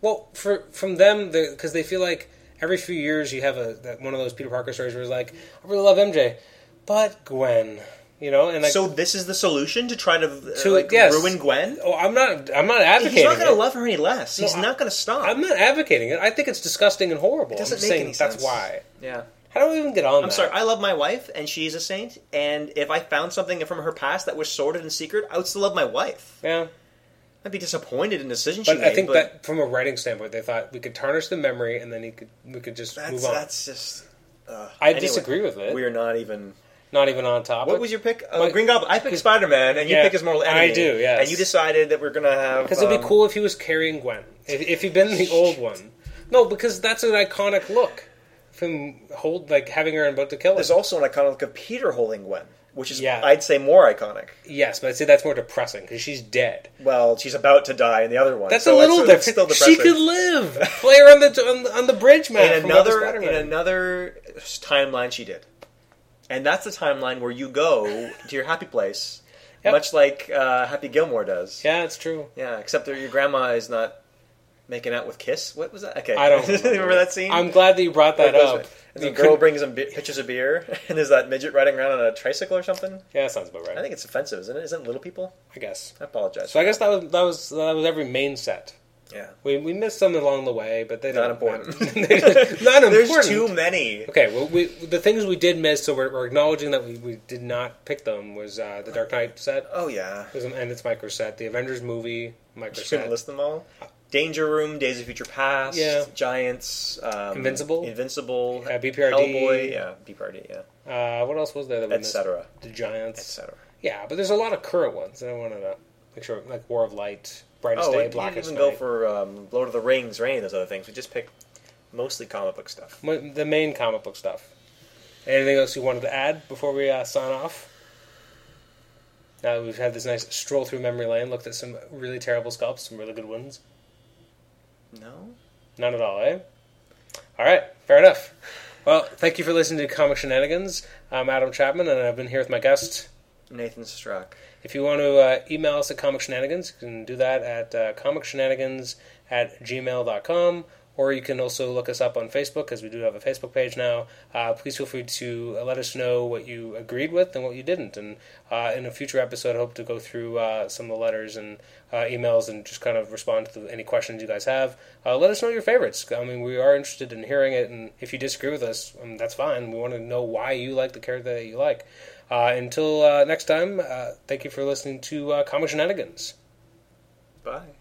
Well, for from them, because they feel like every few years you have a that one of those Peter Parker stories where it's like, I really love MJ, but Gwen, you know, and like, so this is the solution to try to, uh, To- like, yes. ruin Gwen. oh, I'm not, I'm not advocating. He's not going it. to love her any less. He's I- not going to stop. I'm not advocating it. I think it's disgusting and horrible. it doesn't I'm make saying any that's sense. why. Yeah. How do we even get on? I'm that? sorry. I love my wife, and she's a saint. And if I found something from her past that was sordid and secret, I would still love my wife. yeah. I'd be disappointed in the decision she But made. I think but that from a writing standpoint, they thought we could tarnish the memory and then he could we could just that's, move on. that's just. Uh, I anyway, disagree with it. We are not even. Not even on topic. What was your pick? Uh, My- Green Goblin. I picked Spider Man, and you Yeah, picked his mortal I enemy. do, yes. And you decided that we're gonna have Because it'd be um, cool if he was carrying Gwen. If, if he'd been the old one. No, because that's an iconic look. From hold like having her and about to kill him. There's also an iconic of Peter holding Gwen, which is Yeah. I'd say more iconic. Yes, but I'd say that's more depressing because she's dead. Well, she's about to die in the other one. That's so a little that's- that's different. Still she depressing. could live. Play her on the on, the- on the bridge map. in from Love is another Spider-Man. in another timeline she did and that's the timeline where you go to your happy place Yep. much like uh, happy gilmore does yeah, it's true. Yeah, except that your grandma is not making out with kiss what was that okay I don't remember, that scene I'm glad that you brought Where it that goes- up. and the You girl couldn't- brings him bi- pitchers of beer and there's that midget riding around on a tricycle or something yeah, that sounds about right. i think it's offensive isn't it isn't it little people I guess. i apologize So I guess that was that was that was every main set. yeah We we missed some along the way, but they not don't important matter. not there's important. too many Okay, well, we the things we did miss, so we're, we're acknowledging that we, we did not pick them. Was uh, the Dark Knight set oh yeah was an, and its micro set, the Avengers movie micro just gonna set. list them all Danger Room, Days of Future Past, Yeah. Giants, um, Invincible? Invincible, Yeah, BPRD. Hellboy, yeah, BPRD, yeah, Uh, what else was there that we missed? etc., The Giants. etc. Yeah, but there's a lot of current ones. I wanted to make sure, like War of Light, Brightest Oh, Day, we didn't Blackest even Night. go for um, Lord of the Rings or any of those other things. We just picked mostly comic book stuff. Mo- the main comic book stuff. Anything else you wanted to add before we uh, sign off? Now that we've had this nice stroll through memory lane, looked at some really terrible sculpts, some really good ones. No, None at all, eh? All right, fair enough. Well, thank you for listening to Comic Shenanigans. I'm Adam Chapman, and I've been here with my guest. Nathan Strzok. If you want to uh, email us at Comic Shenanigans, you can do that at uh, comicshenanigans at gmail.com, or you can also look us up on Facebook, as we do have a Facebook page now. Uh, please feel free to uh, let us know what you agreed with and what you didn't. And uh, in a future episode, I hope to go through uh, some of the letters and uh, emails and just kind of respond to any questions you guys have. Uh, let us know your favorites. I mean, we are interested in hearing it, and if you disagree with us, um, that's fine. We want to know why you like the character that you like. Uh, until uh, next time, uh, thank you for listening to uh, Comic Shenanigans. Bye.